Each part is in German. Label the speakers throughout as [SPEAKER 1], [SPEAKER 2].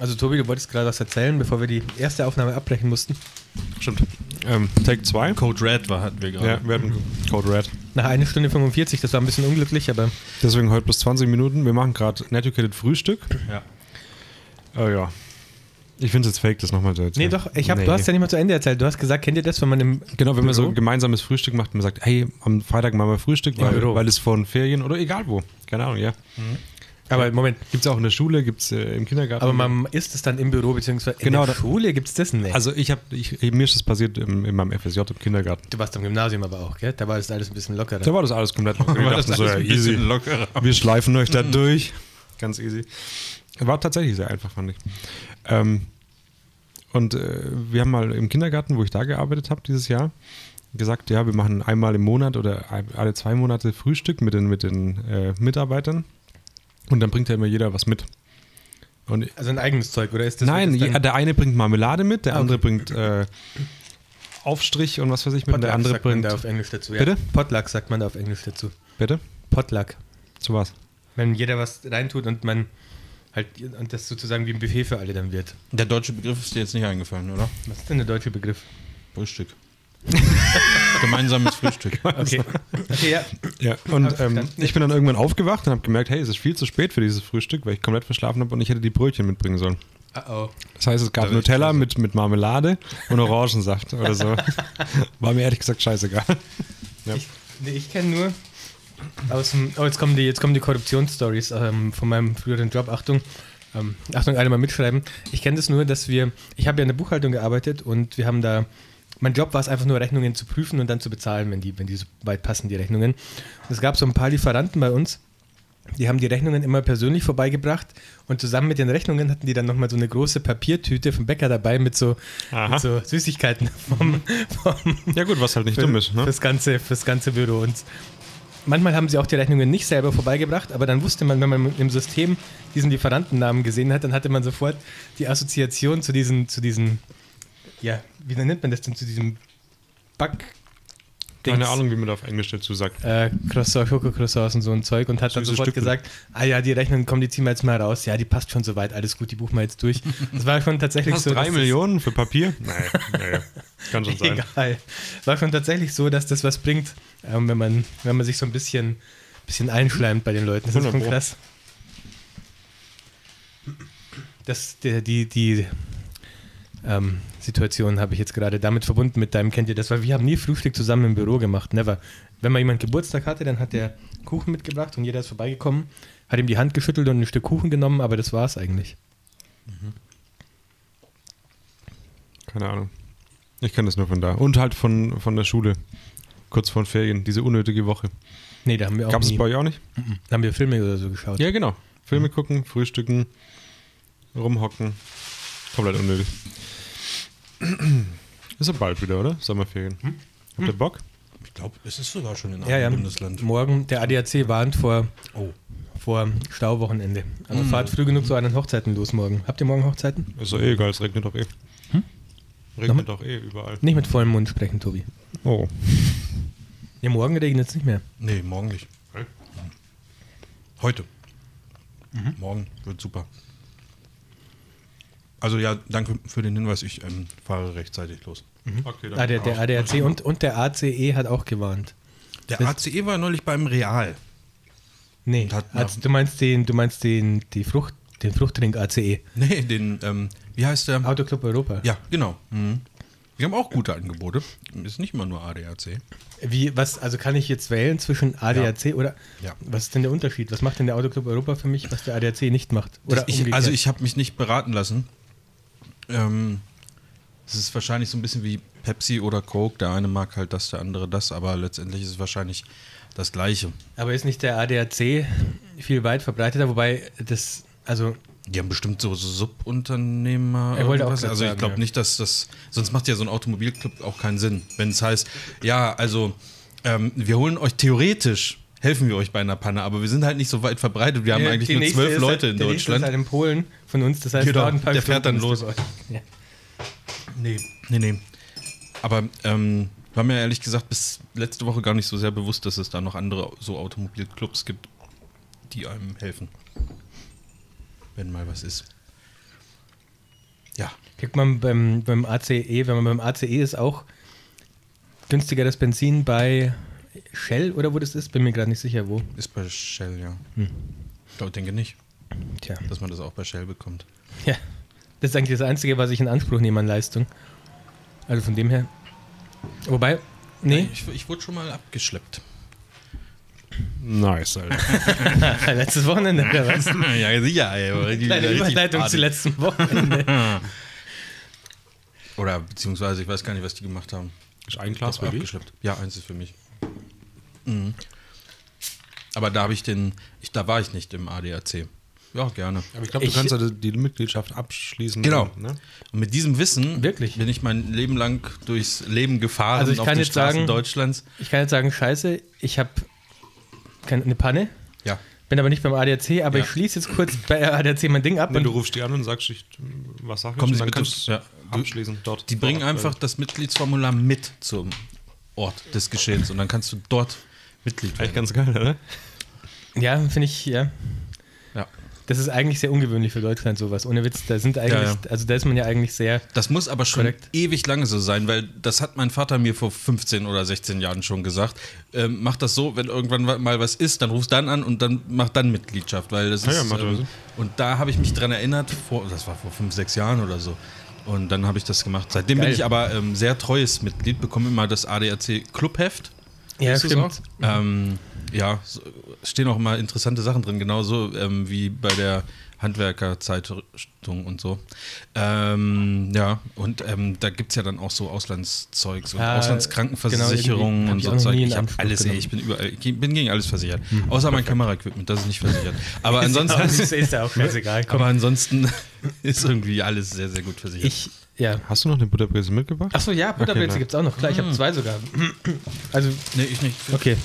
[SPEAKER 1] Also Tobi, du wolltest gerade was erzählen, bevor wir die erste Aufnahme abbrechen mussten.
[SPEAKER 2] Stimmt. Ähm, Take 2.
[SPEAKER 3] Code Red war, hatten wir gerade.
[SPEAKER 2] Ja, wir hatten Code Red.
[SPEAKER 1] Nach einer Stunde 45, das war ein bisschen unglücklich, aber
[SPEAKER 2] Deswegen heute bis 20 Minuten. Wir machen gerade Netiquette Frühstück.
[SPEAKER 3] Ja.
[SPEAKER 2] Oh ja. Ich finde es jetzt fake, das nochmal zu erzählen.
[SPEAKER 1] Nee, doch, ich hab, du hast ja nicht mal zu Ende erzählt. Du hast gesagt, kennt ihr das, wenn man im.
[SPEAKER 2] Genau, wenn man so
[SPEAKER 1] Büro?
[SPEAKER 2] ein gemeinsames Frühstück macht und man sagt, hey, am Freitag machen wir Frühstück, weil,
[SPEAKER 1] Büro.
[SPEAKER 2] weil es von Ferien oder egal wo. Keine Ahnung, ja.
[SPEAKER 1] Aber Moment,
[SPEAKER 2] Gibt es auch in der Schule, gibt es äh, im Kindergarten.
[SPEAKER 1] aber man isst es dann im Büro, beziehungsweise in
[SPEAKER 2] Genau,
[SPEAKER 1] der
[SPEAKER 2] da-
[SPEAKER 1] Schule gibt es das nicht.
[SPEAKER 2] also ich habe, ich, mir ist das passiert im, in meinem FSJ im Kindergarten.
[SPEAKER 1] du warst am Gymnasium aber auch, gell? Da war das alles ein bisschen lockerer.
[SPEAKER 2] Da war das alles komplett locker. Wir
[SPEAKER 3] War das
[SPEAKER 2] dachten so,
[SPEAKER 3] alles
[SPEAKER 2] ja,
[SPEAKER 3] ein bisschen
[SPEAKER 2] easy.
[SPEAKER 3] lockerer.
[SPEAKER 2] Wir schleifen euch da
[SPEAKER 1] Mhm.
[SPEAKER 2] durch. Ganz easy. War tatsächlich sehr einfach, fand ich. Ähm, und äh, wir haben mal im Kindergarten, wo ich da gearbeitet habe dieses Jahr, gesagt, ja, wir machen einmal im Monat oder ein- alle zwei Monate Frühstück mit den, mit den äh, Mitarbeitern. Und dann bringt ja immer jeder was mit. Und
[SPEAKER 1] also ein eigenes Zeug, oder ist das
[SPEAKER 2] Nein,
[SPEAKER 1] das
[SPEAKER 2] je,
[SPEAKER 1] dann-
[SPEAKER 2] der eine bringt Marmelade mit, der
[SPEAKER 1] Ah, okay.
[SPEAKER 2] andere bringt äh, Aufstrich und was weiß ich mit, und
[SPEAKER 1] Potluck
[SPEAKER 2] der andere
[SPEAKER 1] sagt man
[SPEAKER 2] bringt.
[SPEAKER 1] da auf Englisch dazu.
[SPEAKER 2] Bitte?
[SPEAKER 1] Potluck sagt man da auf Englisch dazu.
[SPEAKER 2] Bitte?
[SPEAKER 1] Potluck.
[SPEAKER 2] Zu was?
[SPEAKER 1] Wenn jeder was reintut und man halt und das sozusagen wie ein Buffet für alle dann wird.
[SPEAKER 3] Der deutsche Begriff ist dir jetzt nicht eingefallen, oder?
[SPEAKER 1] Was ist denn der deutsche Begriff?
[SPEAKER 3] Frühstück. Gemeinsames Frühstück.
[SPEAKER 1] Okay.
[SPEAKER 2] Also,
[SPEAKER 1] okay, ja.
[SPEAKER 2] Ja, und
[SPEAKER 1] ich
[SPEAKER 2] ähm,
[SPEAKER 1] verstanden.
[SPEAKER 2] ich bin dann irgendwann aufgewacht und habe gemerkt, hey, es ist viel zu spät für dieses Frühstück, weil ich komplett verschlafen habe und ich hätte die Brötchen mitbringen sollen.
[SPEAKER 1] Oh, oh.
[SPEAKER 2] Das heißt, es gab
[SPEAKER 3] Da bin ich
[SPEAKER 2] Nutella
[SPEAKER 3] böse.
[SPEAKER 2] mit, mit Marmelade und Orangensaft oder so. War mir ehrlich gesagt scheißegal.
[SPEAKER 1] Ich, nee, ich kenne nur aus dem. Oh, jetzt kommen die, jetzt kommen die Korruptionsstories ähm, von meinem früheren Job. Achtung. Ähm, Achtung, alle mal mitschreiben. Ich kenne das nur, dass wir. Ich habe ja in der Buchhaltung gearbeitet und wir haben da. Mein Job war es einfach nur, Rechnungen zu prüfen und dann zu bezahlen, wenn die, wenn die so weit passen, die Rechnungen. Und es gab so ein paar Lieferanten bei uns, die haben die Rechnungen immer persönlich vorbeigebracht und zusammen mit den Rechnungen hatten die dann nochmal so eine große Papiertüte vom Bäcker dabei mit so,
[SPEAKER 2] Aha.
[SPEAKER 1] mit so Süßigkeiten vom, vom,
[SPEAKER 2] Ja gut, was halt nicht
[SPEAKER 1] für,
[SPEAKER 2] dumm ist. Ne?
[SPEAKER 1] fürs, ganze, fürs ganze Büro. Und manchmal haben sie auch die Rechnungen nicht selber vorbeigebracht, aber dann wusste man, wenn man im System diesen Lieferantennamen gesehen hat, dann hatte man sofort die Assoziation zu diesen, zu diesen, ja, wie nennt man das denn, zu diesem Back.
[SPEAKER 2] Keine
[SPEAKER 1] Dings.
[SPEAKER 2] Ahnung, wie man da auf Englisch dazu sagt.
[SPEAKER 1] Äh, Croissant, Schokocroissants und so ein Zeug und hat dann
[SPEAKER 2] Süßes
[SPEAKER 1] sofort
[SPEAKER 2] Stückchen.
[SPEAKER 1] gesagt, ah ja, die Rechnung kommen, die ziehen wir jetzt mal raus. Ja, die passt schon soweit, alles gut, die buchen wir jetzt durch. Das war schon tatsächlich
[SPEAKER 2] Hast
[SPEAKER 1] so. dass
[SPEAKER 2] drei
[SPEAKER 1] das-
[SPEAKER 2] Millionen für Papier? Nein, naja, kann schon sein.
[SPEAKER 1] Egal. War schon tatsächlich so, dass das was bringt, ähm, wenn, man, wenn man sich so ein bisschen, bisschen einschleimt bei den Leuten. Das ist schon
[SPEAKER 2] Wunderbar.
[SPEAKER 1] krass. Das, der, die die ähm, Situation habe ich jetzt gerade damit verbunden mit deinem, kennt ihr das? Weil wir haben nie Frühstück zusammen im Büro gemacht, never. Wenn mal jemand Geburtstag hatte, dann hat der Kuchen mitgebracht und jeder ist vorbeigekommen, hat ihm die Hand geschüttelt und ein Stück Kuchen genommen, aber das war's eigentlich.
[SPEAKER 2] Keine Ahnung. Ich kenne das nur von da. Und halt von, von der Schule. Kurz vor den Ferien, diese unnötige Woche.
[SPEAKER 1] Nee, da haben wir auch
[SPEAKER 2] Gab es
[SPEAKER 1] nie,
[SPEAKER 2] bei euch auch nicht?
[SPEAKER 1] da haben wir Filme oder so geschaut.
[SPEAKER 2] Ja, genau. Filme gucken, frühstücken, rumhocken. Komplett unnötig. Ist ja bald wieder, oder? Sommerferien. Habt ihr Bock?
[SPEAKER 3] Ich glaube, es ist sogar schon in einem
[SPEAKER 1] Ja, ja.
[SPEAKER 3] Bundesland.
[SPEAKER 1] Morgen, der ADAC warnt vor,
[SPEAKER 3] Oh.
[SPEAKER 1] vor Stauwochenende. Also
[SPEAKER 3] Hm.
[SPEAKER 1] fahrt früh genug zu euren Hochzeiten los morgen. Habt ihr morgen Hochzeiten?
[SPEAKER 2] Ist doch eh egal, es regnet doch eh.
[SPEAKER 1] Nochmal?
[SPEAKER 2] Regnet doch eh überall.
[SPEAKER 1] Nicht mit vollem Mund sprechen, Tobi.
[SPEAKER 2] Oh.
[SPEAKER 1] Ja, morgen regnet es nicht mehr.
[SPEAKER 3] Nee, morgen nicht. Heute. Morgen wird super. Also ja, danke für den Hinweis. Ich ähm, fahre rechtzeitig los.
[SPEAKER 2] Okay,
[SPEAKER 1] Ah, der, der ADAC und, und der ACE hat auch gewarnt.
[SPEAKER 3] Der ACE war neulich beim Real.
[SPEAKER 1] Nee,
[SPEAKER 3] Und hat
[SPEAKER 1] also,
[SPEAKER 3] nach-
[SPEAKER 1] du meinst den, du meinst den, die Frucht, den Fruchttrink E. ACE.
[SPEAKER 3] Nee, den, ähm, wie heißt der?
[SPEAKER 1] Autoclub Europa.
[SPEAKER 3] Ja, genau. Mhm. Die haben auch gute Angebote. Ist nicht immer nur ADAC.
[SPEAKER 1] Wie, was, also kann ich jetzt wählen zwischen ADAC oder
[SPEAKER 3] Ja.
[SPEAKER 1] was ist denn der Unterschied? Was macht denn der Autoclub Europa für mich, was der ADAC nicht macht? Oder
[SPEAKER 3] Das- ich,
[SPEAKER 1] umgekehrt?
[SPEAKER 3] also ich habe mich nicht beraten lassen. Ähm, es ist wahrscheinlich so ein bisschen wie Pepsi oder Coke. Der eine mag halt das, der andere das, aber letztendlich ist es wahrscheinlich das Gleiche.
[SPEAKER 1] Aber ist nicht der ADAC viel weit verbreiteter? Wobei das, also
[SPEAKER 3] Die haben bestimmt so so Subunternehmer.
[SPEAKER 1] Er wollte auch
[SPEAKER 3] irgendwas.
[SPEAKER 1] grad
[SPEAKER 3] Also ich
[SPEAKER 1] sagen,
[SPEAKER 3] glaube
[SPEAKER 1] ja.
[SPEAKER 3] nicht, dass das. Sonst macht ja so ein Automobilclub auch keinen Sinn. Wenn es heißt, ja, also ähm, wir holen euch theoretisch, helfen wir euch bei einer Panne, aber wir sind halt nicht so weit verbreitet. Wir haben
[SPEAKER 1] Ja,
[SPEAKER 3] eigentlich
[SPEAKER 1] die
[SPEAKER 3] nur
[SPEAKER 1] nächste
[SPEAKER 3] zwölf
[SPEAKER 1] ist
[SPEAKER 3] Leute
[SPEAKER 1] halt,
[SPEAKER 3] in
[SPEAKER 1] der nächste Ist
[SPEAKER 3] Deutschland.
[SPEAKER 1] halt in Polen von uns, das heißt,
[SPEAKER 3] Genau,
[SPEAKER 1] dauert ein paar
[SPEAKER 3] der fährt dann
[SPEAKER 1] Stunden, bis
[SPEAKER 3] los.
[SPEAKER 1] das- Ja.
[SPEAKER 3] Nee, nee, nee. Aber ähm, war mir ehrlich gesagt bis letzte Woche gar nicht so sehr bewusst, dass es da noch andere so Automobilclubs gibt, die einem helfen. Wenn mal was ist. Ja.
[SPEAKER 1] Kriegt man beim, beim ACE, wenn man beim ACE ist, auch günstiger das Benzin bei Shell oder wo das ist? Bin mir gerade nicht sicher, wo.
[SPEAKER 3] Ist bei Shell, ja.
[SPEAKER 1] Hm.
[SPEAKER 3] Ich glaube, denke nicht,
[SPEAKER 1] Tja.
[SPEAKER 3] dass man das auch bei Shell bekommt.
[SPEAKER 1] Ja. Das ist eigentlich das Einzige, was ich in Anspruch nehme an Leistung. Also von dem her. Wobei, nee,
[SPEAKER 3] Ich, ich wurde schon mal abgeschleppt.
[SPEAKER 2] Nice, Alter.
[SPEAKER 1] letztes Wochenende oder was?
[SPEAKER 3] ja, sicher. Ey, die-
[SPEAKER 1] Kleine
[SPEAKER 3] die- die
[SPEAKER 1] Überleitung
[SPEAKER 3] Party.
[SPEAKER 1] zu letzten Wochenende.
[SPEAKER 3] Oder beziehungsweise, ich weiß gar nicht, was die gemacht haben.
[SPEAKER 2] Ist ein
[SPEAKER 3] Das war abgeschleppt. Ja, eins ist für mich. Mhm. Aber da habe ich den, ich, da war ich nicht im ADAC. Ja, gerne.
[SPEAKER 2] Aber ich glaube, du
[SPEAKER 1] Ich-
[SPEAKER 2] kannst ja die Mitgliedschaft abschließen.
[SPEAKER 3] Genau.
[SPEAKER 2] Ne?
[SPEAKER 3] Und mit diesem Wissen
[SPEAKER 1] Wirklich?
[SPEAKER 3] bin ich mein Leben lang durchs Leben gefahren
[SPEAKER 1] Also ich
[SPEAKER 3] auf
[SPEAKER 1] kann
[SPEAKER 3] den
[SPEAKER 1] jetzt
[SPEAKER 3] Straßen
[SPEAKER 1] sagen-
[SPEAKER 3] Deutschlands.
[SPEAKER 1] Ich kann jetzt sagen, scheiße, ich habe eine Panne,
[SPEAKER 3] Ja.
[SPEAKER 1] bin aber nicht beim ADAC, aber
[SPEAKER 3] Ja.
[SPEAKER 1] ich schließe jetzt kurz bei ADAC mein Ding ab
[SPEAKER 2] Nee,
[SPEAKER 1] und
[SPEAKER 2] du rufst die an und sagst, ich, was Sache
[SPEAKER 3] Kommen
[SPEAKER 2] ist,
[SPEAKER 3] Sie
[SPEAKER 2] und dann
[SPEAKER 3] bitte-
[SPEAKER 2] kannst du
[SPEAKER 3] ja.
[SPEAKER 2] abschließen dort.
[SPEAKER 3] Die bringen
[SPEAKER 2] vor Ort,
[SPEAKER 3] einfach das Mitgliedsformular mit zum Ort des Geschehens und dann kannst du dort Mitglied
[SPEAKER 2] äh, Eigentlich ganz
[SPEAKER 3] werden.
[SPEAKER 2] geil, oder?
[SPEAKER 1] Ja, finde ich, ja.
[SPEAKER 3] Ja.
[SPEAKER 1] Das ist eigentlich sehr ungewöhnlich für Deutschland, sowas. Ohne Witz, da sind eigentlich,
[SPEAKER 3] Ja,
[SPEAKER 1] also da ist man ja eigentlich sehr.
[SPEAKER 3] Das muss aber schon
[SPEAKER 1] Korrekt.
[SPEAKER 3] ewig lange so sein, weil das hat mein Vater mir vor 15 oder 16 Jahren schon gesagt. Ähm, mach das so, wenn irgendwann wa- mal was ist, dann rufst dann an und dann mach dann Mitgliedschaft, weil das
[SPEAKER 2] Ja,
[SPEAKER 3] ist.
[SPEAKER 2] ja, macht aber
[SPEAKER 3] ähm,
[SPEAKER 2] Sinn.
[SPEAKER 3] und da habe ich mich dran erinnert, vor, das war vor 5, 6 Jahren oder so. Und dann habe ich das gemacht. Seitdem
[SPEAKER 1] Geil.
[SPEAKER 3] bin ich aber ähm, sehr treues Mitglied, bekomme immer das ADAC Clubheft.
[SPEAKER 1] Ja,
[SPEAKER 3] Ist das auch? Ähm, ja, so, stehen auch mal interessante Sachen drin, genauso ähm, wie bei der Handwerkerzeitung und so. Ähm, ja, und ähm, da gibt es ja dann auch so Auslandszeugs und
[SPEAKER 1] Ah,
[SPEAKER 3] Auslandskrankenversicherungen
[SPEAKER 1] genau, irgendwie hab
[SPEAKER 3] und
[SPEAKER 1] ich
[SPEAKER 3] so
[SPEAKER 1] auch noch
[SPEAKER 3] Zeug.
[SPEAKER 1] nie in
[SPEAKER 3] Ich habe
[SPEAKER 1] Anspruch
[SPEAKER 3] alles, ey,
[SPEAKER 1] genommen. Hm.
[SPEAKER 3] ich bin überall, ich bin gegen alles versichert. Außer mein Kameraequipment, das ist nicht versichert. Aber ansonsten,
[SPEAKER 1] ist, ist ja auch scheißegal. Komm.
[SPEAKER 3] aber ansonsten ist irgendwie alles sehr, sehr gut versichert.
[SPEAKER 1] Ich, ja.
[SPEAKER 2] Hast du noch eine Butterbreze mitgebracht?
[SPEAKER 1] Achso, ja, Butterbrezel
[SPEAKER 2] nein.
[SPEAKER 1] gibt's auch noch. Klar, ich habe
[SPEAKER 3] Mhm.
[SPEAKER 1] zwei sogar. Also,
[SPEAKER 3] nee, ich nicht.
[SPEAKER 1] okay.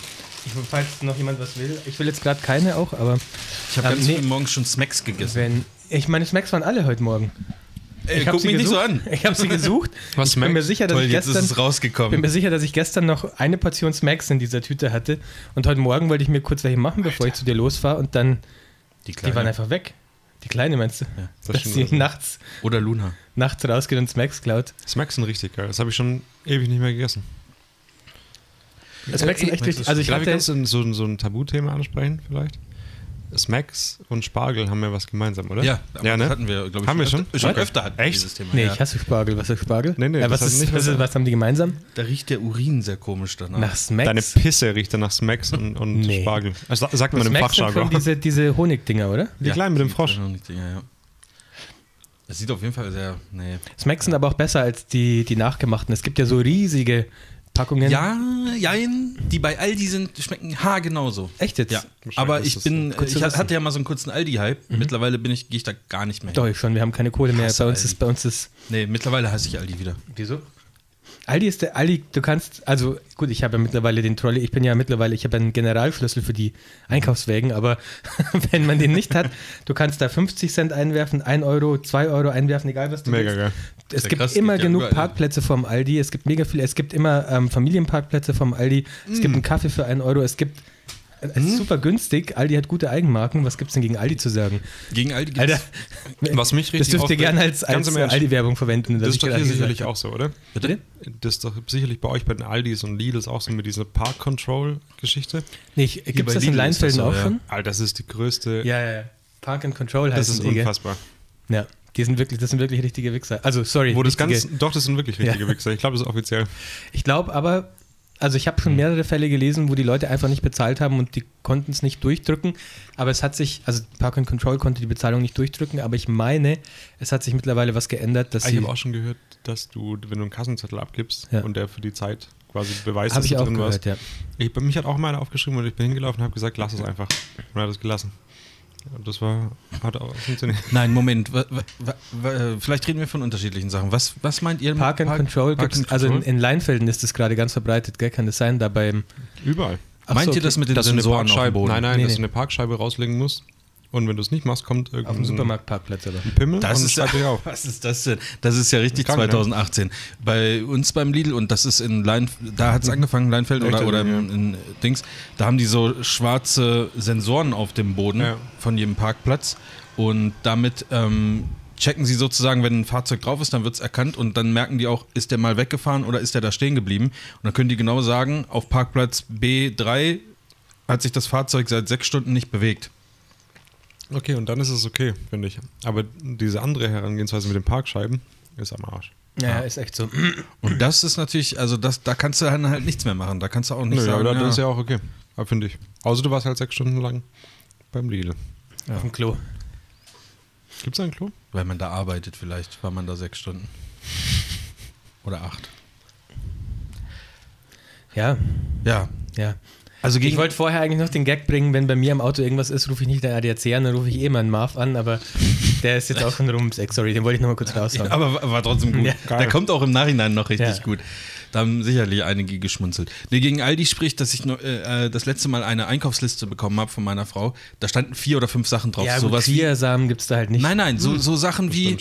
[SPEAKER 1] Ich, falls noch jemand was will, ich will jetzt gerade keine auch, aber
[SPEAKER 3] Ich habe
[SPEAKER 1] Ähm,
[SPEAKER 3] ganz
[SPEAKER 1] nee.
[SPEAKER 3] viel morgens schon Smacks gegessen.
[SPEAKER 1] wenn. Ich meine, Smacks waren alle heute Morgen.
[SPEAKER 3] Ey,
[SPEAKER 1] ich hab
[SPEAKER 3] guck
[SPEAKER 1] sie
[SPEAKER 3] mich nicht so
[SPEAKER 1] gesucht.
[SPEAKER 3] an.
[SPEAKER 1] Ich habe sie gesucht.
[SPEAKER 2] Was
[SPEAKER 1] ich bin mir
[SPEAKER 2] Smacks?
[SPEAKER 1] sicher, dass
[SPEAKER 3] Toll,
[SPEAKER 1] ich
[SPEAKER 3] jetzt ist
[SPEAKER 1] gestern
[SPEAKER 3] es
[SPEAKER 1] Ich bin
[SPEAKER 3] rausgekommen.
[SPEAKER 1] mir sicher, dass ich gestern noch eine Portion Smacks in dieser Tüte hatte und heute Morgen wollte ich mir kurz welche machen, bevor ich zu dir losfahre und dann,
[SPEAKER 3] Die
[SPEAKER 1] die waren
[SPEAKER 3] Kleine.
[SPEAKER 1] einfach weg. Die Kleine meinst du?
[SPEAKER 2] das
[SPEAKER 1] dass
[SPEAKER 2] stimmt
[SPEAKER 1] sie
[SPEAKER 2] also.
[SPEAKER 1] nachts,
[SPEAKER 3] Oder Luna.
[SPEAKER 1] nachts rausgeht und Smacks klaut.
[SPEAKER 2] Smacks sind richtig geil. Das habe ich schon ewig nicht mehr gegessen.
[SPEAKER 1] Smacks sind echt richtig. Also ich
[SPEAKER 2] glaube,
[SPEAKER 1] hatte,
[SPEAKER 2] wir kannst du so, ein- so ein Tabuthema ansprechen, vielleicht. Smacks und Spargel haben ja was gemeinsam, oder?
[SPEAKER 3] Ja, aber
[SPEAKER 2] ja ne?
[SPEAKER 3] das hatten wir, glaube ich,
[SPEAKER 2] Haben wir
[SPEAKER 3] öfter-
[SPEAKER 2] schon?
[SPEAKER 3] schon
[SPEAKER 2] Okay.
[SPEAKER 3] öfter hatten wir
[SPEAKER 2] Echt?
[SPEAKER 3] dieses Thema.
[SPEAKER 1] nee,
[SPEAKER 3] ja.
[SPEAKER 1] ich hasse Spargel. Was ist Spargel?
[SPEAKER 2] Nee, nee,
[SPEAKER 1] äh, was,
[SPEAKER 2] das hat
[SPEAKER 1] ist,
[SPEAKER 2] nicht
[SPEAKER 1] was,
[SPEAKER 2] was-
[SPEAKER 1] ist, was haben die gemeinsam?
[SPEAKER 3] Da riecht der Urin sehr komisch danach.
[SPEAKER 1] Nach Smacks.
[SPEAKER 2] Deine Pisse riecht dann nach Smacks und, und
[SPEAKER 1] Nee.
[SPEAKER 2] Spargel. Also, sa- sagt man im
[SPEAKER 1] Smacks sind schon
[SPEAKER 2] Fachjargon.
[SPEAKER 1] diese, diese Honigdinger, oder?
[SPEAKER 2] Die kleinen mit dem
[SPEAKER 3] die-
[SPEAKER 2] Frosch.
[SPEAKER 3] Ja, ja. Das sieht auf jeden Fall sehr. Nee.
[SPEAKER 1] Smacks sind aber auch besser als die, die nachgemachten. Es gibt ja so riesige Packungen.
[SPEAKER 3] Ja, jein, die bei Aldi sind, schmecken haargenauso.
[SPEAKER 1] Echt jetzt?
[SPEAKER 3] Ja,
[SPEAKER 2] Wahrscheinlich
[SPEAKER 3] aber
[SPEAKER 2] ist
[SPEAKER 3] ich
[SPEAKER 2] das
[SPEAKER 3] bin,
[SPEAKER 1] gut zu
[SPEAKER 3] ich
[SPEAKER 1] wissen.
[SPEAKER 3] hatte ja mal so einen kurzen Aldi-Hype.
[SPEAKER 1] Mhm.
[SPEAKER 3] Mittlerweile bin ich, gehe ich da gar nicht mehr hin.
[SPEAKER 1] Doch, ich schon, wir haben keine Kohle mehr.
[SPEAKER 3] Hasse
[SPEAKER 1] Bei uns
[SPEAKER 3] Aldi.
[SPEAKER 1] ist, bei uns ist
[SPEAKER 3] Nee, mittlerweile hasse ich Aldi wieder.
[SPEAKER 1] Wieso? Aldi ist der Aldi, du kannst, also gut, ich habe ja mittlerweile den Trolley, ich bin ja mittlerweile, ich habe einen Generalschlüssel für die Einkaufswägen, aber wenn man den nicht hat, du kannst da 50 Cent einwerfen, 1 Euro, 2 Euro einwerfen, egal was du
[SPEAKER 2] Mega
[SPEAKER 1] willst.
[SPEAKER 2] geil.
[SPEAKER 1] Es
[SPEAKER 3] Ja,
[SPEAKER 1] gibt
[SPEAKER 3] krass,
[SPEAKER 1] immer
[SPEAKER 3] geht ja
[SPEAKER 1] genug
[SPEAKER 3] überall hin.
[SPEAKER 1] Parkplätze vom Aldi, es gibt mega viel, es gibt immer ähm, Familienparkplätze vom Aldi, es
[SPEAKER 2] Mm.
[SPEAKER 1] gibt einen Kaffee für 1 Euro, es gibt, es
[SPEAKER 2] Hm?
[SPEAKER 1] ist super günstig, Aldi hat gute Eigenmarken, was gibt's denn gegen Aldi zu sagen?
[SPEAKER 3] Gegen Aldi gibt's-
[SPEAKER 1] Alter,
[SPEAKER 2] Was mich
[SPEAKER 1] das
[SPEAKER 2] richtig
[SPEAKER 1] dürft ihr
[SPEAKER 2] aufregt-
[SPEAKER 1] gerne als,
[SPEAKER 2] Ganz
[SPEAKER 1] als
[SPEAKER 2] im Ernst,
[SPEAKER 1] Aldi-Werbung verwenden. was
[SPEAKER 2] Das
[SPEAKER 1] ich
[SPEAKER 2] ist doch
[SPEAKER 1] gerade
[SPEAKER 2] hier
[SPEAKER 1] gesagt
[SPEAKER 2] sicherlich
[SPEAKER 1] habe.
[SPEAKER 2] auch so, oder?
[SPEAKER 3] Bitte?
[SPEAKER 2] Das ist doch sicherlich bei euch bei den Aldis und Lidls auch so mit dieser Park-Control-Geschichte.
[SPEAKER 1] Nicht,
[SPEAKER 3] bei
[SPEAKER 1] gibt's das in
[SPEAKER 3] Lidl ist das
[SPEAKER 1] Leinsfelden
[SPEAKER 3] so,
[SPEAKER 1] auch
[SPEAKER 3] ja.
[SPEAKER 1] schon?
[SPEAKER 2] Alter, das ist die größte.
[SPEAKER 1] Ja, ja, ja. Park and Control heißt
[SPEAKER 2] das ist
[SPEAKER 1] die, gell?
[SPEAKER 2] unfassbar.
[SPEAKER 1] Ja, die sind wirklich, das sind wirklich richtige Wichser. Also, sorry.
[SPEAKER 2] Wo das
[SPEAKER 1] richtige-
[SPEAKER 2] ganz, doch, das sind wirklich richtige
[SPEAKER 1] Ja.
[SPEAKER 2] Wichser. Ich glaube, das ist offiziell.
[SPEAKER 1] Ich glaube aber, also ich
[SPEAKER 2] Hm.
[SPEAKER 1] habe schon mehrere Fälle gelesen, wo die Leute einfach nicht bezahlt haben und die konnten es nicht durchdrücken. Aber es hat sich, also Park and Control konnte die Bezahlung nicht durchdrücken, aber ich meine, es hat sich mittlerweile was geändert, dass
[SPEAKER 2] Ah, ich
[SPEAKER 1] sie.
[SPEAKER 2] habe auch schon gehört, dass du, wenn du einen Kassenzettel abgibst
[SPEAKER 1] Ja.
[SPEAKER 2] und der für die Zeit quasi beweist,
[SPEAKER 1] Hab
[SPEAKER 2] dass
[SPEAKER 1] ich
[SPEAKER 2] du
[SPEAKER 1] auch
[SPEAKER 2] drin
[SPEAKER 1] gehört,
[SPEAKER 2] warst.
[SPEAKER 1] ja.
[SPEAKER 2] Ich, bei mich hat auch mal einer aufgeschrieben und ich bin hingelaufen und habe gesagt, lass es einfach. Und er hat es gelassen. Und das war, hat auch funktioniert.
[SPEAKER 3] Nein, Moment. wa- wa- wa- wa- Vielleicht reden wir von unterschiedlichen Sachen. Was, was meint ihr? mit
[SPEAKER 1] Park and Control
[SPEAKER 3] Park
[SPEAKER 1] gibt's,
[SPEAKER 3] and
[SPEAKER 1] also in,
[SPEAKER 3] Control?
[SPEAKER 1] in Leinfelden ist das gerade ganz verbreitet, gell? Kann das sein? Da beim.
[SPEAKER 2] Überall.
[SPEAKER 1] Ach
[SPEAKER 3] Meint
[SPEAKER 1] so,
[SPEAKER 3] ihr das mit den
[SPEAKER 2] Dass du eine
[SPEAKER 3] Sensoren auf dem
[SPEAKER 2] Parkscheibe,
[SPEAKER 3] Boden?
[SPEAKER 2] nein, nein,
[SPEAKER 1] Nee,
[SPEAKER 2] dass
[SPEAKER 1] nee.
[SPEAKER 2] du eine Parkscheibe rauslegen musst und wenn du es nicht machst, kommt
[SPEAKER 1] Auf dem
[SPEAKER 2] irgendein
[SPEAKER 1] Supermarktparkplatz, oder?
[SPEAKER 2] Pimmel
[SPEAKER 3] Das
[SPEAKER 2] und
[SPEAKER 3] ist, ja,
[SPEAKER 2] schreibt dich auf.
[SPEAKER 3] was ist das denn? Das ist ja richtig
[SPEAKER 2] Kann man, ne?
[SPEAKER 3] 2018. Bei uns beim Lidl und das ist in Lein, da
[SPEAKER 2] Mhm.
[SPEAKER 3] hat es angefangen, Leinfeld oder,
[SPEAKER 2] Echter
[SPEAKER 3] oder
[SPEAKER 2] Lidl,
[SPEAKER 3] in, in Dings, da haben die so schwarze Sensoren auf dem Boden
[SPEAKER 2] Ja.
[SPEAKER 3] von jedem Parkplatz und damit ähm, checken sie sozusagen, wenn ein Fahrzeug drauf ist, dann wird es erkannt und dann merken die auch, ist der mal weggefahren oder ist der da stehen geblieben. Und dann können die genau sagen, auf Parkplatz B3 hat sich das Fahrzeug seit sechs Stunden nicht bewegt.
[SPEAKER 2] Okay, und dann ist es okay, finde ich. Aber diese andere Herangehensweise mit den Parkscheiben ist am Arsch.
[SPEAKER 1] Ja, ist echt so.
[SPEAKER 3] Und das ist natürlich, also das, da kannst du dann halt nichts mehr machen. Da kannst du auch nicht
[SPEAKER 2] Nö,
[SPEAKER 3] sagen,
[SPEAKER 2] aber dann
[SPEAKER 3] ja,
[SPEAKER 2] ist ja auch okay, Ja, finde ich. Außer du warst halt sechs Stunden lang beim Lidl.
[SPEAKER 1] Auf dem Klo.
[SPEAKER 2] Gibt es ein Klo?
[SPEAKER 3] weil man da arbeitet vielleicht, war man da sechs Stunden. Oder acht.
[SPEAKER 1] Ja,
[SPEAKER 3] Ja,
[SPEAKER 1] ja.
[SPEAKER 3] also
[SPEAKER 1] Ich
[SPEAKER 3] gegen...
[SPEAKER 1] wollte vorher eigentlich noch den Gag bringen, wenn bei mir im Auto irgendwas ist, rufe ich nicht den ADAC an, dann rufe ich eh meinen Marv an, aber der ist jetzt auch schon rum. Sorry, den wollte ich nochmal kurz raushauen.
[SPEAKER 3] aber war- war trotzdem gut.
[SPEAKER 1] Ja,
[SPEAKER 3] der kommt auch im Nachhinein noch richtig
[SPEAKER 1] Ja.
[SPEAKER 3] gut. Da haben sicherlich einige geschmunzelt. Nee, gegen Aldi spricht, dass ich nur, äh, äh, das letzte Mal eine Einkaufsliste bekommen habe von meiner Frau. Da standen vier oder fünf Sachen drauf.
[SPEAKER 1] ja, gut,
[SPEAKER 3] Sowas wie,
[SPEAKER 1] Samen gibt es da halt nicht.
[SPEAKER 3] nein, nein, so, so Sachen wie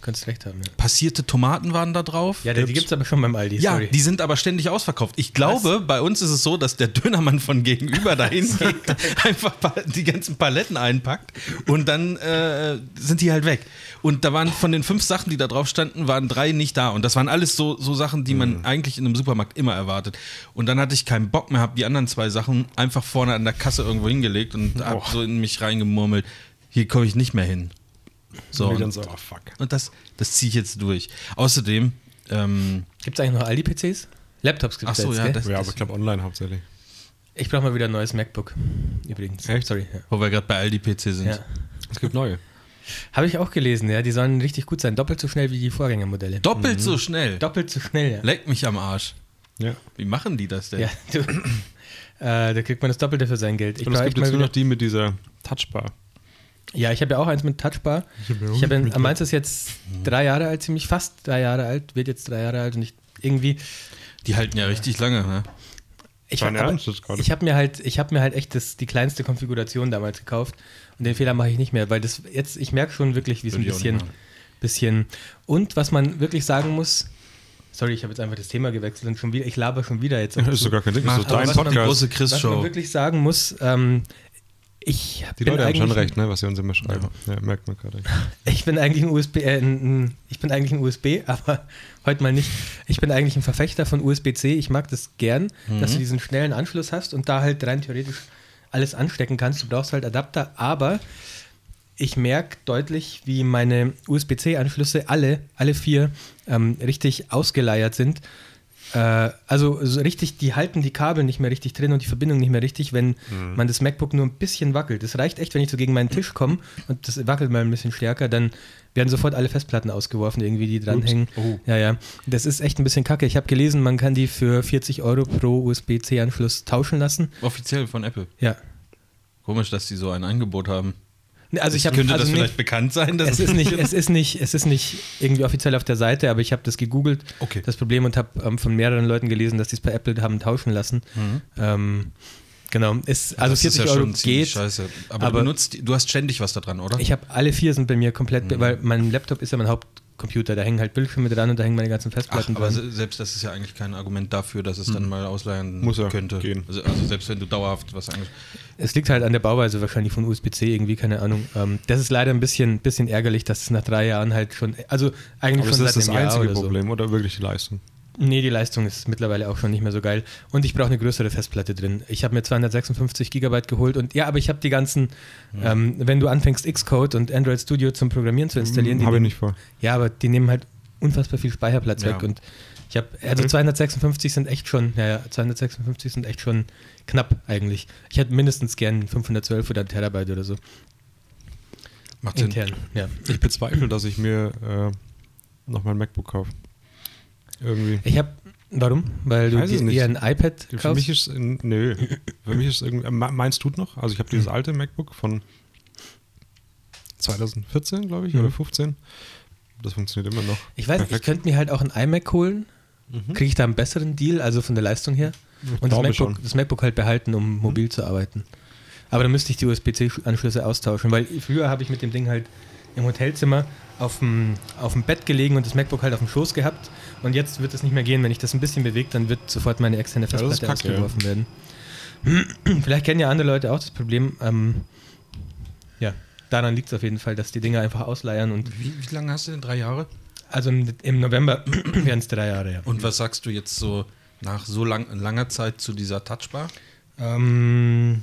[SPEAKER 1] Kannst recht haben. Ja,
[SPEAKER 3] passierte Tomaten waren da drauf.
[SPEAKER 1] ja die- die gibt es aber schon beim Aldi,
[SPEAKER 3] Ja,
[SPEAKER 1] sorry.
[SPEAKER 3] die sind aber ständig ausverkauft. Ich glaube, bei uns ist es so, dass der Dönermann von gegenüber dahin geht, einfach pa- die ganzen Paletten einpackt und dann äh, sind die halt weg. Und da waren von den fünf Sachen, die da drauf standen, waren drei nicht da. Und das waren alles so, so Sachen, die man eigentlich in einem Supermarkt immer erwartet. Und dann hatte ich keinen Bock mehr, habe die anderen zwei Sachen einfach vorne an der Kasse irgendwo hingelegt und habe so in mich reingemurmelt, hier komme ich nicht mehr hin. So,
[SPEAKER 2] Und dann
[SPEAKER 3] und,
[SPEAKER 2] so, oh fuck.
[SPEAKER 3] und das, das ziehe ich jetzt durch. Außerdem, ähm,
[SPEAKER 1] Gibt es eigentlich noch Aldi-PCs? Laptops gibt
[SPEAKER 3] Ach
[SPEAKER 1] es
[SPEAKER 3] so,
[SPEAKER 1] jetzt,
[SPEAKER 3] ja,
[SPEAKER 1] gell?
[SPEAKER 3] das-
[SPEAKER 2] Ja, aber ich glaube online hauptsächlich.
[SPEAKER 1] Ich brauche mal wieder ein neues MacBook, übrigens.
[SPEAKER 2] Echt?
[SPEAKER 1] Sorry, ja.
[SPEAKER 3] Wo wir gerade bei Aldi PC sind.
[SPEAKER 1] ja.
[SPEAKER 2] Es gibt neue.
[SPEAKER 1] Habe ich auch gelesen, ja. Die sollen richtig gut sein. Doppelt so schnell wie die Vorgängermodelle.
[SPEAKER 3] Doppelt so schnell.
[SPEAKER 1] Doppelt so schnell, ja.
[SPEAKER 3] Leck mich am Arsch.
[SPEAKER 2] Ja.
[SPEAKER 3] Wie machen die das denn?
[SPEAKER 1] ja du, äh, da kriegt man das Doppelte für sein Geld. Ich
[SPEAKER 2] Und es
[SPEAKER 1] brauch
[SPEAKER 2] gibt
[SPEAKER 1] echt mal
[SPEAKER 2] jetzt nur
[SPEAKER 1] wieder-
[SPEAKER 2] noch die mit dieser Touchbar.
[SPEAKER 1] Ja, ich habe ja auch eins mit Touchbar. Ich
[SPEAKER 2] hab ja
[SPEAKER 1] habe
[SPEAKER 2] auch Mhm.
[SPEAKER 1] ja
[SPEAKER 2] mit
[SPEAKER 1] am meins ist jetzt drei Jahre alt, ziemlich fast drei Jahre alt, wird jetzt drei Jahre alt und ich irgendwie.
[SPEAKER 3] Die halten ja richtig lange. Ne?
[SPEAKER 1] Ich
[SPEAKER 2] Dein
[SPEAKER 1] hab- aber
[SPEAKER 2] Ernst jetzt gerade?
[SPEAKER 1] ich habe mir halt, ich habe mir halt echt das, die kleinste Konfiguration damals gekauft und den Fehler mache ich nicht mehr, weil das jetzt, ich merke schon wirklich, wie es ein
[SPEAKER 3] Würde ich auch
[SPEAKER 1] bisschen,
[SPEAKER 3] nicht machen.
[SPEAKER 1] bisschen. Und was man wirklich sagen muss, sorry, ich habe jetzt einfach das Thema gewechselt und schon wieder, ich laber schon wieder jetzt. auch
[SPEAKER 2] Das ist
[SPEAKER 1] zu-
[SPEAKER 2] sogar kein Ding. Das ist
[SPEAKER 1] Aber
[SPEAKER 2] dein
[SPEAKER 1] was man-
[SPEAKER 3] Die
[SPEAKER 2] Podcast.
[SPEAKER 3] große
[SPEAKER 1] was man
[SPEAKER 3] Chris-Show.
[SPEAKER 1] wirklich sagen muss, ähm, ich
[SPEAKER 2] Die
[SPEAKER 1] bin
[SPEAKER 2] Leute haben schon
[SPEAKER 1] eigentlich-
[SPEAKER 2] recht, ne, was sie uns immer schreiben. Ja, merkt man gerade.
[SPEAKER 1] Ich bin eigentlich ein USB, äh, ein, ein, ich bin eigentlich ein USB, aber heute mal nicht. Ich bin eigentlich ein Verfechter von USB-C. Ich mag das gern, dass du diesen schnellen Anschluss hast und da halt rein theoretisch alles anstecken kannst. Du brauchst halt Adapter, aber ich merke deutlich, wie meine USB-C-Anschlüsse alle, alle vier, ähm, richtig ausgeleiert sind. Äh, also so richtig, die halten die Kabel nicht mehr richtig drin und die Verbindung nicht mehr richtig, wenn
[SPEAKER 3] Mhm.
[SPEAKER 1] man das MacBook nur ein bisschen wackelt. Es reicht echt, wenn ich so gegen meinen Tisch komme und das wackelt mal ein bisschen stärker, dann werden sofort alle Festplatten ausgeworfen, irgendwie die dranhängen.
[SPEAKER 3] Oh.
[SPEAKER 1] Ja, ja. Das ist echt ein bisschen kacke. Ich habe gelesen, man kann die für 40 Euro pro USB-C-Anschluss tauschen lassen.
[SPEAKER 3] Offiziell von Apple.
[SPEAKER 1] Ja.
[SPEAKER 3] Komisch, dass die so ein Angebot haben.
[SPEAKER 1] Ne, Also ich habe
[SPEAKER 3] Könnte
[SPEAKER 1] also
[SPEAKER 3] das
[SPEAKER 1] nee,
[SPEAKER 3] vielleicht bekannt sein? dass
[SPEAKER 1] es ist nicht, es ist nicht, es ist nicht irgendwie offiziell auf der Seite, aber ich habe das gegoogelt,
[SPEAKER 3] Okay.
[SPEAKER 1] das Problem und habe ähm, von mehreren Leuten gelesen, dass die es bei Apple haben tauschen lassen. Ähm, genau, ist, also
[SPEAKER 3] Das ist
[SPEAKER 1] 40
[SPEAKER 3] Mhm. ja
[SPEAKER 1] Euro
[SPEAKER 3] schon ziemlich
[SPEAKER 1] geht.
[SPEAKER 3] Scheiße. Aber,
[SPEAKER 1] aber-
[SPEAKER 3] du, benutzt, die- du hast ständig was da dran, oder?
[SPEAKER 1] Ich habe alle vier sind bei mir komplett,
[SPEAKER 3] Mhm.
[SPEAKER 1] weil mein Laptop ist ja mein Hauptcomputer, da hängen halt Bildschirme dran und da hängen meine ganzen
[SPEAKER 3] Ach, also
[SPEAKER 1] Festplatten
[SPEAKER 3] aber
[SPEAKER 1] dran. Hm.
[SPEAKER 3] se- selbst das ist ja eigentlich kein Argument dafür, dass es dann mal ausleihen
[SPEAKER 2] Muss ja
[SPEAKER 3] könnte.
[SPEAKER 2] gehen.
[SPEAKER 3] Also, also selbst wenn du dauerhaft was ange
[SPEAKER 1] Es liegt halt an der Bauweise wahrscheinlich von USB-C irgendwie, keine Ahnung. Ähm, das ist leider ein bisschen, bisschen ärgerlich, dass es nach drei Jahren halt schon, also eigentlich
[SPEAKER 2] Aber das
[SPEAKER 1] schon
[SPEAKER 2] ist
[SPEAKER 1] seit
[SPEAKER 2] das
[SPEAKER 1] einem Jahr
[SPEAKER 2] einzige
[SPEAKER 1] oder so.
[SPEAKER 2] Problem oder wirklich die Leistung?
[SPEAKER 1] Nee, die Leistung ist mittlerweile auch schon nicht mehr so geil. Und ich brauche eine größere Festplatte drin. Ich habe mir 256 Gigabyte geholt und ja, aber ich habe die ganzen, ähm, wenn du anfängst, Xcode und Android Studio zum Programmieren zu installieren, die
[SPEAKER 2] Habe Hm, ich
[SPEAKER 1] nehmen-
[SPEAKER 2] nicht vor.
[SPEAKER 1] ja, aber die nehmen halt unfassbar viel Speicherplatz
[SPEAKER 3] Ja.
[SPEAKER 1] weg. Und ich habe, also
[SPEAKER 2] Mhm.
[SPEAKER 1] 256 sind echt schon, naja, 256 sind echt schon knapp eigentlich. Ich hätte mindestens gern 512 oder ein Terabyte oder so.
[SPEAKER 3] Macht Sinn.
[SPEAKER 1] Intern, ja.
[SPEAKER 2] Ich bezweifle, dass ich mir äh, nochmal ein MacBook kaufe. Irgendwie.
[SPEAKER 1] Ich habe, warum? Weil du
[SPEAKER 2] Weiß es
[SPEAKER 1] dir
[SPEAKER 2] nicht.
[SPEAKER 1] eher ein iPad
[SPEAKER 2] Für mich
[SPEAKER 1] kaufst?
[SPEAKER 2] ist nö. Für mich ist irgendwie me- meins tut noch. Also ich habe dieses
[SPEAKER 1] Hm.
[SPEAKER 2] alte MacBook von 2014, glaube
[SPEAKER 1] Hm.
[SPEAKER 2] ich, oder 15. Das funktioniert immer noch.
[SPEAKER 1] Ich weiß, ich
[SPEAKER 2] Perfekt. Mhm.
[SPEAKER 1] könnte mir halt auch ein iMac holen. Kriege ich da einen besseren Deal, also von der Leistung her? Und das
[SPEAKER 2] glaube
[SPEAKER 1] MacBook,
[SPEAKER 2] schon. Mhm.
[SPEAKER 1] das MacBook halt behalten, um mobil zu arbeiten. Aber dann müsste ich die USB-C-Anschlüsse austauschen, weil früher habe ich mit dem Ding halt im Hotelzimmer auf dem, auf dem Bett gelegen und das MacBook halt auf dem Schoß gehabt. Und jetzt wird es nicht mehr gehen. Wenn ich das ein bisschen bewege, dann wird sofort meine externe
[SPEAKER 2] das ist
[SPEAKER 1] Festplatte
[SPEAKER 2] kacke,
[SPEAKER 1] ausgeworfen werden. Vielleicht kennen ja andere Leute auch das Problem. Ähm, ja, daran liegt es auf jeden Fall, dass die Dinger einfach ausleiern. Und
[SPEAKER 3] Wie, wie lange hast du denn? Drei Jahre?
[SPEAKER 1] also im, im November wären es drei Jahre, ja.
[SPEAKER 3] Und was sagst du jetzt so nach so lang, langer Zeit zu dieser Touchbar?
[SPEAKER 1] Ähm,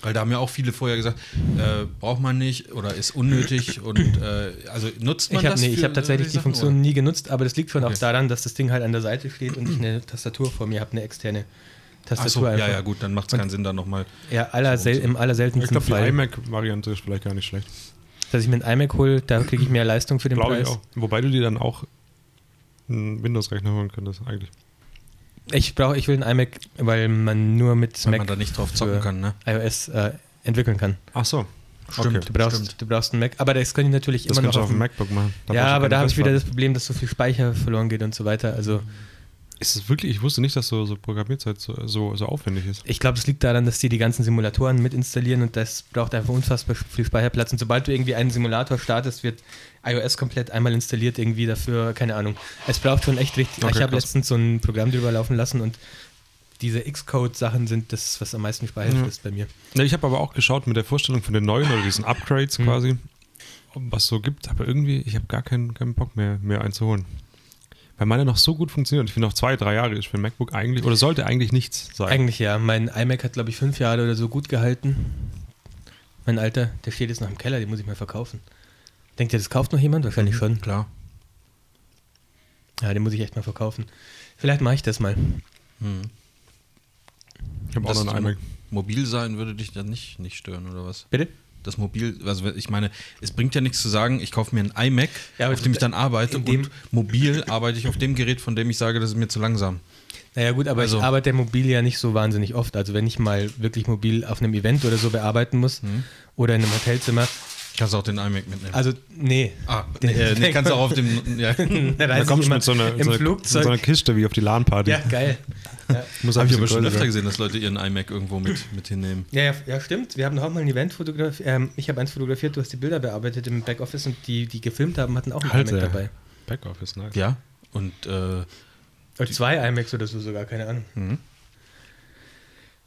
[SPEAKER 3] Weil da haben ja auch viele vorher gesagt, äh, braucht man nicht oder ist unnötig und äh, also nutzt man
[SPEAKER 1] ich habe
[SPEAKER 3] das
[SPEAKER 1] nee, ich
[SPEAKER 3] für
[SPEAKER 1] hab tatsächlich die
[SPEAKER 3] solche Sachen,
[SPEAKER 1] Funktion nie genutzt, aber das liegt schon auch
[SPEAKER 3] Okay.
[SPEAKER 1] daran, dass das Ding halt an der Seite steht und ich eine Tastatur vor mir habe, eine externe
[SPEAKER 3] oder? Ach
[SPEAKER 1] Tastatur
[SPEAKER 3] so, ja,
[SPEAKER 1] einfach.
[SPEAKER 3] ja, gut, dann macht es keinen Sinn, da nochmal.
[SPEAKER 1] Ja, allersel im
[SPEAKER 2] Ich
[SPEAKER 1] allerseltensten
[SPEAKER 2] glaube, die
[SPEAKER 1] Fall,
[SPEAKER 2] iMac-Variante ist vielleicht gar nicht schlecht.
[SPEAKER 1] dass ich mir ein iMac hole, da kriege ich mehr Leistung für den
[SPEAKER 2] Glaube ich
[SPEAKER 1] Preis.
[SPEAKER 2] auch. Wobei du dir dann auch einen Windows-Rechner holen könntest, eigentlich.
[SPEAKER 1] Ich brauche, ich will ein iMac, weil man nur mit
[SPEAKER 3] Wenn
[SPEAKER 1] Mac
[SPEAKER 3] man da nicht drauf zocken
[SPEAKER 1] für
[SPEAKER 3] kann, ne?
[SPEAKER 1] iOS äh, entwickeln kann.
[SPEAKER 2] Ach so.
[SPEAKER 3] Stimmt.
[SPEAKER 1] Du brauchst,
[SPEAKER 3] Stimmt.
[SPEAKER 1] du brauchst einen Mac, aber das kann ich natürlich
[SPEAKER 2] Das
[SPEAKER 1] immer
[SPEAKER 2] kannst
[SPEAKER 1] noch
[SPEAKER 2] du auf dem MacBook machen.
[SPEAKER 1] ja,
[SPEAKER 2] brauchst du
[SPEAKER 1] aber da
[SPEAKER 2] keine
[SPEAKER 1] habe ich wieder das
[SPEAKER 2] Festplatte.
[SPEAKER 1] Problem, dass so viel Speicher verloren geht und so weiter. Also
[SPEAKER 2] Ist es wirklich? Ich wusste nicht, dass so, so Programmierzeit so, so, so aufwendig ist.
[SPEAKER 1] ich glaube, es liegt daran, dass die die ganzen Simulatoren mit installieren und das braucht einfach unfassbar viel Speicherplatz. Und sobald du irgendwie einen Simulator startest, wird iOS komplett einmal installiert irgendwie dafür, keine Ahnung. Es braucht schon echt richtig.
[SPEAKER 2] Okay,
[SPEAKER 1] ich habe
[SPEAKER 2] krass.
[SPEAKER 1] letztens so ein Programm drüber laufen lassen und diese Xcode-Sachen sind das, was am meisten Speicher
[SPEAKER 2] Ja.
[SPEAKER 1] frisst bei mir.
[SPEAKER 2] Ja, ich habe aber auch geschaut mit der Vorstellung von den neuen oder diesen Upgrades
[SPEAKER 1] Hm.
[SPEAKER 2] quasi, was so gibt, aber irgendwie, ich habe gar keinen, keinen Bock mehr, mehr einzuholen. Weil meine noch so gut funktioniert. Ich finde, noch zwei, drei Jahre ist für ein MacBook eigentlich, oder sollte eigentlich nichts sein.
[SPEAKER 1] Eigentlich ja. Mein iMac hat, glaube ich, fünf Jahre oder so gut gehalten. Mein alter, der steht jetzt noch im Keller, den muss ich mal verkaufen. Denkt ihr, das kauft noch jemand? Wahrscheinlich
[SPEAKER 2] Mhm.
[SPEAKER 1] schon.
[SPEAKER 3] Klar.
[SPEAKER 1] Ja, den muss ich echt mal verkaufen. Vielleicht mache ich das mal.
[SPEAKER 3] Hm.
[SPEAKER 2] ich habe auch
[SPEAKER 3] Dass
[SPEAKER 2] noch einen
[SPEAKER 3] du
[SPEAKER 2] iMac.
[SPEAKER 3] Mobil sein würde dich dann nicht, nicht stören, oder was?
[SPEAKER 1] Bitte?
[SPEAKER 3] Das Mobil, also ich meine, es bringt ja nichts zu sagen, ich kaufe mir ein iMac,
[SPEAKER 1] Ja, aber
[SPEAKER 3] auf dem ich dann arbeite
[SPEAKER 1] in dem-
[SPEAKER 3] und mobil arbeite ich auf dem Gerät, von dem ich sage, das ist mir zu langsam.
[SPEAKER 1] Naja, gut, aber
[SPEAKER 3] Also-
[SPEAKER 1] ich arbeite mobil ja nicht so wahnsinnig oft. Also, wenn ich mal wirklich mobil auf einem Event oder so bearbeiten muss
[SPEAKER 2] Mhm.
[SPEAKER 1] oder in einem Hotelzimmer.
[SPEAKER 3] Kannst auch den iMac mitnehmen.
[SPEAKER 1] Also, nee.
[SPEAKER 3] ah, nee, äh, nee, kannst auch auf dem. Ja.
[SPEAKER 1] da
[SPEAKER 2] Da
[SPEAKER 1] reise ich
[SPEAKER 2] kommst du
[SPEAKER 1] immer
[SPEAKER 2] mit so einer,
[SPEAKER 1] im
[SPEAKER 2] so einer-
[SPEAKER 1] Flugzeug.
[SPEAKER 2] mit so einer Kiste wie auf die LAN-Party.
[SPEAKER 1] ja, geil. Ja.
[SPEAKER 2] Muss
[SPEAKER 3] Habe ich
[SPEAKER 2] ein
[SPEAKER 3] aber
[SPEAKER 2] bisschen
[SPEAKER 3] schon
[SPEAKER 2] größer
[SPEAKER 3] öfter
[SPEAKER 2] sein.
[SPEAKER 3] gesehen, dass Leute ihren iMac irgendwo mit, mit hinnehmen.
[SPEAKER 1] Ja, ja, ja, stimmt. Wir haben doch auch mal ein Event fotografiert. Ähm, ich habe eins fotografiert, du hast die Bilder bearbeitet im Backoffice und die, die gefilmt haben, hatten auch ein
[SPEAKER 2] Alter.
[SPEAKER 1] iMac dabei.
[SPEAKER 2] Backoffice, ne? nice.
[SPEAKER 3] Ja. Und äh,
[SPEAKER 1] Oder zwei iMacs oder so sogar, keine Ahnung.
[SPEAKER 2] Mhm.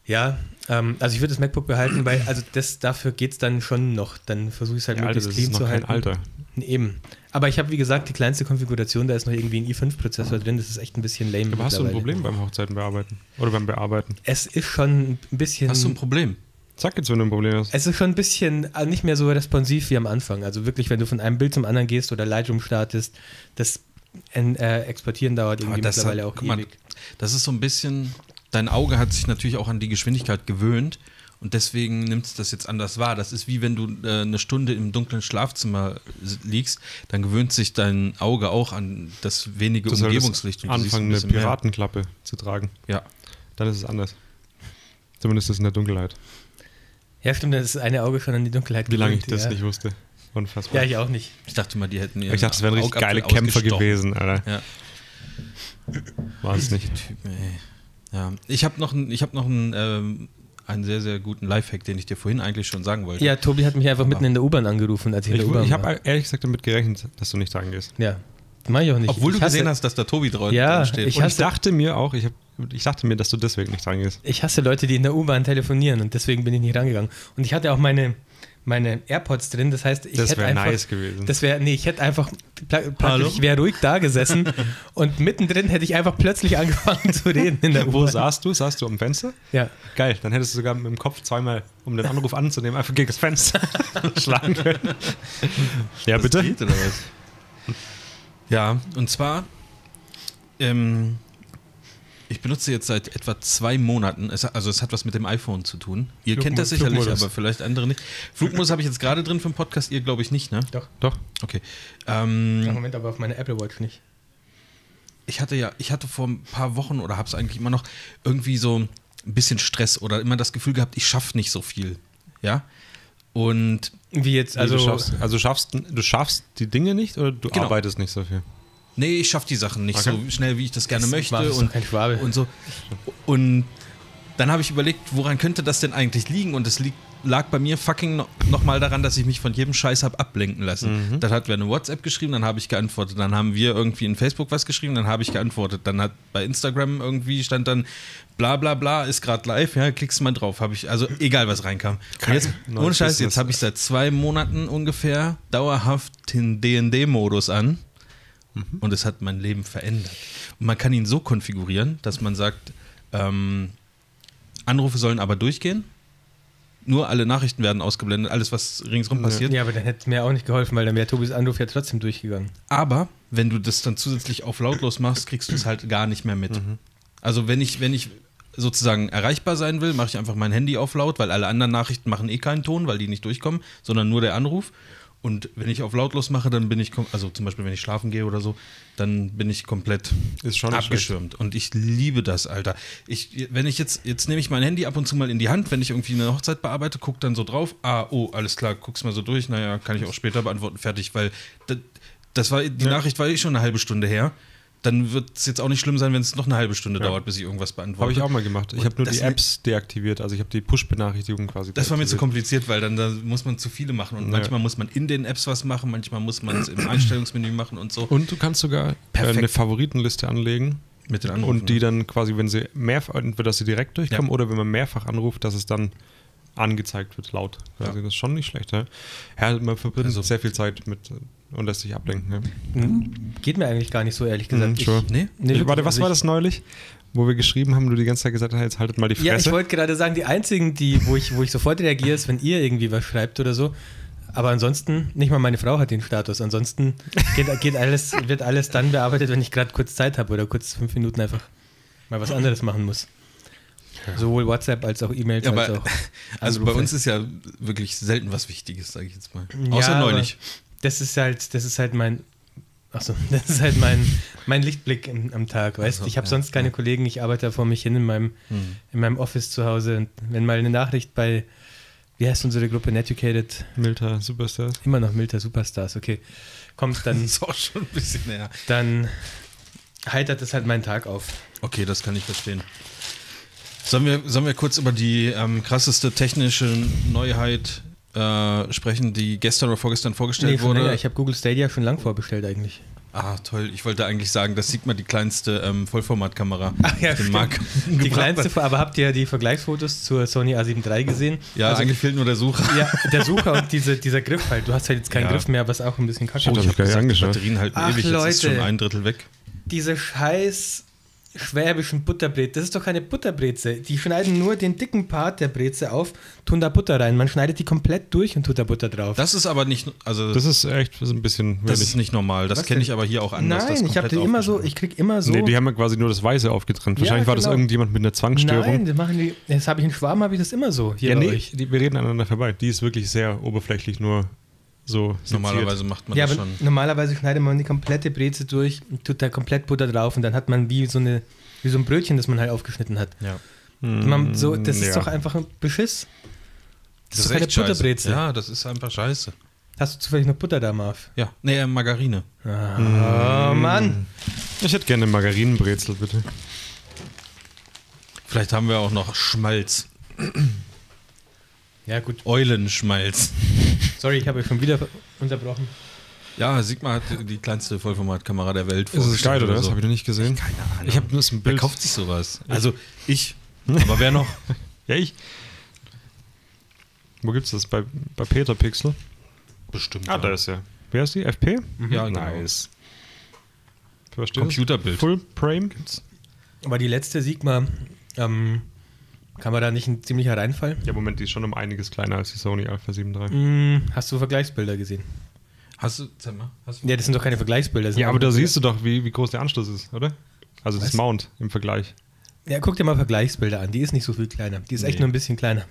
[SPEAKER 1] Ja, ähm, also ich würde das MacBook behalten, weil also das, dafür geht es dann schon noch. Dann versuche ich es halt
[SPEAKER 2] Ja, Alter, das
[SPEAKER 1] möglichst
[SPEAKER 2] ist
[SPEAKER 1] clean
[SPEAKER 2] noch
[SPEAKER 1] zu
[SPEAKER 2] kein
[SPEAKER 1] halten.
[SPEAKER 2] Alter.
[SPEAKER 1] Eben. Aber ich habe, wie gesagt, die kleinste Konfiguration, da ist noch irgendwie ein i5-Prozessor drin, das ist echt ein bisschen lame.
[SPEAKER 2] Aber hast du ein
[SPEAKER 1] mittlerweile.
[SPEAKER 2] Problem beim Hochzeiten bearbeiten? Oder beim Bearbeiten?
[SPEAKER 1] Es ist schon ein bisschen.
[SPEAKER 3] hast du ein Problem?
[SPEAKER 2] Sag jetzt, wenn du ein Problem hast.
[SPEAKER 1] Es ist schon ein bisschen äh, nicht mehr so responsiv wie am Anfang. Also wirklich, wenn du von einem Bild zum anderen gehst oder Lightroom startest, das en- äh, Exportieren dauert
[SPEAKER 2] Ah,
[SPEAKER 1] irgendwie mittlerweile auch
[SPEAKER 3] guck mal,
[SPEAKER 1] ewig.
[SPEAKER 3] das ist so ein bisschen, dein Auge hat sich natürlich auch an die Geschwindigkeit gewöhnt und deswegen nimmt es das jetzt anders wahr. Das ist wie wenn du äh, eine Stunde im dunklen Schlafzimmer s- liegst, dann gewöhnt sich dein Auge auch an das wenige
[SPEAKER 2] Du solltest
[SPEAKER 3] Umgebungslicht. du siehst
[SPEAKER 2] anfangen, halt eine
[SPEAKER 3] bisschen mehr.
[SPEAKER 2] Piratenklappe zu tragen.
[SPEAKER 3] Ja.
[SPEAKER 2] Dann ist es anders. Zumindest ist es in der Dunkelheit.
[SPEAKER 1] Ja, stimmt, das ist eine Auge schon an die Dunkelheit
[SPEAKER 2] Wie lange ich
[SPEAKER 1] gewöhnt,
[SPEAKER 2] das
[SPEAKER 1] ja.
[SPEAKER 2] nicht wusste. Unfassbar.
[SPEAKER 1] Ja, ich auch nicht.
[SPEAKER 3] Ich dachte mal, die hätten
[SPEAKER 2] ich dachte, es wären richtig geile Kämpfer gewesen, Alter.
[SPEAKER 3] Ja.
[SPEAKER 2] War es nicht.
[SPEAKER 3] Typen, ey. Ja. Ich habe noch, ein, ich hab noch ein, ähm, einen sehr, sehr guten Lifehack, den ich dir vorhin eigentlich schon sagen wollte.
[SPEAKER 1] Ja, Tobi hat mich einfach mitten in der U-Bahn angerufen, als ich in
[SPEAKER 2] Ah. Ich,
[SPEAKER 1] der U-Bahn
[SPEAKER 2] ich habe
[SPEAKER 1] war.
[SPEAKER 2] ehrlich gesagt damit gerechnet, dass du nicht reingehst.
[SPEAKER 1] Ja, mach ich auch nicht.
[SPEAKER 3] Obwohl
[SPEAKER 1] ich
[SPEAKER 3] du
[SPEAKER 1] hasse,
[SPEAKER 3] gesehen hast, dass da Tobi dran
[SPEAKER 1] Ja,
[SPEAKER 3] dran steht.
[SPEAKER 1] ich
[SPEAKER 2] Und ich
[SPEAKER 1] hasse-
[SPEAKER 2] dachte mir auch, ich, hab, ich dachte mir, dass du deswegen nicht reingehst.
[SPEAKER 1] Ich hasse Leute, die in der U-Bahn telefonieren und deswegen bin ich nicht rangegangen. Und ich hatte auch meine, meine AirPods drin, das heißt, ich
[SPEAKER 2] Das
[SPEAKER 1] hätte
[SPEAKER 2] wäre
[SPEAKER 1] einfach...
[SPEAKER 2] nice gewesen.
[SPEAKER 1] Das wäre, nee, ich hätte einfach, pla-
[SPEAKER 3] Hallo?
[SPEAKER 1] praktisch, ich wäre ruhig da gesessen und mittendrin hätte ich einfach plötzlich angefangen zu reden in der
[SPEAKER 2] Wo
[SPEAKER 1] U-Bahn.
[SPEAKER 2] saßt du? Saßt du am Fenster?
[SPEAKER 1] Ja.
[SPEAKER 2] Geil, dann hättest du sogar mit dem Kopf zweimal, um den Anruf anzunehmen, einfach gegen das Fenster schlagen können. Ja,
[SPEAKER 3] Das
[SPEAKER 2] bitte?
[SPEAKER 3] geht, oder was? ja, und zwar, ähm, ich benutze jetzt seit etwa zwei Monaten, es, also es hat was mit dem iPhone zu tun. Ihr
[SPEAKER 2] Flugmo-
[SPEAKER 3] kennt das sicherlich,
[SPEAKER 2] Flugmodus.
[SPEAKER 3] aber vielleicht andere nicht. Flugmodus habe ich jetzt gerade drin für den Podcast, ihr glaube ich nicht, ne?
[SPEAKER 1] Doch.
[SPEAKER 2] Doch.
[SPEAKER 3] Okay.
[SPEAKER 2] Mhm.
[SPEAKER 3] Ähm,
[SPEAKER 1] Im Moment aber auf meiner Apple Watch nicht.
[SPEAKER 3] ich hatte ja, ich hatte vor ein paar Wochen oder habe es eigentlich immer noch irgendwie so ein bisschen Stress oder immer das Gefühl gehabt, ich schaffe nicht so viel. Ja. Und
[SPEAKER 1] Wie jetzt,
[SPEAKER 2] Also,
[SPEAKER 1] also...
[SPEAKER 2] du schaffst, also schaffst, du schaffst die Dinge nicht oder du
[SPEAKER 3] Genau.
[SPEAKER 2] arbeitest nicht so viel?
[SPEAKER 3] nee, ich schaffe die Sachen nicht
[SPEAKER 2] Okay.
[SPEAKER 3] so schnell, wie ich das gerne
[SPEAKER 1] Das
[SPEAKER 3] möchte.
[SPEAKER 1] war- das ist doch
[SPEAKER 3] und,
[SPEAKER 1] kein Schwabe.
[SPEAKER 3] und so. Und Dann habe ich überlegt, woran könnte das denn eigentlich liegen? Und es liegt, lag bei mir fucking no, nochmal daran, dass ich mich von jedem Scheiß habe ablenken lassen. Dann hat wer eine WhatsApp geschrieben, dann habe ich geantwortet. Dann haben wir irgendwie in Facebook was geschrieben, dann habe ich geantwortet. Dann hat bei Instagram irgendwie stand dann bla bla bla, ist gerade live, ja, klickst mal drauf. Habe ich, also egal was reinkam. Und jetzt,
[SPEAKER 2] Neues
[SPEAKER 3] ohne Scheiß,
[SPEAKER 2] Business.
[SPEAKER 3] jetzt habe ich seit zwei Monaten ungefähr dauerhaft den DND-Modus an. Und es hat mein Leben verändert. Und man kann ihn so konfigurieren, dass man sagt, ähm, Anrufe sollen aber durchgehen. Nur alle Nachrichten werden ausgeblendet, alles, was ringsrum passiert.
[SPEAKER 1] Ja, aber dann hätte es mir auch nicht geholfen, weil dann wäre Tobis Anruf ja trotzdem durchgegangen.
[SPEAKER 3] Aber wenn du das dann zusätzlich auf lautlos machst, kriegst du es halt gar nicht mehr mit.
[SPEAKER 2] Mhm.
[SPEAKER 3] Also wenn ich, wenn ich sozusagen erreichbar sein will, mache ich einfach mein Handy auf laut, weil alle anderen Nachrichten machen eh keinen Ton, weil die nicht durchkommen, sondern nur der Anruf. Und wenn ich auf lautlos mache, dann bin ich, kom- also zum Beispiel wenn ich schlafen gehe oder so, dann bin ich komplett
[SPEAKER 2] Ist schon nicht
[SPEAKER 3] abgeschirmt. Und ich liebe das, Alter. Ich, wenn ich jetzt, jetzt nehme ich mein Handy ab und zu mal in die Hand, wenn ich irgendwie eine Hochzeit bearbeite, guck dann so drauf, ah, oh, alles klar, guck's mal so durch, naja, kann ich auch später beantworten, fertig, weil das, das war, die Nachricht war eh schon eine halbe Stunde her. Dann wird es jetzt auch nicht schlimm sein, wenn es noch eine halbe Stunde dauert, bis ich irgendwas beantworte.
[SPEAKER 2] Habe ich auch mal gemacht. Ich
[SPEAKER 3] Und
[SPEAKER 2] habe nur
[SPEAKER 3] das
[SPEAKER 2] die
[SPEAKER 3] ne-
[SPEAKER 2] Apps deaktiviert, also ich habe die Push-Benachrichtigung quasi.
[SPEAKER 3] Das war mir zu
[SPEAKER 2] deaktiviert.
[SPEAKER 3] kompliziert, weil dann da muss man zu viele machen und manchmal muss man in den Apps was machen, manchmal muss man es im Einstellungsmenü machen und so.
[SPEAKER 2] Und du kannst sogar äh,
[SPEAKER 3] Perfekt.
[SPEAKER 2] eine Favoritenliste anlegen.
[SPEAKER 3] mit den
[SPEAKER 2] Und die dann quasi, wenn sie mehrfach, entweder dass sie direkt durchkommen
[SPEAKER 3] Ja.
[SPEAKER 2] oder wenn man mehrfach anruft, dass es dann angezeigt wird, laut. Also das ist schon nicht schlecht, ja. ja man verbringt
[SPEAKER 3] Also-
[SPEAKER 2] sehr viel Zeit mit äh, und lässt sich ablenken. Ja.
[SPEAKER 1] Geht mir eigentlich gar nicht so, ehrlich gesagt.
[SPEAKER 2] Mhm, sure.
[SPEAKER 3] Nee?
[SPEAKER 1] Nee,
[SPEAKER 2] ich, warte,
[SPEAKER 1] wirklich,
[SPEAKER 2] was
[SPEAKER 1] also
[SPEAKER 2] war
[SPEAKER 1] ich-
[SPEAKER 2] das neulich? Wo wir geschrieben haben, du die ganze Zeit gesagt hast, jetzt haltet mal die
[SPEAKER 1] Ja, ich
[SPEAKER 2] Fresse.
[SPEAKER 1] wollte gerade sagen, die einzigen, die, wo, ich, wo ich sofort reagiere, ist, wenn ihr irgendwie was schreibt oder so. Aber ansonsten, nicht mal meine Frau hat den Status. Ansonsten geht, geht alles, wird alles dann bearbeitet, wenn ich gerade kurz Zeit habe oder kurz fünf Minuten einfach mal was anderes machen muss. Sowohl WhatsApp als auch E-Mails
[SPEAKER 3] Ja,
[SPEAKER 1] als
[SPEAKER 3] aber,
[SPEAKER 1] auch.
[SPEAKER 3] also
[SPEAKER 1] Anrufe.
[SPEAKER 3] bei uns ist ja wirklich selten was Wichtiges, sage ich jetzt mal.
[SPEAKER 1] Ja,
[SPEAKER 3] Außer
[SPEAKER 1] aber
[SPEAKER 3] neulich.
[SPEAKER 1] Das ist halt, das ist halt mein. Achso, das ist halt mein, mein Lichtblick im, am Tag, weißt du?
[SPEAKER 3] so,
[SPEAKER 1] Ich habe
[SPEAKER 3] Also, ja, Hm.
[SPEAKER 1] sonst keine Kollegen, ich arbeite da vor mich hin in meinem, in meinem Office zu Hause. Und wenn mal eine Nachricht bei, wie heißt unsere Gruppe, Netucated,
[SPEAKER 2] Milter Superstars.
[SPEAKER 3] Oh,
[SPEAKER 1] immer noch Milter Superstars, okay, kommt, dann,
[SPEAKER 3] ist auch schon ein bisschen näher.
[SPEAKER 1] dann heitert das halt meinen Tag auf.
[SPEAKER 3] Okay, das kann ich verstehen. Sollen wir, sollen wir kurz über die ähm, krasseste technische Neuheit äh, sprechen, die gestern oder vorgestern vorgestellt
[SPEAKER 1] Nee, schon länger.
[SPEAKER 3] wurde?
[SPEAKER 1] Ich habe Google Stadia schon lang vorbestellt eigentlich.
[SPEAKER 3] Ah, toll. Ich wollte eigentlich sagen, das sieht mal die kleinste ähm, Vollformatkamera
[SPEAKER 1] Ach ja,
[SPEAKER 3] auf den
[SPEAKER 1] stimmt.
[SPEAKER 3] Markt.
[SPEAKER 1] Die
[SPEAKER 3] gebracht
[SPEAKER 1] kleinste,
[SPEAKER 3] hat.
[SPEAKER 1] Fo- aber habt ihr die Vergleichsfotos zur Sony A7 III gesehen?
[SPEAKER 3] Ja,
[SPEAKER 1] also,
[SPEAKER 3] eigentlich fehlt nur der Sucher.
[SPEAKER 1] ja, der Sucher und diese, dieser Griff halt. Du hast halt jetzt keinen
[SPEAKER 3] Ja.
[SPEAKER 1] Griff mehr, was auch ein bisschen kacke
[SPEAKER 2] Shit,
[SPEAKER 1] ist.
[SPEAKER 2] hab ich gar nicht
[SPEAKER 3] die
[SPEAKER 2] angeschaut.
[SPEAKER 3] Batterien halten
[SPEAKER 1] Ach,
[SPEAKER 3] ewig, jetzt ist
[SPEAKER 1] Leute.
[SPEAKER 3] schon ein Drittel weg.
[SPEAKER 1] diese scheiß schwäbischen Butterbreze. Das ist doch keine Butterbreze. Die schneiden nur den dicken Part der Breze auf, tun da Butter rein. Man schneidet die komplett durch und tut da Butter drauf.
[SPEAKER 3] Das ist aber nicht, also das,
[SPEAKER 2] Das ist echt so ein bisschen.
[SPEAKER 3] ist nicht normal. Das
[SPEAKER 1] Was
[SPEAKER 3] kenne
[SPEAKER 1] denn?
[SPEAKER 3] ich aber hier auch anders. das
[SPEAKER 1] Nein, ich habe
[SPEAKER 3] komplett
[SPEAKER 1] die immer so,
[SPEAKER 3] aufgeschnitten.
[SPEAKER 1] ich krieg immer so.
[SPEAKER 2] Nee, die haben ja quasi nur das Weiße aufgetrennt.
[SPEAKER 1] Ja,
[SPEAKER 2] Wahrscheinlich war das
[SPEAKER 1] genau.
[SPEAKER 2] irgendjemand mit einer Zwangsstörung.
[SPEAKER 1] Nein, das machen die. Jetzt habe ich in Schwaben habe ich das immer so hier
[SPEAKER 2] ja,
[SPEAKER 1] bei
[SPEAKER 2] nee,
[SPEAKER 1] euch.
[SPEAKER 2] die, wir reden aneinander vorbei. Die ist wirklich sehr oberflächlich nur so seziert.
[SPEAKER 3] Normalerweise macht man
[SPEAKER 1] Ja,
[SPEAKER 3] das
[SPEAKER 1] aber
[SPEAKER 3] schon.
[SPEAKER 1] normalerweise schneidet man die komplette Breze durch und tut da komplett Butter drauf und dann hat man wie so eine wie so ein Brötchen, das man halt aufgeschnitten hat.
[SPEAKER 3] Ja.
[SPEAKER 1] Man, so, das
[SPEAKER 2] ja.
[SPEAKER 1] ist doch einfach ein Beschiss. Mm, Das, ist doch keine
[SPEAKER 3] scheiße.
[SPEAKER 1] Butterbreze.
[SPEAKER 3] Ja, das ist einfach scheiße.
[SPEAKER 1] Hast du zufällig noch Butter da, Marv?
[SPEAKER 3] Ja, nee, äh, Margarine.
[SPEAKER 1] Oh Mann!
[SPEAKER 2] Ich hätte gerne Margarinenbrezel, bitte.
[SPEAKER 3] Vielleicht haben wir auch noch Schmalz.
[SPEAKER 1] Ja, gut.
[SPEAKER 3] Eulenschmalz.
[SPEAKER 1] Sorry, ich habe euch schon wieder unterbrochen.
[SPEAKER 3] Ja, Sigmar hat die kleinste Vollformatkamera der Welt.
[SPEAKER 2] Ist es geil, oder? Das
[SPEAKER 3] So.
[SPEAKER 2] habe ich noch nicht gesehen.
[SPEAKER 3] Keine Ahnung.
[SPEAKER 2] Ich habe nur ein
[SPEAKER 3] Wer
[SPEAKER 2] Bild.
[SPEAKER 3] kauft sich sowas? Also ich. Aber wer noch?
[SPEAKER 2] Ja, ich. Wo gibt's das? Bei, bei Peter Pixel?
[SPEAKER 3] Bestimmt.
[SPEAKER 2] Ah,
[SPEAKER 3] ja.
[SPEAKER 2] da ist er. Mhm. Wer ist die? FP?
[SPEAKER 3] Ja, genau.
[SPEAKER 2] nice. Verstehst du?
[SPEAKER 3] Computerbild.
[SPEAKER 2] Full Frame?
[SPEAKER 1] Aber die letzte Sigma, ähm, kann man da nicht ein ziemlicher Reinfall?
[SPEAKER 2] Ja, Moment, die ist schon um einiges kleiner als die Sony Alpha 7 III.
[SPEAKER 1] Hm, hast du Vergleichsbilder gesehen?
[SPEAKER 3] Hast du, sag mal, hast du
[SPEAKER 1] Ja, das sind doch keine Vergleichsbilder. das sind
[SPEAKER 2] Ja, aber da
[SPEAKER 1] einfach-
[SPEAKER 2] siehst du doch, wie, wie groß der Anschluss ist, oder? Also das
[SPEAKER 1] Was?
[SPEAKER 2] Mount im Vergleich.
[SPEAKER 1] Ja, guck dir mal Vergleichsbilder an. Die ist nicht so viel kleiner. Die ist
[SPEAKER 3] Nee.
[SPEAKER 1] echt nur ein bisschen kleiner.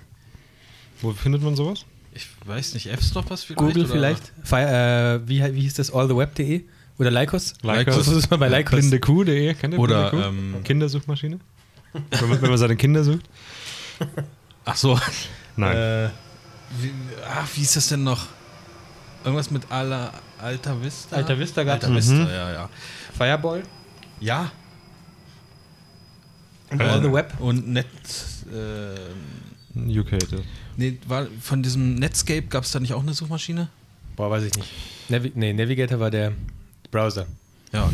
[SPEAKER 2] Wo findet man sowas?
[SPEAKER 3] ich weiß nicht, F-Stop was vielleicht?
[SPEAKER 1] Google
[SPEAKER 3] oder?
[SPEAKER 1] vielleicht. Fi- äh, wie, he- wie hieß das? Alltheweb.de? Oder Lycos?
[SPEAKER 3] Lycos.
[SPEAKER 1] Das ist mal bei Lycos.
[SPEAKER 2] Blindekuh.de, kennt ihr
[SPEAKER 3] Oder,
[SPEAKER 2] Blindekuh?
[SPEAKER 3] ähm,
[SPEAKER 2] Kindersuchmaschine? wenn, man, wenn man seine Kinder sucht?
[SPEAKER 3] Ach so.
[SPEAKER 2] Nein.
[SPEAKER 3] Äh, wie, ah, wie ist das denn noch? Irgendwas mit aller Alta Vista?
[SPEAKER 1] Alta
[SPEAKER 2] Mhm.
[SPEAKER 1] Vista gab's.
[SPEAKER 3] Alta Vista, ja, ja.
[SPEAKER 1] Fireball.
[SPEAKER 3] Ja.
[SPEAKER 1] Und all the web.
[SPEAKER 3] Und Net. Äh,
[SPEAKER 2] UK. das-
[SPEAKER 3] nee, war, von diesem Netscape gab es da nicht auch eine Suchmaschine?
[SPEAKER 1] Boah, weiß ich nicht. Navi nee, Navigator war der Browser.
[SPEAKER 3] Ja.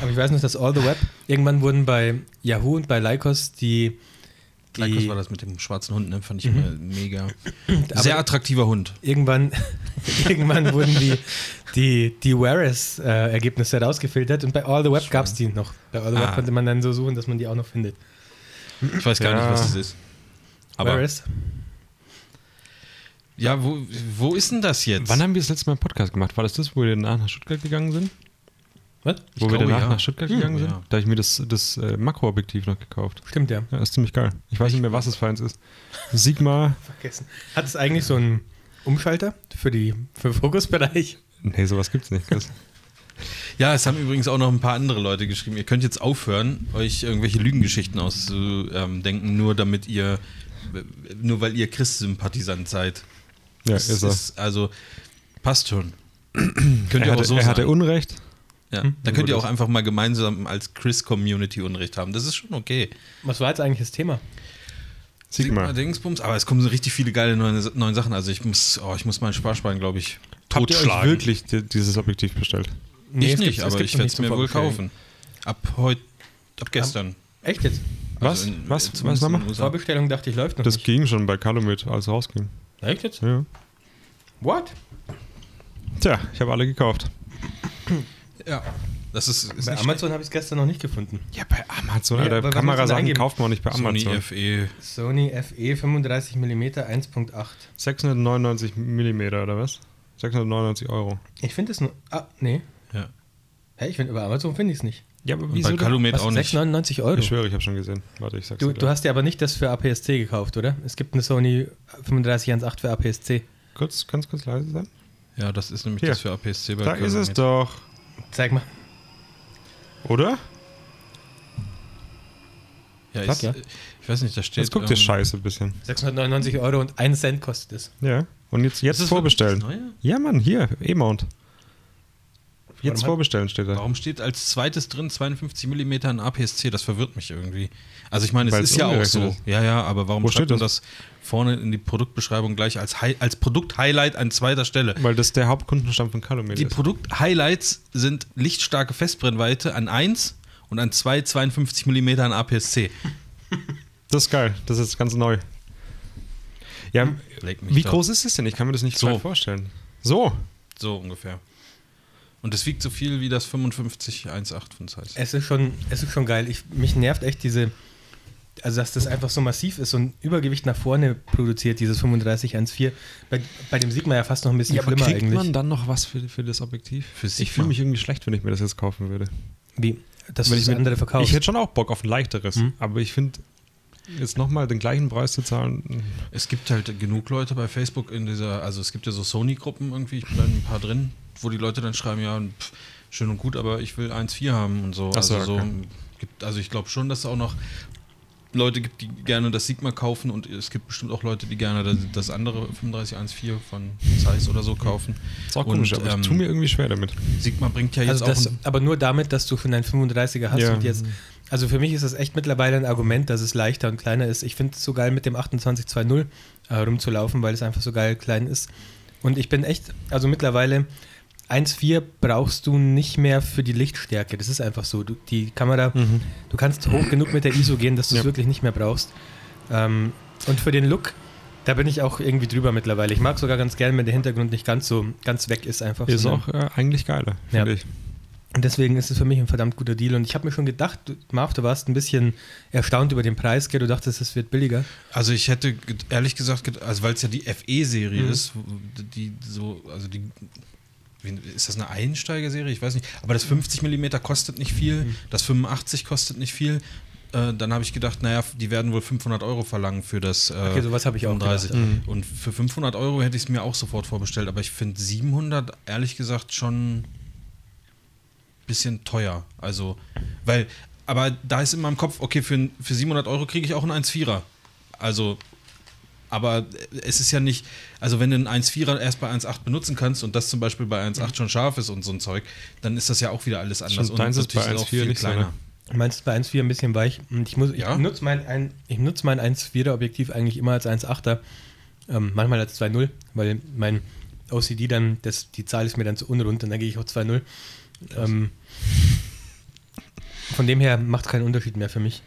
[SPEAKER 1] Aber ich weiß noch, dass All the Web, irgendwann wurden bei Yahoo und bei Lycos die. die
[SPEAKER 3] Gleichwas war das mit dem schwarzen Hund, ne? fand ich immer mega.
[SPEAKER 1] Aber-
[SPEAKER 3] Sehr attraktiver Hund.
[SPEAKER 1] Irgendwann, irgendwann wurden die, die, die Whereas-Ergebnisse rausgefiltert und bei All the Web gab es die noch. Bei All the
[SPEAKER 3] Ah.
[SPEAKER 1] Web konnte man dann so suchen, dass man die auch noch findet.
[SPEAKER 3] Ich weiß gar
[SPEAKER 2] Ja.
[SPEAKER 3] nicht, was das ist. Aber
[SPEAKER 1] Whereas?
[SPEAKER 3] ja, wo, wo ist denn das jetzt?
[SPEAKER 2] Wann haben wir das letzte Mal einen Podcast gemacht? War das das, wo wir danach nach Stuttgart gegangen sind?
[SPEAKER 1] Was?
[SPEAKER 2] wo wir
[SPEAKER 3] glaube,
[SPEAKER 2] danach
[SPEAKER 3] ja.
[SPEAKER 2] nach Stuttgart
[SPEAKER 3] Hm,
[SPEAKER 2] gegangen sind?
[SPEAKER 3] ja.
[SPEAKER 2] Da habe ich mir das, das äh, Makroobjektiv noch gekauft.
[SPEAKER 1] Stimmt, ja.
[SPEAKER 2] Ja, ist ziemlich geil. Ich weiß nicht mehr, was es für eins ist. Sigma.
[SPEAKER 1] Vergessen. Hat es eigentlich so einen Umschalter für, die, für den Fokusbereich?
[SPEAKER 2] Nee, sowas gibt's nicht. Das,
[SPEAKER 3] ja, es haben übrigens auch noch ein paar andere Leute geschrieben. Ihr könnt jetzt aufhören, euch irgendwelche Lügengeschichten auszudenken, nur damit ihr, nur weil ihr Christsympathisant seid.
[SPEAKER 2] ja,
[SPEAKER 3] Es
[SPEAKER 2] ist er.
[SPEAKER 3] ist also passt schon. könnt
[SPEAKER 2] er
[SPEAKER 3] ihr auch
[SPEAKER 2] hatte,
[SPEAKER 3] so
[SPEAKER 2] er
[SPEAKER 3] sein.
[SPEAKER 2] hatte Unrecht.
[SPEAKER 3] ja. Da könnt ihr
[SPEAKER 2] Hm? Gut.
[SPEAKER 3] auch einfach mal gemeinsam als Chris-Community Unrecht haben. Das ist schon okay.
[SPEAKER 1] Was war jetzt eigentlich das Thema?
[SPEAKER 2] Sigma.
[SPEAKER 3] Dingsbums, aber es kommen so richtig viele geile neue, neuen Sachen. Also ich muss, oh, ich muss meinen Sparschwein, glaube ich,
[SPEAKER 2] Habt ihr euch
[SPEAKER 3] totschlagen.
[SPEAKER 2] wirklich di- dieses Objektiv bestellt?
[SPEAKER 1] Nee,
[SPEAKER 3] ich
[SPEAKER 1] es
[SPEAKER 3] nicht,
[SPEAKER 1] gibt- es
[SPEAKER 3] aber
[SPEAKER 1] gibt
[SPEAKER 3] ich
[SPEAKER 1] noch
[SPEAKER 3] werde
[SPEAKER 1] nicht
[SPEAKER 3] es
[SPEAKER 1] zum
[SPEAKER 3] mir wohl
[SPEAKER 1] Vorbestellen.
[SPEAKER 3] kaufen. Ab heute, ab gestern.
[SPEAKER 1] Echt jetzt?
[SPEAKER 2] Was?
[SPEAKER 3] Also in-
[SPEAKER 2] was?
[SPEAKER 3] zumindest
[SPEAKER 2] Was
[SPEAKER 3] in
[SPEAKER 2] nochmal?
[SPEAKER 3] den USA.
[SPEAKER 1] Vorbestellung dachte ich, läuft noch
[SPEAKER 2] Das
[SPEAKER 1] nicht.
[SPEAKER 2] ging schon bei Calumet, als es rausging.
[SPEAKER 1] Echt jetzt?
[SPEAKER 2] Ja.
[SPEAKER 1] What?
[SPEAKER 2] Tja, ich habe alle gekauft.
[SPEAKER 3] Ja. Das ist, ist
[SPEAKER 1] Bei
[SPEAKER 3] nicht
[SPEAKER 1] Amazon habe ich es gestern noch nicht gefunden.
[SPEAKER 2] Ja, bei Amazon,
[SPEAKER 1] Ja, aber
[SPEAKER 2] Alter.
[SPEAKER 1] wenn man's dann
[SPEAKER 2] Kamerasachen
[SPEAKER 1] eingeben-
[SPEAKER 2] kauft man auch nicht bei
[SPEAKER 3] Sony E.
[SPEAKER 2] Amazon.
[SPEAKER 3] FE.
[SPEAKER 1] Sony FE 35mm 1.8.
[SPEAKER 2] 699 Millimeter oder was? 699 Euro.
[SPEAKER 1] Ich finde es nur. Ah, nee.
[SPEAKER 3] Ja.
[SPEAKER 1] Hä, ich finde, über Amazon finde ich es nicht.
[SPEAKER 2] Ja, aber
[SPEAKER 3] Und bei Calumet auch nicht.
[SPEAKER 1] 6,99 Euro.
[SPEAKER 2] Ich schwöre, ich habe schon gesehen. Warte, ich sag's
[SPEAKER 1] Du,
[SPEAKER 2] dir
[SPEAKER 1] du
[SPEAKER 2] gleich.
[SPEAKER 1] hast dir aber nicht das für APS-C gekauft, oder? Es gibt eine Sony 3518 für APS-C.
[SPEAKER 2] kurz, kannst kurz leise sein?
[SPEAKER 3] Ja, das ist nämlich
[SPEAKER 2] Hier.
[SPEAKER 3] das für APS-C bei
[SPEAKER 2] Da ist es
[SPEAKER 3] Calumet.
[SPEAKER 2] doch.
[SPEAKER 1] Zeig mal.
[SPEAKER 2] Oder?
[SPEAKER 3] Ja,
[SPEAKER 1] Zack,
[SPEAKER 3] ich,
[SPEAKER 1] ja.
[SPEAKER 3] ich weiß nicht, da steht.
[SPEAKER 2] Jetzt guckt ihr
[SPEAKER 3] ähm,
[SPEAKER 2] scheiße ein bisschen.
[SPEAKER 1] 699 Euro und 1 Cent kostet es.
[SPEAKER 2] Ja. Und jetzt,
[SPEAKER 3] ist
[SPEAKER 2] jetzt
[SPEAKER 3] das
[SPEAKER 2] vorbestellen.
[SPEAKER 3] wirklich das Neue?
[SPEAKER 2] Ja, Mann, hier, E-Mount. Jetzt
[SPEAKER 1] mal.
[SPEAKER 2] vorbestellen steht da.
[SPEAKER 3] Warum steht als zweites drin 52 mm ein APS-C? Das verwirrt mich irgendwie. Also ich meine, es
[SPEAKER 2] Weil's
[SPEAKER 3] ist ja auch
[SPEAKER 2] umgerechnet
[SPEAKER 3] so.
[SPEAKER 2] ist.
[SPEAKER 3] Ja, ja, aber warum
[SPEAKER 2] Wo
[SPEAKER 3] schreibt
[SPEAKER 2] steht
[SPEAKER 3] man das vorne in die Produktbeschreibung gleich als, Hi als Produkt-Highlight an zweiter Stelle?
[SPEAKER 2] Weil das der Hauptkundenstamm von Calumet
[SPEAKER 3] Die
[SPEAKER 2] ist.
[SPEAKER 3] Produkt-Highlights sind lichtstarke Festbrennweite an 1 und an 2 52 mm an APS-C.
[SPEAKER 2] Das ist geil. Das ist ganz neu. Ja,
[SPEAKER 3] Leck mich
[SPEAKER 2] wie
[SPEAKER 3] doch.
[SPEAKER 2] groß ist es denn? Ich kann mir das nicht
[SPEAKER 3] Hm. So.
[SPEAKER 2] so vorstellen. So.
[SPEAKER 3] So ungefähr. Und es wiegt so viel wie das 55 1.8 von Zeiss.
[SPEAKER 1] Es ist schon, es ist schon geil. Ich, mich nervt echt diese, also dass das einfach so massiv ist und Übergewicht nach vorne produziert, dieses 3514. Bei, bei dem Sigma ja fast noch ein bisschen schlimmer eigentlich.
[SPEAKER 2] dann noch was für, für das Objektiv?
[SPEAKER 3] Für
[SPEAKER 2] ich
[SPEAKER 3] Sigma.
[SPEAKER 2] fühle mich irgendwie schlecht, wenn ich mir das jetzt kaufen würde.
[SPEAKER 1] Wie? Dass
[SPEAKER 2] Wenn
[SPEAKER 1] du das
[SPEAKER 2] mir-
[SPEAKER 1] andere Hm? verkaufst.
[SPEAKER 2] Ich hätte schon auch Bock auf ein leichteres, aber ich finde, jetzt nochmal den gleichen Preis zu zahlen, mh,
[SPEAKER 3] Es gibt halt genug Leute bei Facebook in dieser, also es gibt ja so Sony-Gruppen irgendwie, ich bin da in ein paar drin, wo die Leute dann schreiben, ja, pff, schön und gut, aber ich will 1.4 haben und so.
[SPEAKER 2] Ach so,
[SPEAKER 3] also, so
[SPEAKER 2] okay.
[SPEAKER 3] gibt, also ich glaube schon, dass es auch noch Leute gibt, die gerne das Sigma kaufen und es gibt bestimmt auch Leute, die gerne das, das andere 35.1.4 von Zeiss oder so kaufen.
[SPEAKER 2] ist auch
[SPEAKER 3] Und,
[SPEAKER 2] komisch, aber
[SPEAKER 3] ähm,
[SPEAKER 2] ich tue mir irgendwie schwer damit.
[SPEAKER 3] Sigma bringt ja jetzt
[SPEAKER 1] also das,
[SPEAKER 3] auch ein,
[SPEAKER 1] aber nur damit, dass du schon einen 35er hast
[SPEAKER 2] Ja.
[SPEAKER 1] und jetzt. Also für mich ist das echt mittlerweile ein Argument, dass es leichter und kleiner ist. Ich finde es so geil, mit dem 2820 äh, rumzulaufen, weil es einfach so geil klein ist. Und ich bin echt, also mittlerweile 1.4 brauchst du nicht mehr für die Lichtstärke. Das ist einfach so. Du, die Kamera, du kannst hoch genug mit der ISO gehen, dass du es
[SPEAKER 2] Mhm. Ja.
[SPEAKER 1] wirklich nicht mehr brauchst. Ähm, und für den Look, da bin ich auch irgendwie drüber mittlerweile. Ich mag sogar ganz gern, wenn der Hintergrund nicht ganz so ganz weg ist einfach.
[SPEAKER 2] Ist
[SPEAKER 1] sondern-
[SPEAKER 2] auch äh, eigentlich geiler,
[SPEAKER 1] Ja.
[SPEAKER 2] finde ich.
[SPEAKER 1] und deswegen ist es für mich ein verdammt guter Deal. Und ich habe mir schon gedacht, du, Marv, du warst ein bisschen erstaunt über den Preis, gell? Du dachtest, es wird billiger.
[SPEAKER 3] Also ich hätte ge- ehrlich gesagt, ge- also weil es ja die FE-Serie
[SPEAKER 1] Mhm.
[SPEAKER 3] ist, wo- die so, also die wie- ist das eine Einsteigerserie? Ich weiß nicht. Aber das 50 mm kostet nicht viel,
[SPEAKER 1] Mhm.
[SPEAKER 3] das 85 kostet nicht viel. Äh, dann habe ich gedacht, naja, f- die werden wohl 500 Euro verlangen für das. Äh,
[SPEAKER 1] Okay, sowas habe ich auch
[SPEAKER 3] 35.
[SPEAKER 1] gedacht. Mhm.
[SPEAKER 3] Und für 500 Euro hätte ich es mir auch sofort vorbestellt. Aber ich finde 700 ehrlich gesagt schon bisschen teuer. Also, weil, aber da ist in meinem Kopf, okay, für, ein- für 700 Euro kriege ich auch einen 1,4er. Also, aber es ist ja nicht, also wenn du einen 1,4er erst bei 1,8 benutzen kannst und das zum
[SPEAKER 2] Mhm.
[SPEAKER 3] Beispiel bei 1,8 schon scharf ist und so ein Zeug, dann ist das ja auch wieder alles anders.
[SPEAKER 2] Schon deins ist
[SPEAKER 3] und
[SPEAKER 2] bei
[SPEAKER 3] natürlich
[SPEAKER 2] 1,4 nicht so, ne?
[SPEAKER 1] Meinst du bei 1,4 ein bisschen weich? Und ich muss,
[SPEAKER 3] Ja.
[SPEAKER 1] ich nutze mein, ein, ich nutz mein 1,4er Objektiv eigentlich immer als 1,8er, ähm, manchmal als 2,0, weil mein OCD dann, das, die Zahl ist mir dann zu unrund und dann gehe ich auf 2,0. Ähm, von dem her macht keinen Unterschied mehr für mich.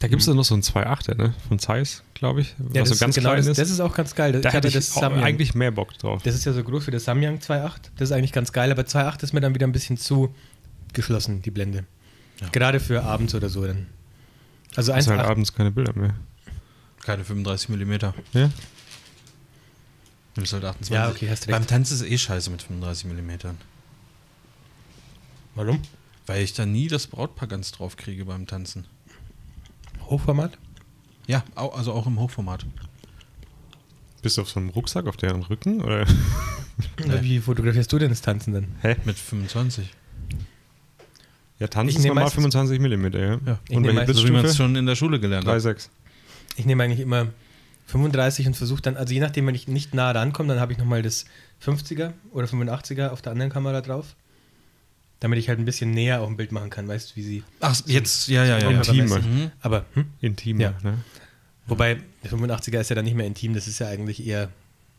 [SPEAKER 2] Da gibt es noch so einen 2.8er, ne? Von Zeiss, glaube ich.
[SPEAKER 1] Hm. Ja,
[SPEAKER 2] was
[SPEAKER 1] das
[SPEAKER 2] so ganz
[SPEAKER 1] ist genau
[SPEAKER 2] klein
[SPEAKER 1] das,
[SPEAKER 2] ist.
[SPEAKER 1] das ist auch ganz geil. Das,
[SPEAKER 2] da
[SPEAKER 1] ich habe
[SPEAKER 2] hätte ich
[SPEAKER 1] ja das
[SPEAKER 2] auch
[SPEAKER 1] Samyang.
[SPEAKER 2] eigentlich mehr Bock drauf.
[SPEAKER 1] Das ist ja so groß wie der Samyang 2.8. Das ist eigentlich ganz geil, aber 2.8 ist mir dann wieder ein bisschen zu geschlossen, die Blende. Gerade für abends oder so dann. Also
[SPEAKER 2] Hast
[SPEAKER 1] 1.8
[SPEAKER 2] halt abends keine Bilder mehr.
[SPEAKER 3] Keine 35 Millimeter.
[SPEAKER 2] Ja?
[SPEAKER 3] Nimmst halt 28.
[SPEAKER 1] Ja, okay, hast recht.
[SPEAKER 3] Beim Tanz ist es eh scheiße mit 35 Millimetern.
[SPEAKER 1] Warum?
[SPEAKER 3] Weil ich da nie das Brautpaar ganz drauf kriege beim Tanzen.
[SPEAKER 1] Hochformat?
[SPEAKER 3] Ja, au- also auch im Hochformat.
[SPEAKER 2] Bist du auf so einem Rucksack auf deren Rücken? Oder?
[SPEAKER 1] Oder Wie fotografierst du denn das Tanzen dann?
[SPEAKER 2] Hä?
[SPEAKER 3] Mit 25.
[SPEAKER 2] Ja,
[SPEAKER 1] Ich
[SPEAKER 2] tanzen
[SPEAKER 1] nehme
[SPEAKER 2] ist normal
[SPEAKER 1] meistens-
[SPEAKER 2] 25 mm, ja.
[SPEAKER 3] Ja.
[SPEAKER 1] Ich
[SPEAKER 2] Und
[SPEAKER 1] nehme
[SPEAKER 2] welche
[SPEAKER 1] meistens-
[SPEAKER 3] So wie man es
[SPEAKER 2] Blitzstufe?
[SPEAKER 3] schon in der Schule gelernt hat.
[SPEAKER 2] 3,6.
[SPEAKER 1] Ich nehme eigentlich immer 35 und versuche dann, also je nachdem, wenn ich nicht nah rankomme, dann habe ich nochmal das 50er oder 85er auf der anderen Kamera drauf. Damit ich halt ein bisschen näher auch ein Bild machen kann, weißt du, wie sie.
[SPEAKER 3] Ach, jetzt, ja, ja, ja. ja.
[SPEAKER 2] Intimer.
[SPEAKER 3] Mhm.
[SPEAKER 1] Aber, hm?
[SPEAKER 2] Intimer,
[SPEAKER 1] Ja.
[SPEAKER 2] ne?
[SPEAKER 1] Wobei, der 85er ist ja dann nicht mehr intim, das ist ja eigentlich eher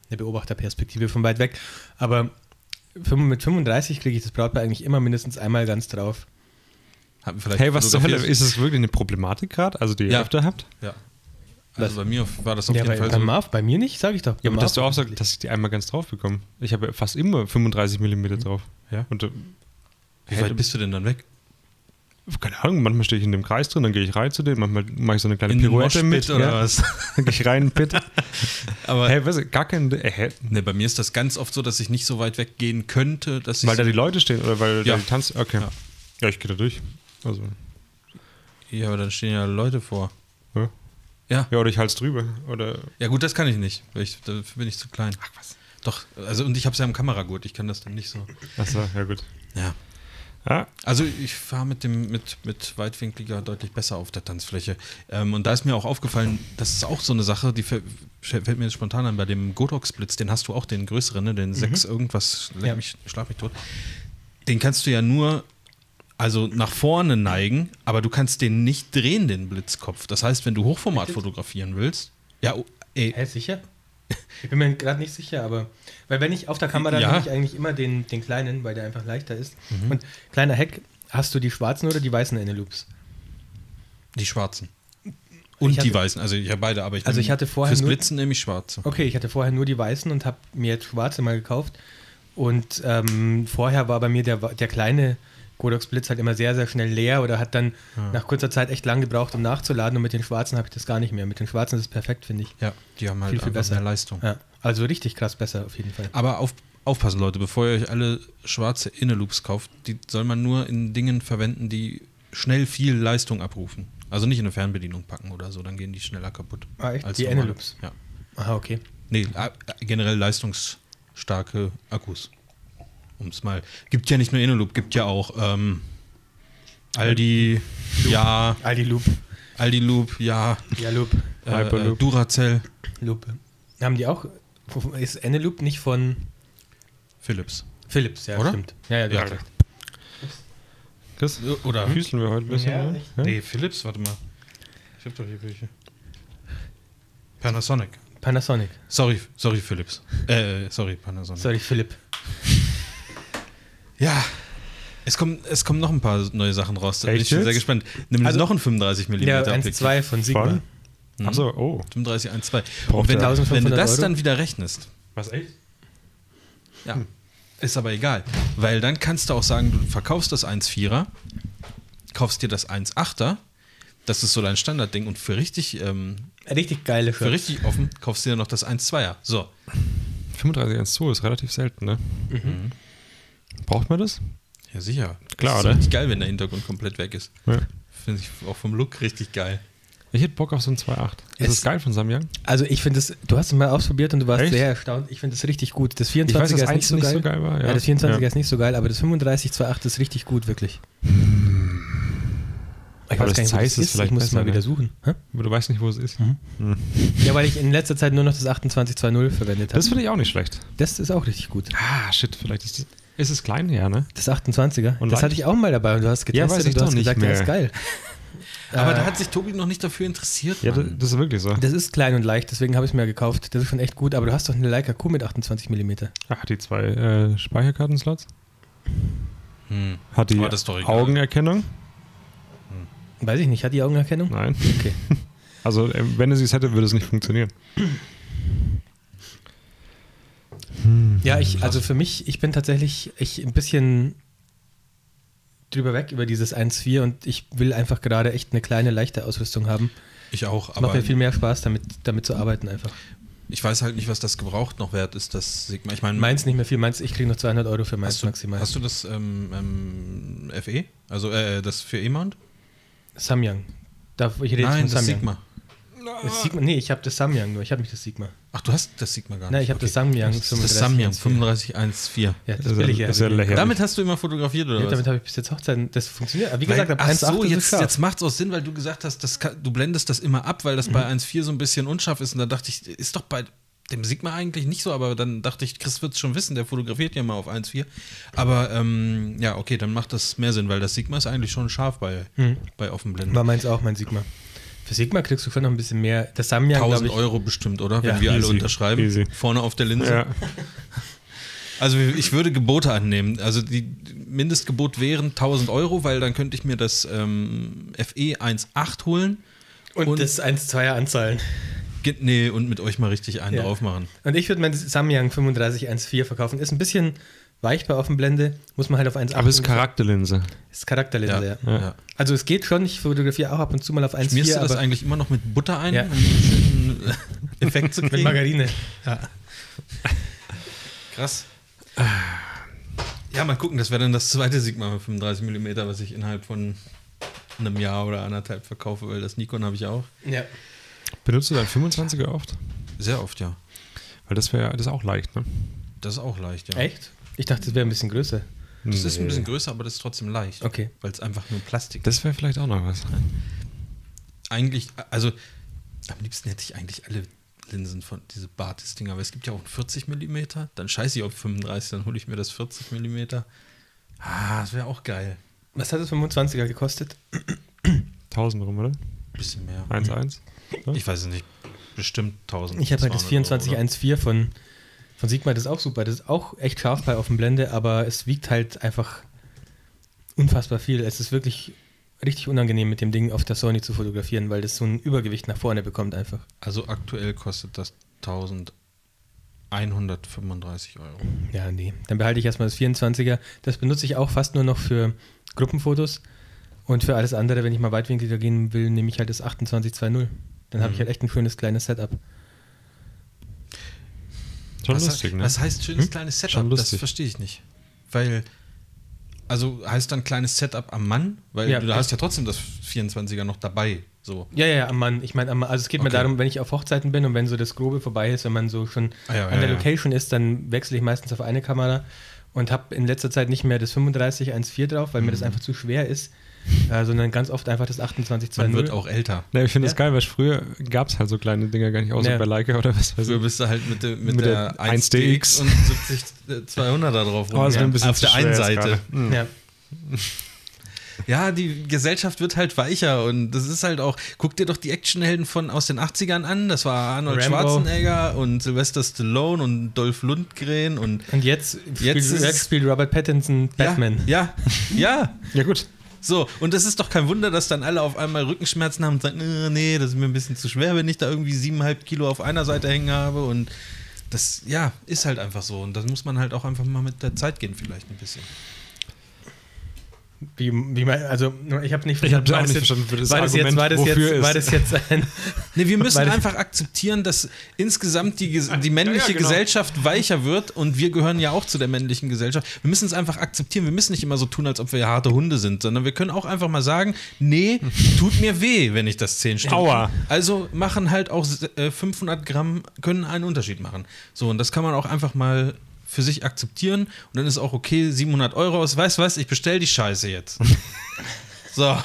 [SPEAKER 1] eine Beobachterperspektive von weit weg. Aber fünf- mit 35 kriege ich das Brautpaar eigentlich immer mindestens einmal ganz drauf.
[SPEAKER 3] Haben vielleicht
[SPEAKER 2] Hey, was zur Hölle?
[SPEAKER 3] fotografiert.
[SPEAKER 2] Ist das wirklich eine Problematik gerade, also die ihr
[SPEAKER 3] Ja.
[SPEAKER 2] öfter habt?
[SPEAKER 3] Ja. Also bei mir war das auf
[SPEAKER 1] Ja,
[SPEAKER 3] jeden
[SPEAKER 1] bei,
[SPEAKER 3] Fall
[SPEAKER 1] bei
[SPEAKER 3] so.
[SPEAKER 1] Marv, bei mir nicht, sage ich doch.
[SPEAKER 2] Ja,
[SPEAKER 1] Bei
[SPEAKER 2] aber dass du
[SPEAKER 1] Marv-
[SPEAKER 2] auch sagst, dass ich die einmal ganz drauf bekomme. Ich habe fast immer 35 mm drauf.
[SPEAKER 3] Ja.
[SPEAKER 2] Und äh,
[SPEAKER 3] Wie weit bist du denn dann weg?
[SPEAKER 2] keine Ahnung, manchmal stehe ich in dem Kreis drin, dann gehe ich rein zu dem, manchmal mache ich so eine kleine
[SPEAKER 3] In den
[SPEAKER 2] Pirouette
[SPEAKER 3] Moshpit
[SPEAKER 2] mit.
[SPEAKER 3] oder
[SPEAKER 2] ja.
[SPEAKER 3] was?
[SPEAKER 2] Dann gehe ich rein in den Pit.
[SPEAKER 3] Aber
[SPEAKER 2] hey, weißt du, gar kein. Äh, hä?
[SPEAKER 3] ne, bei mir ist das ganz oft so, dass ich nicht so weit weggehen könnte, dass ich
[SPEAKER 2] weil da die Leute stehen oder weil
[SPEAKER 3] Ja.
[SPEAKER 2] da die tanzen. Okay.
[SPEAKER 3] Ja.
[SPEAKER 2] Ja, ich gehe da durch. Also,
[SPEAKER 3] Ja, aber dann stehen ja Leute vor.
[SPEAKER 2] ja.
[SPEAKER 3] Ja.
[SPEAKER 2] ja, oder ich halte drüber. Oder
[SPEAKER 3] Ja, gut, das kann ich nicht. Weil ich, dafür bin ich zu klein. Ach was. Doch, also und ich habe es ja im Kameragurt, ich kann das dann nicht so.
[SPEAKER 2] Achso, ja gut. Ah,
[SPEAKER 3] Ja.
[SPEAKER 2] Ja,
[SPEAKER 3] Also ich fahre mit dem mit, mit weitwinkliger deutlich besser auf der Tanzfläche. Ähm, und da ist mir auch aufgefallen, das ist auch so eine Sache, die fäll- fällt mir jetzt spontan an, bei dem Godox-Blitz, den hast du auch, den größeren, ne? den 6 irgendwas, leck
[SPEAKER 1] Mhm. Ja.
[SPEAKER 3] mich, schlag mich tot. Den kannst du ja nur also nach vorne neigen, aber du kannst den nicht drehen, den Blitzkopf. Das heißt, wenn du Hochformat fotografieren willst, ja, oh, ey,
[SPEAKER 1] Hä, sicher? Ich bin mir gerade nicht sicher, aber. Weil wenn ich auf der Kamera
[SPEAKER 3] Ja.
[SPEAKER 1] nehme ich eigentlich immer den, den kleinen, weil der einfach leichter ist.
[SPEAKER 2] Mhm.
[SPEAKER 1] Und kleiner Hack, hast du die schwarzen oder die weißen Eneloops?
[SPEAKER 3] die schwarzen. Und
[SPEAKER 1] hatte-
[SPEAKER 3] die weißen, also ich habe beide, aber ich
[SPEAKER 1] Also
[SPEAKER 3] nehm-
[SPEAKER 1] ich hatte vorher
[SPEAKER 3] fürs
[SPEAKER 1] nur- Oh.
[SPEAKER 3] Blitzen nehme ich schwarze.
[SPEAKER 1] Okay, ich hatte vorher nur die weißen und habe mir jetzt schwarze mal gekauft. Und ähm, vorher war bei mir der, der kleine Godox Blitz halt immer sehr, sehr schnell leer oder hat dann
[SPEAKER 3] Ah.
[SPEAKER 1] nach kurzer Zeit echt lang gebraucht, um nachzuladen. Und mit den schwarzen habe ich das gar nicht mehr. Mit den schwarzen ist es perfekt, finde ich.
[SPEAKER 3] Ja, die haben halt
[SPEAKER 1] Viel, viel
[SPEAKER 3] einfach
[SPEAKER 1] besser.
[SPEAKER 3] mehr Leistung.
[SPEAKER 1] Ja, also richtig krass besser auf jeden Fall.
[SPEAKER 3] Aber auf, aufpassen, Leute, bevor ihr euch alle schwarze Inneloops kauft, die soll man nur in Dingen verwenden, die schnell viel Leistung abrufen. Also nicht in eine Fernbedienung packen oder so, dann gehen die schneller kaputt.
[SPEAKER 1] Ah, echt?
[SPEAKER 3] als
[SPEAKER 1] Die
[SPEAKER 3] normale.
[SPEAKER 1] Inneloops?
[SPEAKER 3] Ja.
[SPEAKER 1] Aha, okay.
[SPEAKER 3] Nee, a- generell leistungsstarke Akkus. Um es mal. Gibt ja nicht nur Inneloop, gibt ja auch ähm, Aldi, ja,
[SPEAKER 1] Aldi Loop.
[SPEAKER 3] Aldi Loop, ja,
[SPEAKER 1] Ja, Loop.
[SPEAKER 3] äh, äh,
[SPEAKER 2] Hyperloop.
[SPEAKER 3] Duracell,
[SPEAKER 1] Loop. Haben die auch. Ist Eneloop nicht von
[SPEAKER 3] Philips.
[SPEAKER 1] Philips? Ja,
[SPEAKER 3] Oder?
[SPEAKER 1] stimmt. Ja, ja, du
[SPEAKER 3] Ja.
[SPEAKER 1] hast recht.
[SPEAKER 2] Chris,
[SPEAKER 3] Oder
[SPEAKER 2] füßeln wir heute ein bisschen.
[SPEAKER 1] Ja,
[SPEAKER 2] ne?
[SPEAKER 1] echt.
[SPEAKER 2] Ja?
[SPEAKER 3] Nee, Philips, warte mal. Ich hab doch hier welche. Panasonic.
[SPEAKER 1] Panasonic.
[SPEAKER 3] Sorry, sorry, Philips. Äh, sorry, Panasonic.
[SPEAKER 1] Sorry, Philipp.
[SPEAKER 3] Ja. Es kommen, es kommen noch ein paar neue Sachen raus. Da bin ich
[SPEAKER 2] Echt
[SPEAKER 3] schon sehr
[SPEAKER 2] jetzt?
[SPEAKER 3] gespannt. Nämlich
[SPEAKER 1] Also-
[SPEAKER 3] noch ein 35 mm
[SPEAKER 1] Ja, 1,2 von Sigma.
[SPEAKER 2] Von? Achso,
[SPEAKER 3] Mhm.
[SPEAKER 2] oh.
[SPEAKER 3] 35, 1,2.
[SPEAKER 2] Braucht
[SPEAKER 3] Und wenn,
[SPEAKER 2] er
[SPEAKER 3] du- wenn du
[SPEAKER 1] 1500
[SPEAKER 3] das
[SPEAKER 1] Euro? Hm.
[SPEAKER 3] dann wieder rechnest,
[SPEAKER 2] Was echt?
[SPEAKER 3] ja, ist aber egal. Weil dann kannst du auch sagen, du verkaufst das 1,4er, kaufst dir das 1,8er, das ist so dein Standardding und für richtig, ähm,
[SPEAKER 1] Richtig geile
[SPEAKER 3] für richtig offen kaufst du dir noch das 1,2er. So,
[SPEAKER 2] 35 1,2 ist relativ selten, ne?
[SPEAKER 1] Mhm.
[SPEAKER 2] Braucht man das?
[SPEAKER 3] Ja, sicher.
[SPEAKER 2] Klar,
[SPEAKER 3] das
[SPEAKER 2] oder?
[SPEAKER 3] ist richtig geil, wenn der Hintergrund komplett weg ist.
[SPEAKER 2] Ja.
[SPEAKER 3] Finde ich auch vom Look richtig geil.
[SPEAKER 2] Ich hätte Bock auf so ein 2,8. Ist
[SPEAKER 1] Es-
[SPEAKER 2] das geil von Samyang?
[SPEAKER 1] Also ich finde es, du hast es mal ausprobiert und du warst
[SPEAKER 2] Echt?
[SPEAKER 1] sehr erstaunt. Ich finde es richtig gut. Das
[SPEAKER 2] Ich
[SPEAKER 1] 24er
[SPEAKER 2] weiß, dass
[SPEAKER 1] ist nicht
[SPEAKER 2] eins
[SPEAKER 1] so
[SPEAKER 2] nicht
[SPEAKER 1] geil.
[SPEAKER 2] so geil war,
[SPEAKER 1] ja.
[SPEAKER 2] ja.
[SPEAKER 1] das 24er
[SPEAKER 2] Ja.
[SPEAKER 1] ist nicht so geil, aber das 35 2.8 ist richtig gut, wirklich. Ich
[SPEAKER 2] Aber das Zeiss ist
[SPEAKER 1] Ich
[SPEAKER 2] vielleicht
[SPEAKER 1] muss es
[SPEAKER 2] besser,
[SPEAKER 1] mal wieder
[SPEAKER 2] ne?
[SPEAKER 1] suchen. Hä?
[SPEAKER 2] Aber du weißt nicht, wo es ist.
[SPEAKER 1] Ja, weil ich in letzter Zeit nur noch das 28 2.0 verwendet habe.
[SPEAKER 2] Das finde ich auch nicht schlecht.
[SPEAKER 1] Das ist auch richtig gut.
[SPEAKER 2] Ah, shit, vielleicht ist das. Ist es klein, ja, ne?
[SPEAKER 1] Das 28er.
[SPEAKER 2] Und
[SPEAKER 1] das
[SPEAKER 2] leicht.
[SPEAKER 1] hatte ich auch mal dabei und du hast getestet
[SPEAKER 2] Ja, weiß ich
[SPEAKER 1] und du
[SPEAKER 2] doch
[SPEAKER 1] hast
[SPEAKER 2] nicht
[SPEAKER 1] gesagt,
[SPEAKER 2] mehr.
[SPEAKER 1] das ist geil.
[SPEAKER 3] Aber
[SPEAKER 1] Äh.
[SPEAKER 3] da hat sich Tobi noch nicht dafür interessiert.
[SPEAKER 2] Ja, das,
[SPEAKER 3] Mann.
[SPEAKER 2] das ist wirklich so.
[SPEAKER 1] Das ist klein und leicht, deswegen habe ich es mir gekauft. Das ist schon echt gut, aber du hast doch eine Leica Q mit 28 mm.
[SPEAKER 2] Ach, Ah, die zwei äh, Speicherkartenslots.
[SPEAKER 3] Hm.
[SPEAKER 2] Hat die
[SPEAKER 3] Aber das ist doch egal.
[SPEAKER 2] Augenerkennung?
[SPEAKER 1] Weiß ich nicht, hat die Augenerkennung?
[SPEAKER 2] Nein.
[SPEAKER 1] Okay.
[SPEAKER 2] Also, äh, wenn sie es hätte, würde es nicht funktionieren.
[SPEAKER 1] Ja, ich, also für mich, ich bin tatsächlich ich ein bisschen drüber weg über dieses 1.4 und ich will einfach gerade echt eine kleine, leichte Ausrüstung haben.
[SPEAKER 3] Ich auch,
[SPEAKER 1] Macht
[SPEAKER 3] aber
[SPEAKER 1] mir viel mehr Spaß, damit, damit zu arbeiten einfach.
[SPEAKER 3] ich weiß halt nicht, was das gebraucht noch wert ist, das Sigma. Ich meine,
[SPEAKER 1] Meins nicht mehr viel, meins, ich kriege noch 200 Euro für meins
[SPEAKER 3] hast du,
[SPEAKER 1] maximal.
[SPEAKER 3] hast du das ähm, ähm, FE? Also äh, das für E-Mount?
[SPEAKER 1] Samyang. Darf, ich rede
[SPEAKER 3] Nein,
[SPEAKER 1] jetzt von
[SPEAKER 3] das
[SPEAKER 1] Samyang.
[SPEAKER 3] Sigma.
[SPEAKER 1] Das Sigma. Nee, ich habe das Samyang nur, ich habe nicht das Sigma.
[SPEAKER 3] Ach, du hast das Sigma gar nicht.
[SPEAKER 1] Nein, ich habe das Samyang
[SPEAKER 3] Das ist das Samyang 3514.
[SPEAKER 1] Ja, das
[SPEAKER 2] Das ist ja-
[SPEAKER 1] will ich
[SPEAKER 2] das ist ja lächerlich.
[SPEAKER 3] Damit hast du immer fotografiert, oder
[SPEAKER 1] Ja,
[SPEAKER 3] was?
[SPEAKER 1] damit habe ich bis jetzt Hochzeiten, das funktioniert. Aber wie
[SPEAKER 3] Weil-
[SPEAKER 1] gesagt, ab
[SPEAKER 3] ach
[SPEAKER 1] 1.8
[SPEAKER 3] so,
[SPEAKER 1] ist es
[SPEAKER 3] jetzt,
[SPEAKER 1] scharf.
[SPEAKER 3] jetzt macht es auch Sinn, weil du gesagt hast, das kann, du blendest das immer ab, weil das
[SPEAKER 1] Mhm.
[SPEAKER 3] bei 1.4 so ein bisschen unscharf ist. Und da dachte ich, ist doch bei dem Sigma eigentlich nicht so, aber dann dachte ich, Chris wird es schon wissen, der fotografiert ja mal auf 1.4. Aber ähm, ja, okay, dann macht das mehr Sinn, weil das Sigma ist eigentlich schon scharf bei,
[SPEAKER 1] Mhm.
[SPEAKER 3] bei Offenblenden.
[SPEAKER 1] War meins auch, mein Sigma. Für Sigma kriegst du schon noch ein bisschen mehr. Das Samyang, glaube
[SPEAKER 3] 1000
[SPEAKER 1] ich,
[SPEAKER 3] Euro bestimmt, oder? Wenn
[SPEAKER 1] Ja,
[SPEAKER 3] wir alle
[SPEAKER 2] easy,
[SPEAKER 3] unterschreiben.
[SPEAKER 2] easy.
[SPEAKER 3] Vorne auf der Linse.
[SPEAKER 2] Ja.
[SPEAKER 3] Also ich würde Gebote annehmen. Also die Mindestgebot wären 1000 Euro, weil dann könnte ich mir das ähm, FE 1.8 holen.
[SPEAKER 1] Und,
[SPEAKER 3] Und-
[SPEAKER 1] das 1-2er anzahlen.
[SPEAKER 3] Ge- Nee, und mit euch mal richtig einen
[SPEAKER 1] Ja.
[SPEAKER 3] drauf machen.
[SPEAKER 1] Und ich würde mein Samyang 3514 verkaufen. Ist ein bisschen weich bei Offenblende, muss man halt auf 1.8.
[SPEAKER 2] Aber es ist Charakterlinse.
[SPEAKER 1] ist Charakterlinse, ja.
[SPEAKER 3] Ja. Ja.
[SPEAKER 1] Also es geht schon, ich fotografiere auch ab und zu mal auf
[SPEAKER 3] Schmierst du
[SPEAKER 1] 1.4,
[SPEAKER 3] das
[SPEAKER 1] aber
[SPEAKER 3] eigentlich immer noch mit Butter ein,
[SPEAKER 1] Ja.
[SPEAKER 3] um einen schönen äh, um Effekt zu
[SPEAKER 1] mit
[SPEAKER 3] kriegen?
[SPEAKER 1] Margarine.
[SPEAKER 3] Krass. Ja, mal gucken, das wäre dann das zweite Sigma 35 mm, was ich innerhalb von einem Jahr oder anderthalb verkaufe, weil das Nikon habe ich auch.
[SPEAKER 1] Ja.
[SPEAKER 2] Benutzt du dein 25er oft?
[SPEAKER 3] Sehr oft, ja.
[SPEAKER 2] Weil das wäre das ist auch leicht, ne?
[SPEAKER 3] Das ist auch leicht, ja.
[SPEAKER 1] Echt? Ich dachte, das wäre ein bisschen größer.
[SPEAKER 3] Das ist ein bisschen größer, aber das ist trotzdem leicht.
[SPEAKER 1] Okay.
[SPEAKER 3] Weil es einfach nur Plastik ist.
[SPEAKER 2] Das wäre vielleicht auch noch was.
[SPEAKER 3] Eigentlich, also am liebsten hätte ich eigentlich alle Linsen von diese Bartis-Dinger, aber es gibt ja auch ein 40 mm, dann scheiße ich auf 35, dann hole ich mir das 40 mm. Ah, das wäre auch geil.
[SPEAKER 1] Was hat das 25er gekostet?
[SPEAKER 2] 1000 rum, oder?
[SPEAKER 3] Bisschen mehr.
[SPEAKER 2] 1-1.
[SPEAKER 3] Ich weiß es nicht. Bestimmt 1000.
[SPEAKER 1] Ich habe halt das
[SPEAKER 3] 200 Euro, oder?
[SPEAKER 1] 2414 von, von Sigma, das ist auch super. Das ist auch echt scharf bei Offenblende, aber es wiegt halt einfach unfassbar viel. Es ist wirklich richtig unangenehm, mit dem Ding auf der Sony zu fotografieren, weil das so ein Übergewicht nach vorne bekommt einfach.
[SPEAKER 3] Also aktuell kostet das 1135 Euro.
[SPEAKER 1] Ja, nee. Dann behalte ich erstmal das 24er. Das benutze ich auch fast nur noch für Gruppenfotos. Und für alles andere, wenn ich mal weitwinkliger gehen will, nehme ich halt das 2820. Dann
[SPEAKER 3] Mhm.
[SPEAKER 1] habe ich halt echt ein schönes kleines Setup.
[SPEAKER 2] Schon
[SPEAKER 3] was,
[SPEAKER 2] lustig, ne?
[SPEAKER 3] was heißt schönes
[SPEAKER 2] Hm?
[SPEAKER 3] kleines
[SPEAKER 2] Schon
[SPEAKER 3] Setup? Das
[SPEAKER 2] lustig.
[SPEAKER 3] verstehe ich nicht. Weil, also heißt dann kleines Setup am Mann? Weil
[SPEAKER 1] Ja,
[SPEAKER 3] du hast ja trotzdem das 24er noch dabei. So.
[SPEAKER 1] Ja, ja, ja, am Mann. Ich meine, am Mann. also es geht mir
[SPEAKER 3] Okay.
[SPEAKER 1] darum, wenn ich auf Hochzeiten bin und wenn so das Grobe vorbei ist, wenn man so schon
[SPEAKER 3] Ah, ja,
[SPEAKER 1] an
[SPEAKER 3] ja,
[SPEAKER 1] der
[SPEAKER 3] ja.
[SPEAKER 1] Location ist, dann wechsle ich meistens auf eine Kamera und habe in letzter Zeit nicht mehr das 35 1.4 drauf, weil mir das
[SPEAKER 3] Mhm.
[SPEAKER 1] einfach zu schwer ist, äh, sondern ganz oft einfach das 28
[SPEAKER 3] Man
[SPEAKER 1] 2.0.
[SPEAKER 3] wird auch älter.
[SPEAKER 2] Ne, ich finde das
[SPEAKER 1] Ja.
[SPEAKER 2] geil, weil früher gab es halt so kleine Dinger gar nicht, außer
[SPEAKER 1] Ja.
[SPEAKER 2] bei Leica oder was weiß
[SPEAKER 3] Früher
[SPEAKER 2] ich.
[SPEAKER 3] bist du halt mit, der- mit,
[SPEAKER 2] Mit
[SPEAKER 3] der
[SPEAKER 2] der 1DX
[SPEAKER 3] 1DX und 70 200 da drauf
[SPEAKER 2] Oh, das wär ein bisschen
[SPEAKER 3] Auf
[SPEAKER 2] zu
[SPEAKER 3] der einen
[SPEAKER 2] schwer jetzt
[SPEAKER 3] Seite.
[SPEAKER 2] gerade. Hm.
[SPEAKER 1] ja.
[SPEAKER 3] Ja, die Gesellschaft wird halt weicher und das ist halt auch, guck dir doch die Actionhelden von aus den 80ern an, das war Arnold
[SPEAKER 1] Rambo.
[SPEAKER 3] Schwarzenegger und Sylvester Stallone und Dolph Lundgren und
[SPEAKER 1] Und jetzt,
[SPEAKER 3] Jetzt
[SPEAKER 1] spielt,
[SPEAKER 3] ist-
[SPEAKER 1] jetzt spielt Robert Pattinson Batman.
[SPEAKER 3] Ja, ja, ja.
[SPEAKER 2] Ja, gut.
[SPEAKER 3] So, und es ist doch kein Wunder, dass dann alle auf einmal Rückenschmerzen haben und sagen, "Äh, nee, das ist mir ein bisschen zu schwer, wenn ich da irgendwie siebeneinhalb Kilo auf einer Seite hängen habe und das, ja, ist halt einfach so und das muss man halt auch einfach mal mit der Zeit gehen vielleicht ein bisschen.
[SPEAKER 1] Wie, wie mein, also ich habe nicht
[SPEAKER 2] Ich hab's
[SPEAKER 1] war
[SPEAKER 2] auch
[SPEAKER 1] das
[SPEAKER 2] nicht
[SPEAKER 1] jetzt-
[SPEAKER 2] verstanden, für das
[SPEAKER 1] war das jetzt,
[SPEAKER 2] Argument,
[SPEAKER 1] war das
[SPEAKER 2] wofür
[SPEAKER 1] jetzt, war
[SPEAKER 2] es-
[SPEAKER 1] das jetzt ein,
[SPEAKER 3] Nee, wir müssen
[SPEAKER 1] Weil-
[SPEAKER 3] einfach akzeptieren, dass insgesamt die, Ges- die
[SPEAKER 2] Ja,
[SPEAKER 3] männliche
[SPEAKER 2] ja, genau.
[SPEAKER 3] Gesellschaft weicher wird und wir gehören ja auch zu der männlichen Gesellschaft. Wir müssen es einfach akzeptieren. Wir müssen nicht immer so tun, als ob wir harte Hunde sind, sondern wir können auch einfach mal sagen, nee, tut mir weh, wenn ich das 10 Stunden.
[SPEAKER 2] Aua.
[SPEAKER 3] Also machen halt auch äh, 500 Gramm, können einen Unterschied machen. So, und das kann man auch einfach mal für sich akzeptieren und dann ist auch okay, 700 Euro aus, weißt was, ich bestell die Scheiße jetzt. So,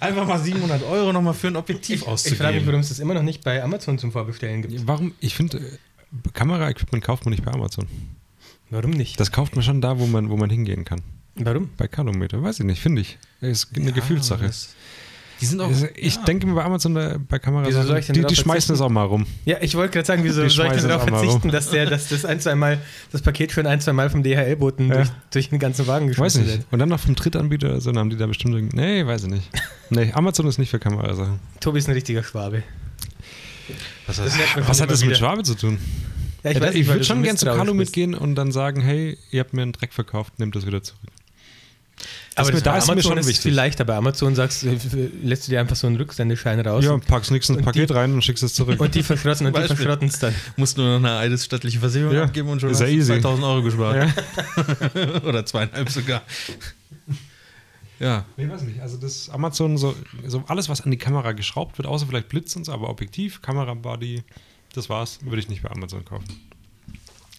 [SPEAKER 3] einfach mal 700 Euro nochmal für ein Objektiv
[SPEAKER 1] Ich
[SPEAKER 3] auszugeben.
[SPEAKER 1] frage mich, warum es das immer noch nicht bei Amazon zum Vorbestellen gibt.
[SPEAKER 2] Warum? Ich finde, äh, Kameraequipment kauft man nicht bei Amazon.
[SPEAKER 1] Warum nicht?
[SPEAKER 2] Das kauft man schon da, wo man, wo man hingehen kann.
[SPEAKER 1] Warum?
[SPEAKER 2] Bei Kilometer, weiß ich nicht, finde ich. Ist eine Gefühlssache.
[SPEAKER 3] Ah, das- Die sind auch.
[SPEAKER 2] Also ich
[SPEAKER 3] ja.
[SPEAKER 2] denke mir bei Amazon, da, bei Kameras,
[SPEAKER 1] Wieso soll ich denn
[SPEAKER 2] die,
[SPEAKER 1] drauf
[SPEAKER 2] die schmeißen
[SPEAKER 1] verzichten?
[SPEAKER 2] es auch mal rum.
[SPEAKER 1] Ja, ich wollte gerade sagen, wieso
[SPEAKER 2] Die
[SPEAKER 1] soll ich denn
[SPEAKER 2] schmeißen
[SPEAKER 1] darauf
[SPEAKER 2] es auch mal rum.
[SPEAKER 1] verzichten, dass, der, dass das ein, zwei Mal, das Paket schon ein, zwei Mal vom DHL-Boten
[SPEAKER 2] Ja.
[SPEAKER 1] durch, durch den ganzen Wagen
[SPEAKER 2] Ich weiß
[SPEAKER 1] geschmissen
[SPEAKER 2] nicht.
[SPEAKER 1] wird?
[SPEAKER 2] Und dann noch vom Drittanbieter oder so, dann haben die da bestimmt. irgend- Nee, weiß ich nicht. Nee, Amazon ist nicht für Kamerasachen.
[SPEAKER 1] Tobi ist ein richtiger Schwabe.
[SPEAKER 3] Was
[SPEAKER 1] Das merkt man
[SPEAKER 2] Was
[SPEAKER 1] schon
[SPEAKER 2] hat das
[SPEAKER 1] immer
[SPEAKER 2] mit
[SPEAKER 1] wieder.
[SPEAKER 2] Schwabe zu tun?
[SPEAKER 1] Ja,
[SPEAKER 2] ich
[SPEAKER 1] weiß nicht, weil
[SPEAKER 2] würde
[SPEAKER 1] du so
[SPEAKER 2] schon gern zu
[SPEAKER 1] misstrauisch
[SPEAKER 2] Carlo
[SPEAKER 1] bist.
[SPEAKER 2] mitgehen und dann sagen, hey, ihr habt mir einen Dreck verkauft, nehmt das wieder zurück.
[SPEAKER 1] Aber
[SPEAKER 2] Ist mir-
[SPEAKER 1] das
[SPEAKER 2] da
[SPEAKER 1] bei
[SPEAKER 2] ist mir
[SPEAKER 1] Amazon
[SPEAKER 2] schon
[SPEAKER 1] ist es
[SPEAKER 2] wichtig.
[SPEAKER 1] viel leichter. Bei Amazon sagst, du, äh, lässt du dir einfach so einen Rücksendeschein raus
[SPEAKER 2] ja,
[SPEAKER 1] und,
[SPEAKER 2] packst nix ins
[SPEAKER 1] und
[SPEAKER 2] Paket
[SPEAKER 1] die-
[SPEAKER 2] rein und schickst es zurück.
[SPEAKER 1] und die verschrotten und die
[SPEAKER 3] Beispiel.
[SPEAKER 1] verschrotten es dann.
[SPEAKER 3] Musst nur noch eine eidesstattliche Versicherung
[SPEAKER 2] Ja,
[SPEAKER 3] abgeben und schon
[SPEAKER 2] ist ja
[SPEAKER 3] hast du
[SPEAKER 2] easy.
[SPEAKER 3] 2000 Euro gespart. Oder zweieinhalb sogar. Ja.
[SPEAKER 2] Nee, weiß nicht. Also das Amazon, so, so alles, was an die Kamera geschraubt wird, außer vielleicht Blitz und so, aber Objektiv, Kamera, Body, das war's, würde ich nicht bei Amazon kaufen.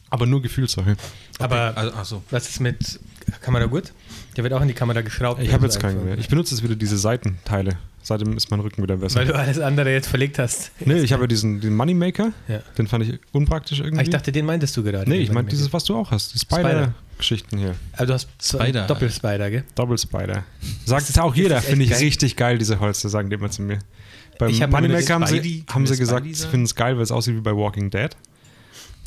[SPEAKER 2] Aber nur Gefühlssache.
[SPEAKER 1] Aber
[SPEAKER 3] Also, ach so.
[SPEAKER 1] was ist mit Kamera gut? Der wird auch in die Kamera geschraubt.
[SPEAKER 2] Ich habe
[SPEAKER 1] also
[SPEAKER 2] jetzt keinen
[SPEAKER 1] einfach.
[SPEAKER 2] mehr. Ich benutze jetzt wieder diese Seitenteile. Seitdem ist mein Rücken wieder besser.
[SPEAKER 1] Weil du alles andere jetzt verlegt hast.
[SPEAKER 2] nee, ich habe diesen, diesen Moneymaker,
[SPEAKER 1] Ja.
[SPEAKER 2] den fand ich unpraktisch irgendwie.
[SPEAKER 1] Ah, ich dachte, den meintest du gerade.
[SPEAKER 2] nee, ich meine dieses, was du auch hast, die
[SPEAKER 1] Spider.
[SPEAKER 2] Spider-Geschichten hier.
[SPEAKER 1] Aber du hast Spider.
[SPEAKER 3] Spider.
[SPEAKER 1] Doppelspider, gell?
[SPEAKER 2] Double Spider. Sagt jetzt auch jeder,
[SPEAKER 1] echt
[SPEAKER 2] finde ich
[SPEAKER 1] geil.
[SPEAKER 2] richtig geil, diese Holster, sagen die immer zu mir. Beim
[SPEAKER 1] Ich hab mal
[SPEAKER 2] Moneymaker haben
[SPEAKER 3] mit
[SPEAKER 2] sie,
[SPEAKER 3] Spidey-
[SPEAKER 2] haben sie
[SPEAKER 3] mit Spidey
[SPEAKER 2] gesagt, sie
[SPEAKER 3] sagen?
[SPEAKER 2] finden es geil, weil es aussieht wie bei Walking Dead.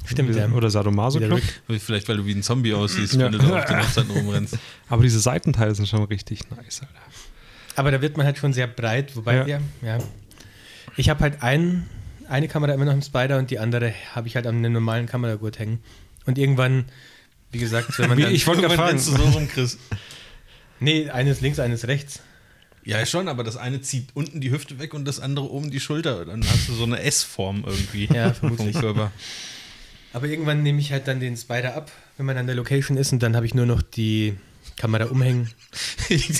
[SPEAKER 1] Stimmt, ja.
[SPEAKER 2] Oder Sadomaso
[SPEAKER 1] Wieder
[SPEAKER 2] Club.
[SPEAKER 3] Vielleicht, weil du wie ein Zombie aussiehst,
[SPEAKER 2] Ja.
[SPEAKER 3] wenn du da auf den Hochzeiten rumrennst.
[SPEAKER 2] Aber diese Seitenteile sind schon richtig nice, Alter.
[SPEAKER 1] Aber da wird man halt schon sehr breit, wobei, ja.
[SPEAKER 2] Ja.
[SPEAKER 1] ja, Ich habe halt ein, eine Kamera immer noch im Spider und die andere habe ich halt an einem normalen Kameragurt hängen. Und irgendwann, wie gesagt, wenn man
[SPEAKER 2] Wie
[SPEAKER 1] dann,
[SPEAKER 2] ich- wollte gerade
[SPEAKER 3] Irgendwann
[SPEAKER 2] fragen.
[SPEAKER 3] rennst du so rum, Chris.
[SPEAKER 1] Nee, eines links, eines rechts.
[SPEAKER 3] Ja, schon, aber das eine zieht unten die Hüfte weg und das andere oben die Schulter. Dann hast du so eine S-Form irgendwie
[SPEAKER 1] Ja, vermutlich.
[SPEAKER 3] vom Körper.
[SPEAKER 1] Aber irgendwann nehme ich halt dann den Spider ab, wenn man an der Location ist und dann habe ich nur noch die Kamera umhängen.
[SPEAKER 3] ich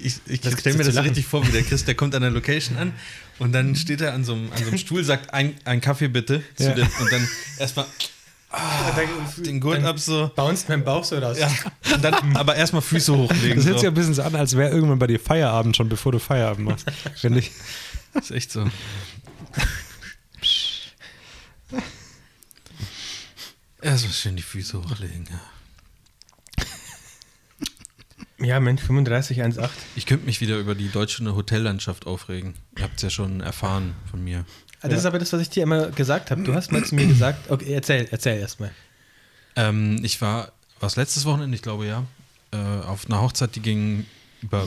[SPEAKER 3] ich, ich
[SPEAKER 1] Das
[SPEAKER 3] stelle mir
[SPEAKER 1] zu
[SPEAKER 3] das so
[SPEAKER 1] lachen.
[SPEAKER 3] richtig vor, wie der Chris, der kommt an der Location an und dann steht er an so einem, an so einem Stuhl, sagt ein, ein Kaffee bitte zu
[SPEAKER 2] Ja.
[SPEAKER 3] dem, und dann erstmal Ah, den Gurt
[SPEAKER 1] Dann
[SPEAKER 3] ab so.
[SPEAKER 1] Bounced mein Bauch so raus.
[SPEAKER 3] Ja, und dann aber erstmal Füße hochlegen.
[SPEAKER 2] Das hört sich
[SPEAKER 3] so.
[SPEAKER 2] ja ein bisschen so an, als wäre irgendwann bei dir Feierabend schon, bevor du Feierabend machst. Wenn ich,
[SPEAKER 3] ist echt so. Erstmal schön die Füße hochlegen. Ja.
[SPEAKER 1] Ja, Mensch, 35, 1,8.
[SPEAKER 3] Ich könnte mich wieder über die deutsche Hotellandschaft aufregen. Ihr habt es ja schon erfahren von mir.
[SPEAKER 1] Ah, Das ist aber das, was ich dir immer gesagt habe. Du hast mal zu mir gesagt, okay, erzähl, erzähl erstmal.
[SPEAKER 3] Ähm, ich war, was letztes Wochenende, ich glaube ja, äh, auf einer Hochzeit, die ging über,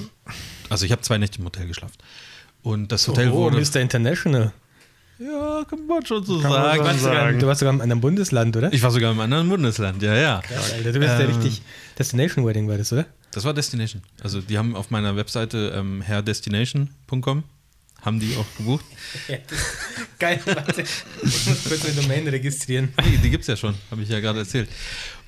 [SPEAKER 3] also ich habe zwei Nächte im Hotel geschlafen. Und das Hotel
[SPEAKER 1] oh,
[SPEAKER 3] wurde.
[SPEAKER 1] Mr. International.
[SPEAKER 3] Ja, kann man schon so
[SPEAKER 1] Du warst, sogar, du warst sogar in einem Bundesland, oder?
[SPEAKER 3] Ich war sogar im anderen Bundesland, ja, ja.
[SPEAKER 1] Krass, Alter, du bist ja
[SPEAKER 3] Ähm.
[SPEAKER 1] richtig. Destination Wedding war das, oder?
[SPEAKER 3] Das war Destination. Also die haben auf meiner Webseite ähm, herrdestination.com haben die auch gebucht.
[SPEAKER 1] Ja, geil, warte. Ich muss kurz eine Domain registrieren.
[SPEAKER 3] Nee, die gibt es ja schon, habe ich ja gerade erzählt.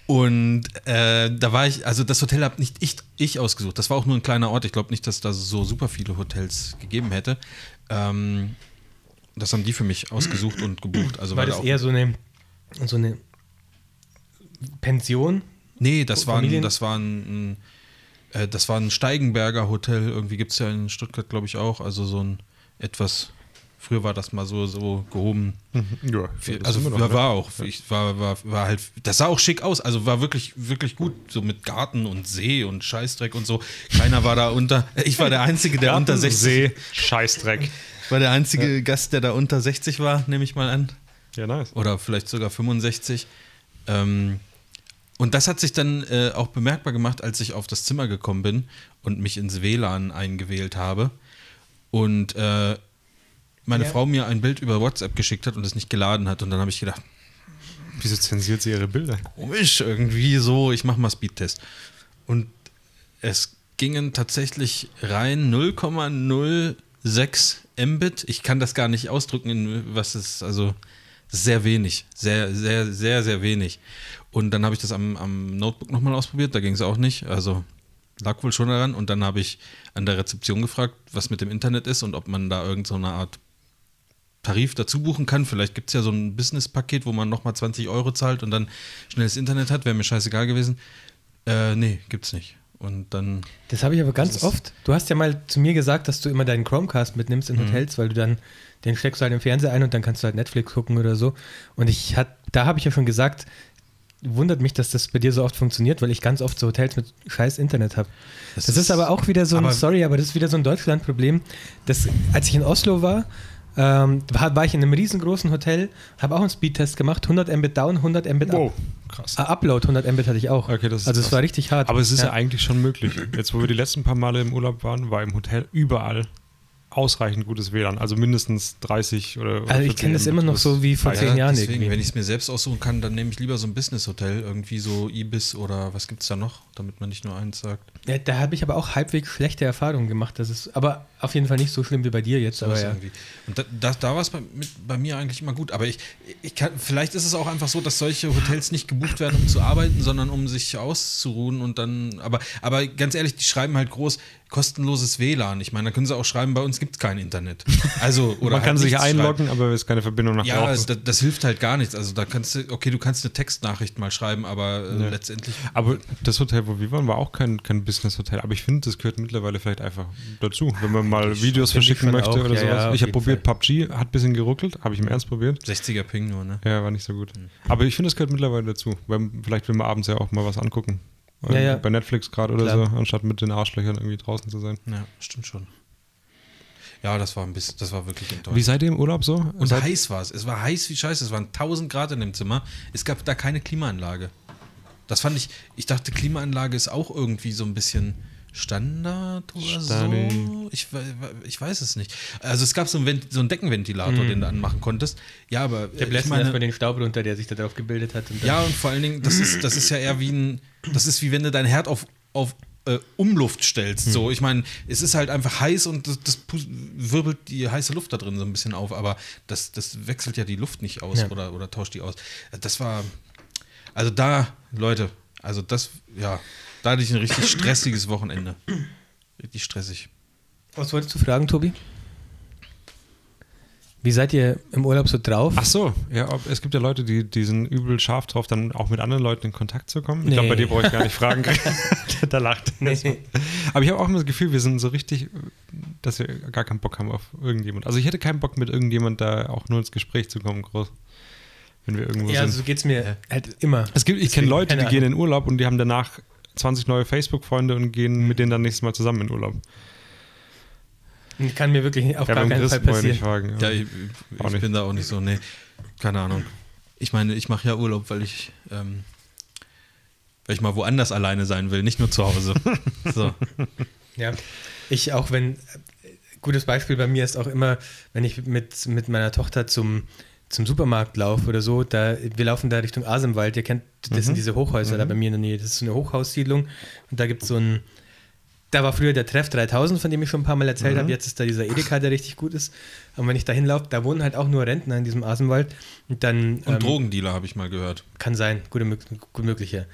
[SPEAKER 3] Und äh, da war ich, also das Hotel habe nicht ich, ich ausgesucht. Das war auch nur ein kleiner Ort. Ich glaube nicht, dass da so super viele Hotels gegeben hätte. Ähm, das haben die für mich ausgesucht und gebucht. Also
[SPEAKER 1] war
[SPEAKER 3] weil da
[SPEAKER 1] das
[SPEAKER 3] auch-
[SPEAKER 1] eher so eine, so eine Pension?
[SPEAKER 3] Nee, das war, ein,
[SPEAKER 1] Familien?
[SPEAKER 3] das war ein, ein, äh, das war ein Steigenberger Hotel. Irgendwie gibt es ja in Stuttgart, glaube ich, auch. Also so ein etwas, früher war das mal so, so gehoben.
[SPEAKER 2] ja,
[SPEAKER 3] Viel- Also
[SPEAKER 2] ne?
[SPEAKER 3] war, war auch, ich war, war, war halt, das sah auch schick aus, also war wirklich, wirklich gut, so mit Garten und See und Scheißdreck und so. Keiner war da unter, ich war der Einzige, der unter 60,
[SPEAKER 2] See, Scheißdreck.
[SPEAKER 3] war der einzige Gast, der da unter 60 war, nehme ich mal an
[SPEAKER 2] Ja, nice.
[SPEAKER 3] oder vielleicht sogar 65. Ähm, und das hat sich dann äh, auch bemerkbar gemacht, als ich auf das Zimmer gekommen bin und mich ins WLAN eingewählt habe und äh, meine
[SPEAKER 1] Ja.
[SPEAKER 3] Frau mir ein Bild über WhatsApp geschickt hat und es nicht geladen hat. Und dann habe ich gedacht,
[SPEAKER 2] Wieso zensiert sie ihre Bilder?
[SPEAKER 3] komisch, irgendwie so, ich mache mal Speedtest. Und es gingen tatsächlich rein 0,06 Mbit. Ich kann das gar nicht ausdrücken, in was es, also sehr wenig, sehr, sehr, sehr, sehr wenig. Und dann habe ich das am, am Notebook nochmal ausprobiert, da ging es auch nicht. Also lag wohl schon daran. Und dann habe ich an der Rezeption gefragt, was mit dem Internet ist und ob man da irgendeine so eine Art Tarif dazu buchen kann. Vielleicht gibt es ja so ein Business-Paket, wo man nochmal 20 Euro zahlt und dann schnelles Internet hat. Wäre mir scheißegal gewesen. Äh, nee, gibt's nicht. Und dann,
[SPEAKER 1] Das habe ich aber ganz
[SPEAKER 3] ist-
[SPEAKER 1] oft. Du hast ja mal zu mir gesagt, dass du immer deinen Chromecast mitnimmst
[SPEAKER 2] Mhm.
[SPEAKER 1] in Hotels, weil du dann den steckst du halt im Fernseher ein und dann kannst du halt Netflix gucken oder so. Und ich hat, da habe ich ja schon gesagt, wundert mich, dass das bei dir so oft funktioniert, weil ich ganz oft so Hotels mit scheiß Internet habe. Das, ist, aber auch wieder so ein,
[SPEAKER 3] aber-
[SPEAKER 1] sorry, aber das ist wieder so ein Deutschland-Problem. dass- Als ich in Oslo war, ähm, war, war ich in einem riesengroßen Hotel, habe auch einen Speedtest gemacht, 100 Mbit down, 100 Mbit up.
[SPEAKER 2] krass.
[SPEAKER 1] Ah, Upload 100 Mbit hatte ich auch.
[SPEAKER 2] Okay, das ist
[SPEAKER 1] also es
[SPEAKER 2] krass.
[SPEAKER 1] war richtig hart.
[SPEAKER 2] Aber es ist ja.
[SPEAKER 1] ja.
[SPEAKER 2] eigentlich schon möglich. Jetzt, wo wir die letzten paar Male im Urlaub waren, war im Hotel überall ausreichend gutes WLAN. Also mindestens 30 oder. oder
[SPEAKER 1] Also ich
[SPEAKER 2] 40
[SPEAKER 1] kenne das immer noch
[SPEAKER 2] Mbit.
[SPEAKER 1] so wie vor
[SPEAKER 2] Ja,
[SPEAKER 1] zehn Jahren
[SPEAKER 3] deswegen,
[SPEAKER 1] irgendwie.
[SPEAKER 3] wenn ich es mir selbst aussuchen kann, dann nehme ich lieber so ein Business-Hotel, irgendwie so Ibis oder was gibt es da noch, damit man nicht nur eins sagt.
[SPEAKER 1] Ja, da habe ich aber auch halbwegs schlechte Erfahrungen gemacht. Das ist aber auf jeden Fall nicht so schlimm wie bei dir jetzt. Aber
[SPEAKER 2] Oh
[SPEAKER 3] Sowas
[SPEAKER 1] ja.
[SPEAKER 3] irgendwie. Und da, da, da war es bei, mit- bei mir eigentlich immer gut. Aber ich, ich kann, vielleicht ist es auch einfach so, dass solche Hotels nicht gebucht werden, um zu arbeiten, sondern um sich auszuruhen und dann. Aber, aber ganz ehrlich, die schreiben halt groß kostenloses WLAN. Ich meine, da können sie auch schreiben, bei uns gibt es kein Internet. Also,
[SPEAKER 2] Man
[SPEAKER 3] oder
[SPEAKER 2] kann
[SPEAKER 3] halt
[SPEAKER 2] sich
[SPEAKER 3] nichts schreiben.
[SPEAKER 2] einloggen, aber es ist keine Verbindung nach
[SPEAKER 3] Ja,
[SPEAKER 2] draußen.
[SPEAKER 3] das, das, das hilft halt gar nichts. Also da kannst du, okay, du kannst eine Textnachricht mal schreiben, aber äh,
[SPEAKER 2] Ja.
[SPEAKER 3] letztendlich.
[SPEAKER 2] Aber das Hotel, wo wir waren, war auch kein, kein Business-Hotel. Aber ich finde, das gehört mittlerweile vielleicht einfach dazu, wenn man mal Videos
[SPEAKER 1] finde ich
[SPEAKER 2] verschicken
[SPEAKER 1] schon
[SPEAKER 2] möchte
[SPEAKER 1] auch.
[SPEAKER 2] oder
[SPEAKER 1] Ja,
[SPEAKER 2] sowas.
[SPEAKER 1] ja, auf
[SPEAKER 2] ich habe
[SPEAKER 1] jeden
[SPEAKER 2] probiert, PUBG hat ein bisschen geruckelt, habe ich im Ernst probiert.
[SPEAKER 3] 60er Ping nur, ne?
[SPEAKER 2] Ja, war nicht so gut.
[SPEAKER 1] Hm.
[SPEAKER 2] Aber ich finde, das gehört mittlerweile dazu. Weil vielleicht will man abends ja auch mal was angucken.
[SPEAKER 1] Ja, ja.
[SPEAKER 2] Bei Netflix gerade oder
[SPEAKER 1] Klar.
[SPEAKER 2] so, anstatt mit den Arschlöchern irgendwie draußen zu sein.
[SPEAKER 3] Ja, stimmt schon. Ja, das war ein bisschen, das war wirklich
[SPEAKER 2] Wie
[SPEAKER 3] enttäuschend.
[SPEAKER 2] seid ihr im Urlaub so?
[SPEAKER 3] Und
[SPEAKER 2] seid,
[SPEAKER 3] heiß war es. Es war heiß wie Scheiße. Es waren 1000 Grad in dem Zimmer. Es gab da keine Klimaanlage. Das fand ich, ich dachte, Klimaanlage ist auch irgendwie so ein bisschen Standard oder
[SPEAKER 2] Standard.
[SPEAKER 3] so. Ich, we- we- ich weiß es nicht. Also es gab so einen, Vent- so einen Deckenventilator, den du anmachen konntest. Ja, aber
[SPEAKER 1] Der
[SPEAKER 3] äh,
[SPEAKER 1] bläst mir erstmal den Staub runter, der sich da drauf gebildet hat. Und dann-
[SPEAKER 3] Ja, und vor allen Dingen, das ist, das ist ja eher wie ein, das ist wie wenn du dein Herd auf, auf äh, Umluft stellst. So, ich meine, es ist halt einfach heiß und das, das pus- wirbelt die heiße Luft da drin so ein bisschen auf, aber das, das wechselt ja die Luft nicht aus
[SPEAKER 1] Ja.
[SPEAKER 3] oder, oder tauscht die aus. Das war, also da, Leute, also das, ja, da hatte ich ein richtig stressiges Wochenende. Richtig stressig.
[SPEAKER 1] Was wolltest du fragen, Tobi? Wie seid ihr im Urlaub so drauf?
[SPEAKER 2] ach so, ja, ob, es gibt ja Leute, die, die sind übel scharf drauf, dann auch mit anderen Leuten in Kontakt zu kommen. Ich glaube, bei
[SPEAKER 1] Nee.
[SPEAKER 2] dir brauche ich gar nicht fragen. da lacht er erstmal. Aber ich habe auch immer das Gefühl, wir sind so richtig, äh, dass wir gar keinen Bock haben auf irgendjemand. Also ich hätte keinen Bock, mit irgendjemand da auch nur ins Gespräch zu kommen, groß. Wenn wir irgendwo
[SPEAKER 1] ja,
[SPEAKER 2] sind.
[SPEAKER 1] so geht's mir halt immer.
[SPEAKER 2] Es gibt, ich kenne
[SPEAKER 1] Deswegen,
[SPEAKER 2] Leute, die
[SPEAKER 1] keine
[SPEAKER 2] gehen in Urlaub und die haben danach 20 neue Facebook-Freunde und gehen mit denen dann nächstes Mal zusammen in Urlaub.
[SPEAKER 1] Ahnung. Kann mir wirklich auf
[SPEAKER 2] Ja,
[SPEAKER 1] gar
[SPEAKER 2] beim
[SPEAKER 1] keinen
[SPEAKER 2] Chris
[SPEAKER 1] Fall
[SPEAKER 2] wollte ich
[SPEAKER 1] passieren.
[SPEAKER 2] nicht fragen.
[SPEAKER 3] Ja, ich,
[SPEAKER 2] Auch
[SPEAKER 3] ich
[SPEAKER 2] nicht.
[SPEAKER 3] bin da Ähm, auch nicht so, nee. Keine Ahnung. Ich meine, ich mache ja Urlaub, weil ich, ähm, weil ich mal woanders alleine sein will, nicht nur zu Hause. So.
[SPEAKER 1] Ja, ich auch wenn, äh, gutes Beispiel bei mir ist auch immer, wenn ich mit, mit meiner Tochter zum, zum Supermarkt laufe oder so, da, wir laufen da Richtung Asemwald, ihr kennt, das sind diese Hochhäuser da bei mir in der Nähe, das ist so eine Hochhaussiedlung und da gibt es so ein, da war früher der Treff 3000, von dem ich schon ein paar Mal erzählt habe, jetzt ist da dieser Edeka, der richtig gut ist und wenn ich da hinlaufe, da wohnen halt auch nur Rentner in diesem Asemwald und dann...
[SPEAKER 3] Und
[SPEAKER 1] ähm,
[SPEAKER 3] Drogendealer habe ich mal gehört.
[SPEAKER 1] kann sein, gute, Mö- gut mögliche.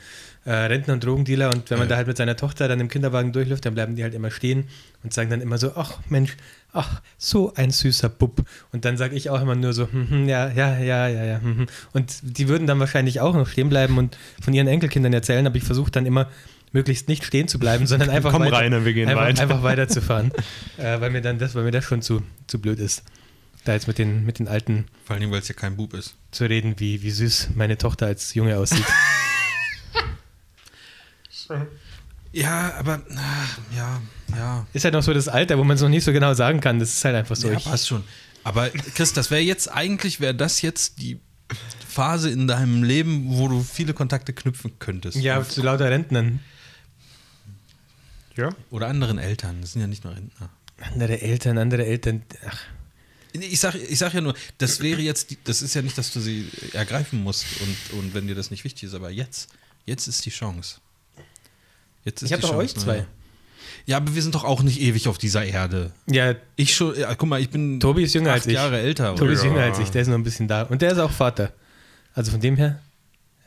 [SPEAKER 1] Äh, Rentner und Drogendealer und wenn man
[SPEAKER 3] Ja.
[SPEAKER 1] da halt mit seiner Tochter dann im Kinderwagen durchläuft, dann bleiben die halt immer stehen und sagen dann immer so, ach Mensch, ach, so ein süßer Bub. Und dann sage ich auch immer nur so, hm, hm, ja, ja, ja, ja, ja. Hm, hm. Und die würden dann wahrscheinlich auch noch stehen bleiben und von ihren Enkelkindern erzählen, aber ich versuche dann immer möglichst nicht stehen zu bleiben, sondern einfach
[SPEAKER 2] Komm
[SPEAKER 1] weiter,
[SPEAKER 2] rein und wir gehen
[SPEAKER 1] einfach,
[SPEAKER 2] weiter.
[SPEAKER 1] einfach weiterzufahren, äh, weil mir dann das, weil mir das schon zu, zu blöd ist, da jetzt mit den, mit den Alten
[SPEAKER 3] Vor allen Dingen, weil es ja kein Bub ist.
[SPEAKER 1] zu reden, wie, wie süß meine Tochter als Junge aussieht.
[SPEAKER 3] Ja, aber, ah, ja, ja.
[SPEAKER 1] Ist halt noch so das Alter, wo man es noch nicht so genau sagen kann. Das ist halt einfach so.
[SPEAKER 3] Ja,
[SPEAKER 1] ich,
[SPEAKER 3] passt schon. Aber Chris, das wäre jetzt eigentlich, wäre das jetzt die Phase in deinem Leben, wo du viele Kontakte knüpfen könntest.
[SPEAKER 1] ja zu lauter Rentnern.
[SPEAKER 2] Ja.
[SPEAKER 3] Oder anderen Eltern. Das sind ja nicht nur Rentner.
[SPEAKER 1] Andere Eltern, andere Eltern. Ach,
[SPEAKER 3] Nee, Ich sag, ich sag ja nur, das wäre jetzt, die, das ist ja nicht, dass du sie ergreifen musst und, und wenn dir das nicht wichtig ist, aber jetzt, jetzt ist die Chance. Jetzt ist
[SPEAKER 1] ich habe
[SPEAKER 3] die
[SPEAKER 1] doch euch
[SPEAKER 3] Chance,
[SPEAKER 1] zwei.
[SPEAKER 3] ne? Ja, aber wir sind doch auch nicht ewig auf dieser Erde.
[SPEAKER 1] Ja,
[SPEAKER 3] Ich schon, ja, guck mal, ich bin
[SPEAKER 1] Tobi ist jünger
[SPEAKER 3] acht
[SPEAKER 1] als ich.
[SPEAKER 3] Jahre älter.
[SPEAKER 1] Tobi ist
[SPEAKER 2] Ja.
[SPEAKER 1] jünger als ich, der ist noch ein bisschen da. Und der ist auch Vater. Also von dem her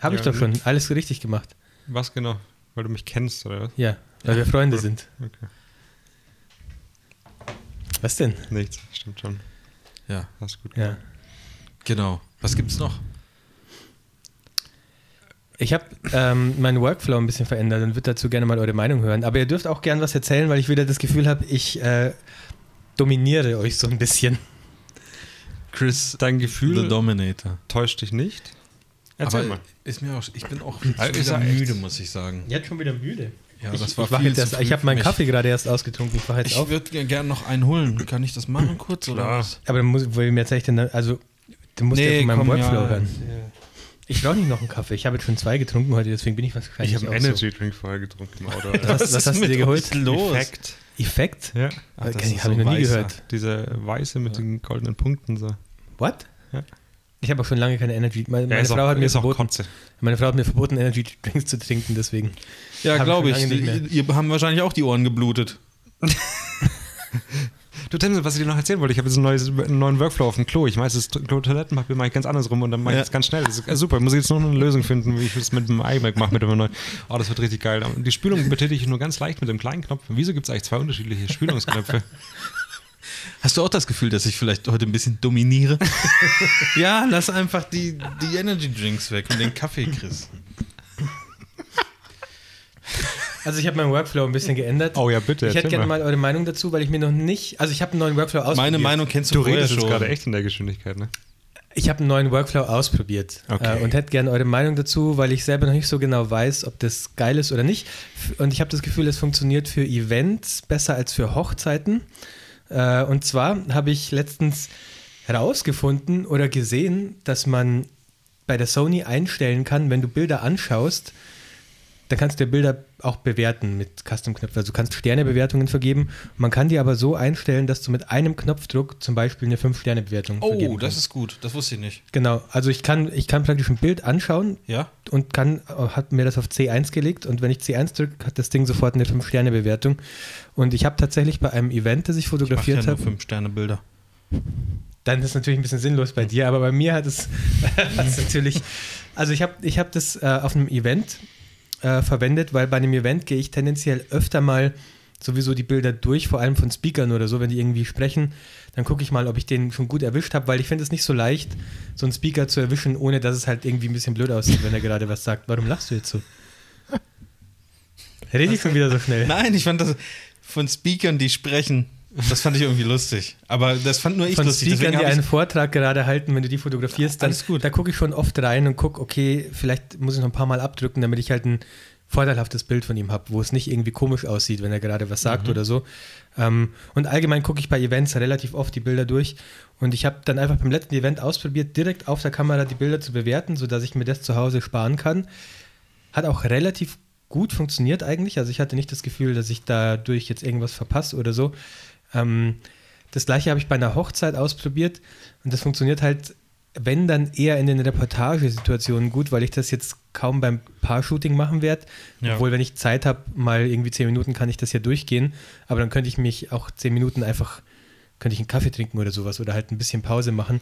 [SPEAKER 1] habe ich
[SPEAKER 2] Ja,
[SPEAKER 1] doch schon alles richtig gemacht.
[SPEAKER 2] Was genau? Weil du mich kennst, oder was?
[SPEAKER 1] Ja, weil wir Freunde sind.
[SPEAKER 2] Okay.
[SPEAKER 1] Was denn?
[SPEAKER 2] Nichts, stimmt schon.
[SPEAKER 3] Ja,
[SPEAKER 2] Hast gut.
[SPEAKER 1] Ja.
[SPEAKER 3] genau. Was gibt's noch?
[SPEAKER 1] Ich habe ähm, meinen Workflow ein bisschen verändert und würde dazu gerne mal eure Meinung hören. Aber ihr dürft auch gerne was erzählen, weil ich wieder das Gefühl habe, ich äh, dominiere euch so ein bisschen.
[SPEAKER 3] Chris,
[SPEAKER 2] Dein
[SPEAKER 3] The
[SPEAKER 2] Gefühl
[SPEAKER 3] Dominator.
[SPEAKER 2] täuscht dich nicht. Erzähl
[SPEAKER 3] Aber
[SPEAKER 2] mal.
[SPEAKER 3] Ist mir auch, ich bin auch
[SPEAKER 2] Also ist
[SPEAKER 3] wieder
[SPEAKER 2] er echt-
[SPEAKER 3] müde, muss ich sagen.
[SPEAKER 1] Jetzt schon wieder müde.
[SPEAKER 3] Ja,
[SPEAKER 1] ich ich, war jetzt erst- ich habe meinen Kaffee gerade erst ausgetrunken. Ich war jetzt
[SPEAKER 3] Ich
[SPEAKER 1] auf.
[SPEAKER 3] würde gerne noch einen holen. Kann ich das machen kurz? Oder?
[SPEAKER 2] Klar.
[SPEAKER 3] was?
[SPEAKER 1] Aber dann muss, weil mir jetzt echt den, also, dann musst du ja von meinem
[SPEAKER 3] komm,
[SPEAKER 1] Workflow
[SPEAKER 3] ja.
[SPEAKER 1] hören. Ich brauche nicht noch einen Kaffee. Ich habe jetzt schon zwei getrunken heute, deswegen bin ich wahrscheinlich
[SPEAKER 2] Ich habe einen
[SPEAKER 1] auch so.
[SPEAKER 2] Energy-Drink vorher getrunken im Auto. Alter.
[SPEAKER 1] Was- was
[SPEAKER 3] ist
[SPEAKER 1] hast du
[SPEAKER 3] mit
[SPEAKER 1] dir geholt?
[SPEAKER 3] euch Los.
[SPEAKER 2] Effekt.
[SPEAKER 1] Effekt?
[SPEAKER 2] Ja.
[SPEAKER 3] Ach, das
[SPEAKER 1] Äh, Kenn ich-
[SPEAKER 3] ist
[SPEAKER 1] hab ich
[SPEAKER 3] so
[SPEAKER 1] noch nie
[SPEAKER 3] weißer.
[SPEAKER 1] gehört.
[SPEAKER 2] Diese weiße mit den goldenen Punkten. So.
[SPEAKER 1] What?
[SPEAKER 2] Ja.
[SPEAKER 1] Ich habe auch schon lange keine Energy. Meine, meine,
[SPEAKER 2] ist
[SPEAKER 1] Frau,
[SPEAKER 2] auch,
[SPEAKER 1] hat mir
[SPEAKER 2] ist auch
[SPEAKER 1] verboten,
[SPEAKER 2] Kotze.
[SPEAKER 1] meine Frau hat mir verboten, Energy Drinks zu trinken, deswegen.
[SPEAKER 3] Ja,
[SPEAKER 1] Hab
[SPEAKER 3] glaube
[SPEAKER 1] ich
[SPEAKER 3] ich.
[SPEAKER 1] schon lange nicht
[SPEAKER 3] Ihr, ihr haben wahrscheinlich auch die Ohren geblutet.
[SPEAKER 2] Du, Tim, was ich dir noch erzählen wollte, ich habe jetzt ein neues, einen neuen Workflow auf dem Klo. Ich weiß, das Klo-Toilettenpapier mache ich ganz andersrum und dann mache ich
[SPEAKER 3] Ja.
[SPEAKER 2] das ganz schnell. Das ist, äh, super, muss ich jetzt noch eine Lösung finden, wie ich das mit dem iMac mache, mit dem neuen. Oh, das wird richtig geil. Die Spülung betätige ich nur ganz leicht mit dem kleinen Knopf. Wieso gibt es eigentlich zwei unterschiedliche Spülungsknöpfe?
[SPEAKER 3] Hast du auch das Gefühl, dass ich vielleicht heute ein bisschen dominiere? ja, lass einfach die, die Energy Drinks weg und den Kaffee, Chris.
[SPEAKER 1] Also ich habe meinen Workflow ein bisschen geändert.
[SPEAKER 2] Oh ja, bitte,
[SPEAKER 1] Ich hätte
[SPEAKER 2] erzähl
[SPEAKER 1] gerne
[SPEAKER 2] mal.
[SPEAKER 1] mal eure Meinung dazu, weil ich mir noch nicht, also ich habe einen neuen Workflow ausprobiert.
[SPEAKER 3] Meine Meinung kennst du,
[SPEAKER 2] Du redest
[SPEAKER 3] vorher
[SPEAKER 2] jetzt
[SPEAKER 3] schon.
[SPEAKER 2] gerade echt in der Geschwindigkeit, ne?
[SPEAKER 1] Ich habe einen neuen Workflow ausprobiert
[SPEAKER 2] Okay.
[SPEAKER 1] äh, und hätte gerne eure Meinung dazu, weil ich selber noch nicht so genau weiß, ob das geil ist oder nicht. F- Und ich habe das Gefühl, es funktioniert für Events besser als für Hochzeiten. Äh, und zwar habe ich letztens herausgefunden oder gesehen, dass man bei der Sony einstellen kann, wenn du Bilder anschaust, dann kannst du dir Bilder auch bewerten mit Custom-Knöpfen. Also du kannst Sternebewertungen vergeben. Man kann die aber so einstellen, dass du mit einem Knopfdruck zum Beispiel eine 5-Sterne-Bewertung vergeben
[SPEAKER 3] Oh,
[SPEAKER 1] kannst.
[SPEAKER 3] das ist gut. Das wusste ich nicht.
[SPEAKER 1] Genau, also ich kann, ich kann praktisch ein Bild anschauen
[SPEAKER 3] Ja?
[SPEAKER 1] und kann, äh, hat mir das auf C1 gelegt und wenn ich C1 drücke, hat das Ding sofort eine 5-Sterne-Bewertung. Und ich habe tatsächlich bei einem Event, das ich
[SPEAKER 3] Mach ja
[SPEAKER 1] fotografiert
[SPEAKER 3] nur
[SPEAKER 1] habe,
[SPEAKER 3] 5-Sterne-Bilder.
[SPEAKER 1] dann ist es natürlich ein bisschen sinnlos bei dir, aber bei mir hat es hat's natürlich. Also ich habe ich hab das äh, auf einem Event äh, verwendet, weil bei einem Event gehe ich tendenziell öfter mal sowieso die Bilder durch, vor allem von Speakern oder so, wenn die irgendwie sprechen, dann gucke ich mal, ob ich den schon gut erwischt habe, weil ich finde es nicht so leicht, so einen Speaker zu erwischen, ohne dass es halt irgendwie ein bisschen blöd aussieht, wenn er gerade was sagt. Warum lachst du jetzt so? Rede ich schon wieder so schnell.
[SPEAKER 3] Nein, ich fand das von Speakern, die sprechen, das fand ich irgendwie lustig. Aber das fand nur ich
[SPEAKER 1] von
[SPEAKER 3] lustig.
[SPEAKER 1] Speakern,
[SPEAKER 3] hab
[SPEAKER 1] die
[SPEAKER 3] ich-
[SPEAKER 1] einen Vortrag gerade halten, wenn du die fotografierst, dann,
[SPEAKER 3] Alles gut.
[SPEAKER 1] da gucke ich schon oft rein und gucke, okay, vielleicht muss ich noch ein paar Mal abdrücken, damit ich halt ein vorteilhaftes Bild von ihm habe, wo es nicht irgendwie komisch aussieht, wenn er gerade was
[SPEAKER 3] Mhm.
[SPEAKER 1] sagt oder so. Ähm, und allgemein gucke ich bei Events relativ oft die Bilder durch und ich habe dann einfach beim letzten Event ausprobiert, direkt auf der Kamera die Bilder zu bewerten, sodass ich mir das zu Hause sparen kann. Hat auch relativ gut funktioniert eigentlich. Also ich hatte nicht das Gefühl, dass ich dadurch jetzt irgendwas verpasse oder so. Ähm, das gleiche habe ich bei einer Hochzeit ausprobiert und das funktioniert halt, wenn dann eher in den Reportagesituationen gut, weil ich das jetzt kaum beim Paar-Shooting machen werde.
[SPEAKER 3] Ja.
[SPEAKER 1] Obwohl, wenn ich Zeit habe, mal irgendwie zehn Minuten kann ich das ja durchgehen, aber dann könnte ich mich auch zehn Minuten einfach könnte ich einen Kaffee trinken oder sowas oder halt ein bisschen Pause machen.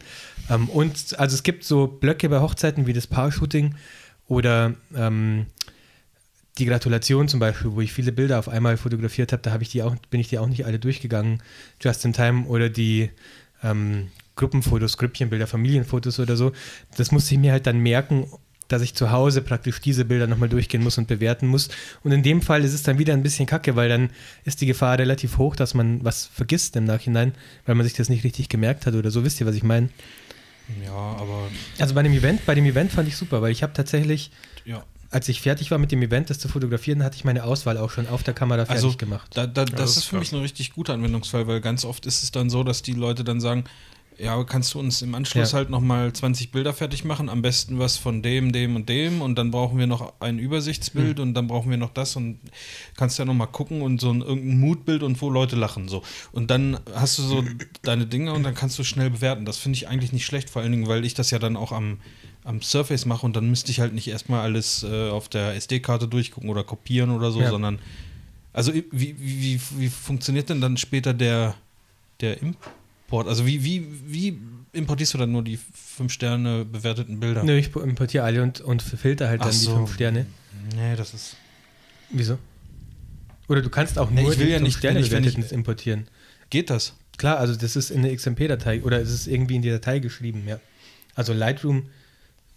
[SPEAKER 1] Ähm, und also es gibt so Blöcke bei Hochzeiten wie das Paar-Shooting oder ähm, die Gratulation zum Beispiel, wo ich viele Bilder auf einmal fotografiert habe, da habe ich die auch, bin ich die auch nicht alle durchgegangen, just in time oder die ähm, Gruppenfotos, Grüppchenbilder, Familienfotos oder so. Das musste ich mir halt dann merken, dass ich zu Hause praktisch diese Bilder nochmal durchgehen muss und bewerten muss. Und in dem Fall ist es dann wieder ein bisschen kacke, weil dann ist die Gefahr relativ hoch, dass man was vergisst im Nachhinein, weil man sich das nicht richtig gemerkt hat oder so. Wisst ihr, was ich meine?
[SPEAKER 3] Ja, aber.
[SPEAKER 1] Also bei dem Event, bei dem Event fand ich super, weil ich habe tatsächlich
[SPEAKER 3] Ja.
[SPEAKER 1] als ich fertig war mit dem Event, das zu fotografieren, hatte ich meine Auswahl auch schon auf der Kamera fertig
[SPEAKER 3] Also,
[SPEAKER 1] gemacht.
[SPEAKER 3] da, da, das,
[SPEAKER 2] das
[SPEAKER 3] ist,
[SPEAKER 2] ist
[SPEAKER 3] für mich
[SPEAKER 2] klar.
[SPEAKER 3] ein richtig guter Anwendungsfall, weil ganz oft ist es dann so, dass die Leute dann sagen, ja, aber kannst du uns im Anschluss
[SPEAKER 1] Ja.
[SPEAKER 3] halt nochmal 20 Bilder fertig machen, am besten was von dem, dem und dem und dann brauchen wir noch ein Übersichtsbild
[SPEAKER 1] Hm.
[SPEAKER 3] und dann brauchen wir noch das und kannst ja nochmal gucken und so ein irgendein Mutbild und wo Leute lachen so. Und dann hast du so deine Dinge und dann kannst du schnell bewerten. Das finde ich eigentlich nicht schlecht, vor allen Dingen, weil ich das ja dann auch am, am Surface mache und dann müsste ich halt nicht erstmal alles äh, auf der SD-Karte durchgucken oder kopieren oder so,
[SPEAKER 1] Ja.
[SPEAKER 3] sondern also i- wie, wie, wie, wie funktioniert denn dann später der, der Import? Also wie, wie, wie importierst du dann nur die fünf Sterne bewerteten Bilder?
[SPEAKER 1] Nö, ich importiere alle und, und filter halt
[SPEAKER 3] Ach
[SPEAKER 1] dann
[SPEAKER 3] so.
[SPEAKER 1] die fünf Sterne.
[SPEAKER 3] Nee, das ist.
[SPEAKER 1] Wieso? Oder du kannst auch
[SPEAKER 3] Nee,
[SPEAKER 1] nur
[SPEAKER 3] ich will
[SPEAKER 1] die
[SPEAKER 3] ja
[SPEAKER 1] fünf
[SPEAKER 3] nicht-
[SPEAKER 1] Sterne
[SPEAKER 3] wenn ich- wenn ich-
[SPEAKER 1] bewerteten importieren.
[SPEAKER 3] Geht das?
[SPEAKER 1] Klar, also das ist in der XMP-Datei oder es ist irgendwie in die Datei geschrieben, ja. Also Lightroom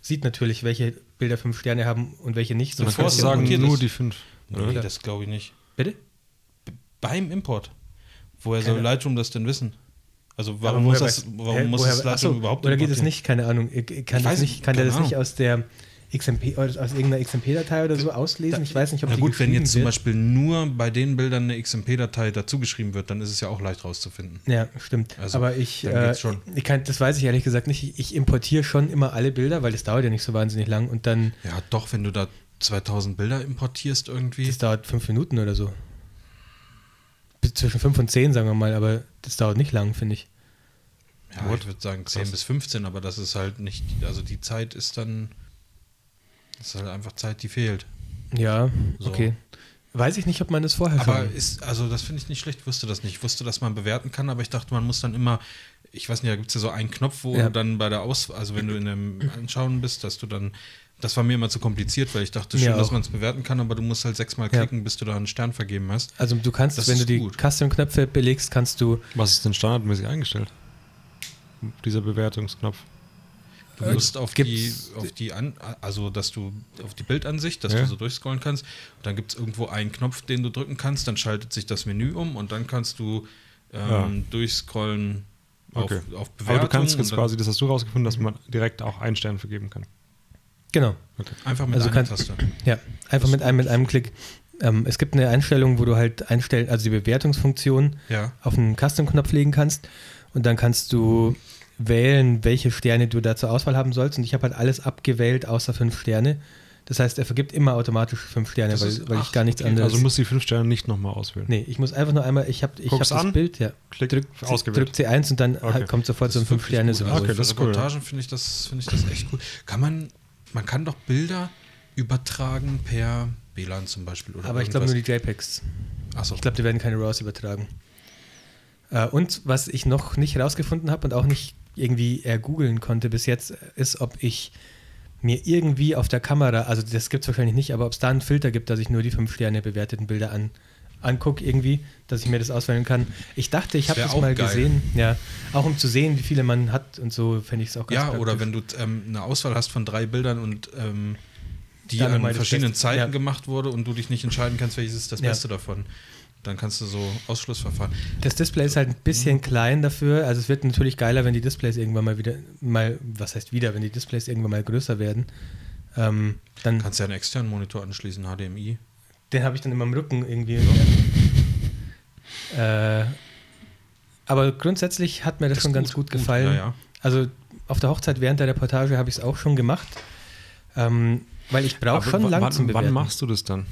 [SPEAKER 1] sieht natürlich, welche Bilder fünf Sterne haben und welche nicht.
[SPEAKER 3] Dann
[SPEAKER 1] sonst
[SPEAKER 3] kannst
[SPEAKER 1] kannst
[SPEAKER 3] du
[SPEAKER 1] ja
[SPEAKER 3] sagen,
[SPEAKER 1] importieren.
[SPEAKER 3] nur die
[SPEAKER 2] fünf.
[SPEAKER 3] Nee, das glaube ich nicht.
[SPEAKER 1] Bitte?
[SPEAKER 3] Beim Import. Woher soll
[SPEAKER 1] Keine-
[SPEAKER 3] Lightroom das denn wissen? Also
[SPEAKER 1] Aber
[SPEAKER 3] warum muss
[SPEAKER 1] woher
[SPEAKER 3] das,
[SPEAKER 1] weiß-
[SPEAKER 3] warum
[SPEAKER 1] hä,
[SPEAKER 3] muss
[SPEAKER 1] woher-
[SPEAKER 3] das Lightroom
[SPEAKER 1] achso,
[SPEAKER 3] überhaupt
[SPEAKER 1] Oder geht es
[SPEAKER 3] importieren?
[SPEAKER 1] nicht? Keine Ahnung. Ich- ich Kann,
[SPEAKER 3] Ich
[SPEAKER 1] das
[SPEAKER 3] weiß
[SPEAKER 1] nicht,
[SPEAKER 3] es-
[SPEAKER 1] kann der
[SPEAKER 3] keine
[SPEAKER 1] das nicht
[SPEAKER 3] Ahnung.
[SPEAKER 1] aus der XMP, aus, aus irgendeiner XMP-Datei oder so auslesen. Ich weiß nicht, ob
[SPEAKER 3] Na
[SPEAKER 1] die
[SPEAKER 3] gut, wenn
[SPEAKER 1] geschrieben
[SPEAKER 3] jetzt zum
[SPEAKER 1] wird.
[SPEAKER 3] Beispiel nur bei den Bildern eine XMP-Datei dazugeschrieben wird, dann ist es ja auch leicht rauszufinden.
[SPEAKER 1] Ja, stimmt.
[SPEAKER 3] Also,
[SPEAKER 1] Aber ich,
[SPEAKER 3] dann
[SPEAKER 1] äh,
[SPEAKER 3] geht's schon.
[SPEAKER 1] ich kann, das weiß ich ehrlich gesagt nicht. Ich, ich importiere schon immer alle Bilder, weil das dauert ja nicht so wahnsinnig lang und dann,
[SPEAKER 3] Ja, doch, wenn du da 2000 Bilder importierst irgendwie.
[SPEAKER 1] das dauert fünf Minuten oder so. Bis zwischen fünf und zehn, sagen wir mal, aber das dauert nicht lang, finde ich.
[SPEAKER 3] Ja, ich würde sagen 10 bis 15, aber das ist halt nicht, also die Zeit ist dann, das ist halt einfach Zeit, die fehlt.
[SPEAKER 1] Ja,
[SPEAKER 3] So.
[SPEAKER 1] okay. Weiß ich nicht, ob man das vorher
[SPEAKER 3] Aber
[SPEAKER 1] schon.
[SPEAKER 3] ist, also das finde ich nicht schlecht, wusste das nicht. Ich wusste, dass man bewerten kann, aber ich dachte, man muss dann immer, ich weiß nicht, da gibt es ja so einen Knopf, wo
[SPEAKER 1] Ja.
[SPEAKER 3] du dann bei der Aus, also wenn du in einem Anschauen bist, dass du dann, das war mir immer zu kompliziert, weil ich dachte
[SPEAKER 1] Mir
[SPEAKER 3] schon, dass
[SPEAKER 1] auch.
[SPEAKER 3] man es bewerten kann, aber du musst halt sechsmal
[SPEAKER 1] Ja.
[SPEAKER 3] klicken, bis du da einen Stern vergeben hast.
[SPEAKER 1] Also du kannst,
[SPEAKER 3] das
[SPEAKER 1] wenn du
[SPEAKER 3] ist
[SPEAKER 1] die
[SPEAKER 3] gut.
[SPEAKER 1] Custom-Knöpfe belegst, kannst du
[SPEAKER 2] Was ist denn standardmäßig eingestellt? Dieser Bewertungsknopf. Äh,
[SPEAKER 3] Du musst auf die,
[SPEAKER 1] gibt's-
[SPEAKER 3] auf die an, also dass du auf die Bildansicht, dass
[SPEAKER 2] Ja.
[SPEAKER 3] du so durchscrollen kannst. Und dann gibt es irgendwo einen Knopf, den du drücken kannst, dann schaltet sich das Menü um und dann kannst du ähm,
[SPEAKER 2] Ja.
[SPEAKER 3] durchscrollen auf,
[SPEAKER 2] Okay.
[SPEAKER 3] auf
[SPEAKER 2] Aber
[SPEAKER 3] Bewertung.
[SPEAKER 2] du kannst jetzt
[SPEAKER 3] und dann
[SPEAKER 2] quasi, das hast du rausgefunden, dass man direkt auch einen Stern vergeben kann.
[SPEAKER 1] Genau.
[SPEAKER 3] einfach mit
[SPEAKER 1] also
[SPEAKER 3] einer
[SPEAKER 1] kannst-
[SPEAKER 3] Taste.
[SPEAKER 1] Ja, einfach mit einem, mit einem Klick. Ähm, es gibt eine Einstellung, wo du halt einstellen, also die Bewertungsfunktion
[SPEAKER 3] Ja.
[SPEAKER 1] auf einen Custom-Knopf legen kannst und dann kannst du wählen, welche Sterne du da zur Auswahl haben sollst. Und ich habe halt alles abgewählt außer fünf Sterne. Das heißt, er vergibt immer automatisch fünf Sterne,
[SPEAKER 3] Das
[SPEAKER 1] weil,
[SPEAKER 3] ist-
[SPEAKER 1] weil ich
[SPEAKER 3] ach,
[SPEAKER 1] gar nichts
[SPEAKER 3] okay.
[SPEAKER 1] anderes.
[SPEAKER 2] Also du musst die fünf Sterne nicht nochmal auswählen.
[SPEAKER 1] nee, ich muss einfach nur einmal, ich habe ich hab
[SPEAKER 2] Guckst
[SPEAKER 1] das
[SPEAKER 2] an?
[SPEAKER 1] Bild, ja.
[SPEAKER 2] Klick,
[SPEAKER 1] Drückt
[SPEAKER 2] ausgewählt.
[SPEAKER 1] drückt C1 und dann
[SPEAKER 2] Okay.
[SPEAKER 1] kommt sofort so ein fünf Sterne
[SPEAKER 3] so.
[SPEAKER 1] Symbol.
[SPEAKER 3] Also
[SPEAKER 2] Okay,
[SPEAKER 3] für
[SPEAKER 2] das ist cool,
[SPEAKER 3] Reportagen finde ich das finde ich das echt cool. Kann man man kann doch Bilder übertragen per WLAN zum Beispiel oder
[SPEAKER 1] Aber ich glaube nur
[SPEAKER 3] irgendwas.
[SPEAKER 1] die JPEGs.
[SPEAKER 3] Achso.
[SPEAKER 1] Ich glaube, die werden keine RAWs übertragen. Äh, und was ich noch nicht herausgefunden habe und auch nicht irgendwie ergoogeln konnte bis jetzt, äh, ist, ob ich mir irgendwie auf der Kamera, also das gibt es wahrscheinlich nicht, aber ob es da einen Filter gibt, dass ich nur die fünf Sterne bewerteten Bilder an, angucke irgendwie, dass ich mir das auswählen kann. Ich dachte, ich
[SPEAKER 3] Das
[SPEAKER 1] habe
[SPEAKER 3] wär
[SPEAKER 1] das
[SPEAKER 3] auch
[SPEAKER 1] mal
[SPEAKER 3] geil.
[SPEAKER 1] gesehen, ja, auch um zu sehen, wie viele man hat und so, fände ich es auch ganz
[SPEAKER 3] Ja, oder
[SPEAKER 1] praktisch.
[SPEAKER 3] wenn du ähm, eine Auswahl hast von drei Bildern und ähm, die
[SPEAKER 1] Dann mal
[SPEAKER 3] an
[SPEAKER 1] das
[SPEAKER 3] verschiedenen
[SPEAKER 1] Beste.
[SPEAKER 3] Zeiten
[SPEAKER 1] Ja.
[SPEAKER 3] gemacht wurde und du dich nicht entscheiden kannst, welches ist das
[SPEAKER 1] Ja.
[SPEAKER 3] Beste davon. Dann kannst du so Ausschlussverfahren.
[SPEAKER 1] Das Display ist halt ein bisschen klein dafür. Also es wird natürlich geiler, wenn die Displays irgendwann mal wieder, mal, was heißt wieder, wenn die Displays irgendwann mal größer werden. Ähm, dann,
[SPEAKER 3] Kannst ja einen externen Monitor anschließen, HDMI.
[SPEAKER 1] den habe ich dann immer im Rücken irgendwie. Äh, aber grundsätzlich hat mir das,
[SPEAKER 3] Ist
[SPEAKER 1] schon ganz gut gefallen.
[SPEAKER 3] Ja, ja.
[SPEAKER 1] Also auf der Hochzeit während der Reportage habe ich es auch schon gemacht. Ähm, weil ich
[SPEAKER 2] Aber
[SPEAKER 1] brauche schon
[SPEAKER 2] w-
[SPEAKER 1] lang
[SPEAKER 2] wann,
[SPEAKER 1] zum
[SPEAKER 2] wann
[SPEAKER 1] Bewerten.
[SPEAKER 2] machst du das dann?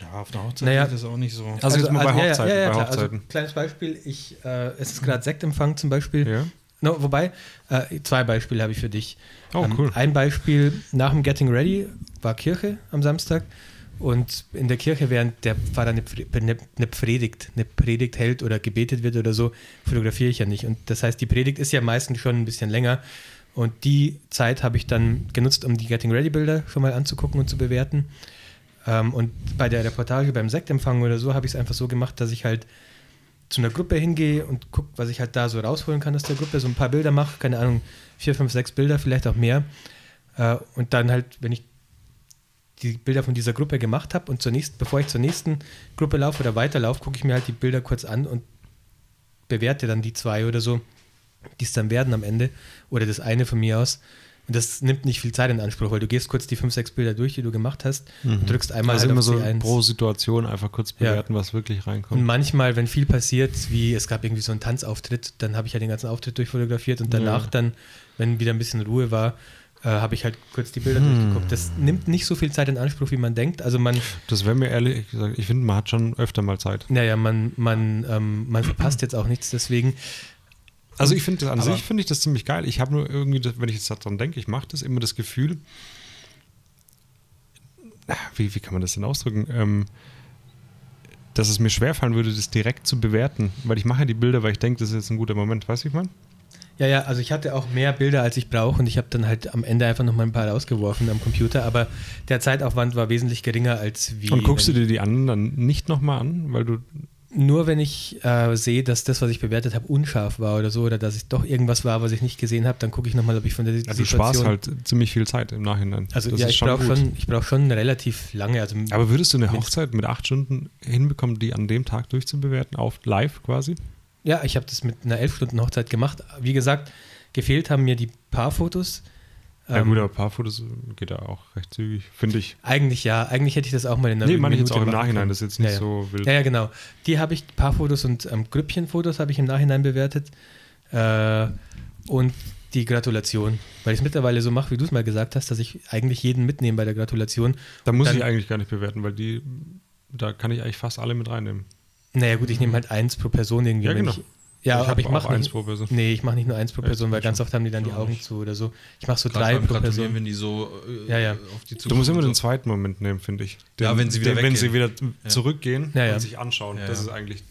[SPEAKER 3] ja, auf der Hochzeit
[SPEAKER 1] Naja.
[SPEAKER 3] geht das auch nicht so.
[SPEAKER 2] Also jetzt mal bei Hochzeiten, bei
[SPEAKER 1] Also,
[SPEAKER 2] Hochzeiten.
[SPEAKER 1] kleines Beispiel, ich, äh, es ist gerade Sektempfang zum Beispiel.
[SPEAKER 2] Ja.
[SPEAKER 1] No, wobei, äh, zwei Beispiele habe ich für dich. Ähm,
[SPEAKER 2] Oh, cool.
[SPEAKER 1] Ein Beispiel nach dem Getting Ready war Kirche am Samstag. Und in der Kirche, während der Pfarrer eine, Pre- eine, eine, Predigt, eine Predigt hält oder gebetet wird oder so, fotografiere ich ja nicht. Und das heißt, die Predigt ist ja meistens schon ein bisschen länger. Und die Zeit habe ich dann genutzt, um die Getting Ready Bilder schon mal anzugucken und zu bewerten. Ähm, und bei der Reportage, beim Sektempfang oder so, habe ich es einfach so gemacht, dass ich halt zu einer Gruppe hingehe und gucke, was ich halt da so rausholen kann aus der Gruppe, so ein paar Bilder mache, keine Ahnung, vier, fünf, sechs Bilder, vielleicht auch mehr. Äh, und dann halt, wenn ich die Bilder von dieser Gruppe gemacht habe und zur nächsten, bevor ich zur nächsten Gruppe laufe oder weiterlaufe, gucke ich mir halt die Bilder kurz an und bewerte dann die zwei oder so, die es dann werden am Ende oder das eine von mir aus. Und das nimmt nicht viel Zeit in Anspruch, weil du gehst kurz die fünf, sechs Bilder durch, die du gemacht hast und drückst einmal
[SPEAKER 2] also
[SPEAKER 1] halt
[SPEAKER 2] immer
[SPEAKER 1] auf
[SPEAKER 2] so
[SPEAKER 1] C1.
[SPEAKER 2] pro Situation einfach kurz
[SPEAKER 1] Ja. Hm.
[SPEAKER 2] bewerten, was wirklich
[SPEAKER 1] Und
[SPEAKER 2] reinkommt.
[SPEAKER 1] manchmal, wenn viel passiert, wie es gab irgendwie so einen Tanzauftritt, dann habe ich ja den ganzen Auftritt durchfotografiert und danach
[SPEAKER 2] Ja.
[SPEAKER 1] dann, wenn wieder ein bisschen Ruhe war, äh, habe ich halt kurz die Bilder
[SPEAKER 2] Hm.
[SPEAKER 1] durchgeguckt. Das nimmt nicht so viel Zeit in Anspruch, wie man denkt. Also man,
[SPEAKER 2] Das wäre mir ehrlich gesagt, ich finde, man hat schon öfter mal Zeit.
[SPEAKER 1] naja, man, man, ähm, man verpasst jetzt auch nichts deswegen.
[SPEAKER 2] Also ich finde das an
[SPEAKER 3] Aber-
[SPEAKER 2] sich finde ich das ziemlich geil. Ich habe nur irgendwie, das, wenn ich jetzt daran denke, ich mache das immer das Gefühl, Ah, wie, wie kann man das denn ausdrücken? Ähm, dass es mir schwerfallen würde, das direkt zu bewerten, weil ich mache ja die Bilder, weil ich denke, das ist jetzt ein guter Moment. Weißt du, wie ich meine?
[SPEAKER 1] Ja, ja, also ich hatte auch mehr Bilder, als ich brauche und ich habe dann halt am Ende einfach nochmal ein paar rausgeworfen am Computer, aber der Zeitaufwand war wesentlich geringer als wie.
[SPEAKER 2] Und guckst du
[SPEAKER 1] wenn-
[SPEAKER 2] dir die anderen dann nicht nochmal an, weil du
[SPEAKER 1] Nur wenn ich äh, sehe, dass das, was ich bewertet habe, unscharf war oder so, oder dass ich doch irgendwas war, was ich nicht gesehen habe, dann gucke ich nochmal, ob ich von der
[SPEAKER 2] Also du sparst halt ziemlich viel Zeit im Nachhinein.
[SPEAKER 1] Also
[SPEAKER 2] Das
[SPEAKER 1] ja,
[SPEAKER 2] ist
[SPEAKER 1] ich brauche
[SPEAKER 2] gut.
[SPEAKER 1] schon, ich brauch schon relativ lange. Also,
[SPEAKER 2] Aber würdest du eine
[SPEAKER 1] Mindest-
[SPEAKER 2] Hochzeit mit acht Stunden hinbekommen, die an dem Tag durchzubewerten, auf live quasi?
[SPEAKER 1] ja, ich habe das mit einer elf Stunden Hochzeit gemacht. Wie gesagt, gefehlt haben mir die Paarfotos, äh,
[SPEAKER 2] ja gut, aber ein paar Fotos geht da auch recht zügig, finde ich.
[SPEAKER 1] Eigentlich ja. Eigentlich hätte ich das auch mal in der
[SPEAKER 2] Nee, meine ich jetzt
[SPEAKER 1] Minute
[SPEAKER 2] auch im
[SPEAKER 1] machen
[SPEAKER 2] Nachhinein,
[SPEAKER 1] können.
[SPEAKER 2] das ist jetzt nicht
[SPEAKER 1] ja, ja.
[SPEAKER 2] so wild.
[SPEAKER 1] Ja, ja, genau. Die habe ich, ein paar Fotos und ähm, Grüppchenfotos habe ich im Nachhinein bewertet. Äh, und die Gratulation. Weil ich es mittlerweile so mache, wie du es mal gesagt hast, dass ich eigentlich jeden mitnehme bei der Gratulation.
[SPEAKER 2] Da muss
[SPEAKER 1] Dann-
[SPEAKER 2] ich eigentlich gar nicht bewerten, weil die, da kann ich eigentlich fast alle mit reinnehmen.
[SPEAKER 1] Naja, gut, ich nehme halt eins pro Person irgendwie.
[SPEAKER 2] Mhm. Ja,
[SPEAKER 1] wenn
[SPEAKER 2] genau.
[SPEAKER 1] Ich, ja,
[SPEAKER 2] Ich hab
[SPEAKER 1] aber ich
[SPEAKER 2] auch
[SPEAKER 1] mache
[SPEAKER 2] eins
[SPEAKER 1] nicht.
[SPEAKER 2] pro Person.
[SPEAKER 1] Nee, ich mache nicht nur eins pro
[SPEAKER 2] Ja,
[SPEAKER 1] Person, weil
[SPEAKER 2] ich schon.
[SPEAKER 1] ganz oft haben die dann die
[SPEAKER 2] Ja,
[SPEAKER 1] Augen
[SPEAKER 2] ich-
[SPEAKER 1] zu oder so. Ich mache so
[SPEAKER 3] Gerade
[SPEAKER 1] drei
[SPEAKER 3] beim
[SPEAKER 1] pro
[SPEAKER 3] Gratulieren,
[SPEAKER 1] Person.
[SPEAKER 3] wenn die so äh,
[SPEAKER 1] Ja, ja.
[SPEAKER 3] auf die
[SPEAKER 2] Du musst immer den
[SPEAKER 3] zukommen.
[SPEAKER 2] zweiten Moment nehmen, finde ich. Den,
[SPEAKER 3] Ja, wenn sie wieder
[SPEAKER 2] den, wenn sie wieder
[SPEAKER 3] Ja.
[SPEAKER 2] zurückgehen
[SPEAKER 1] Ja, ja.
[SPEAKER 2] und sich anschauen.
[SPEAKER 3] Ja,
[SPEAKER 2] das
[SPEAKER 3] ja.
[SPEAKER 2] ist eigentlich.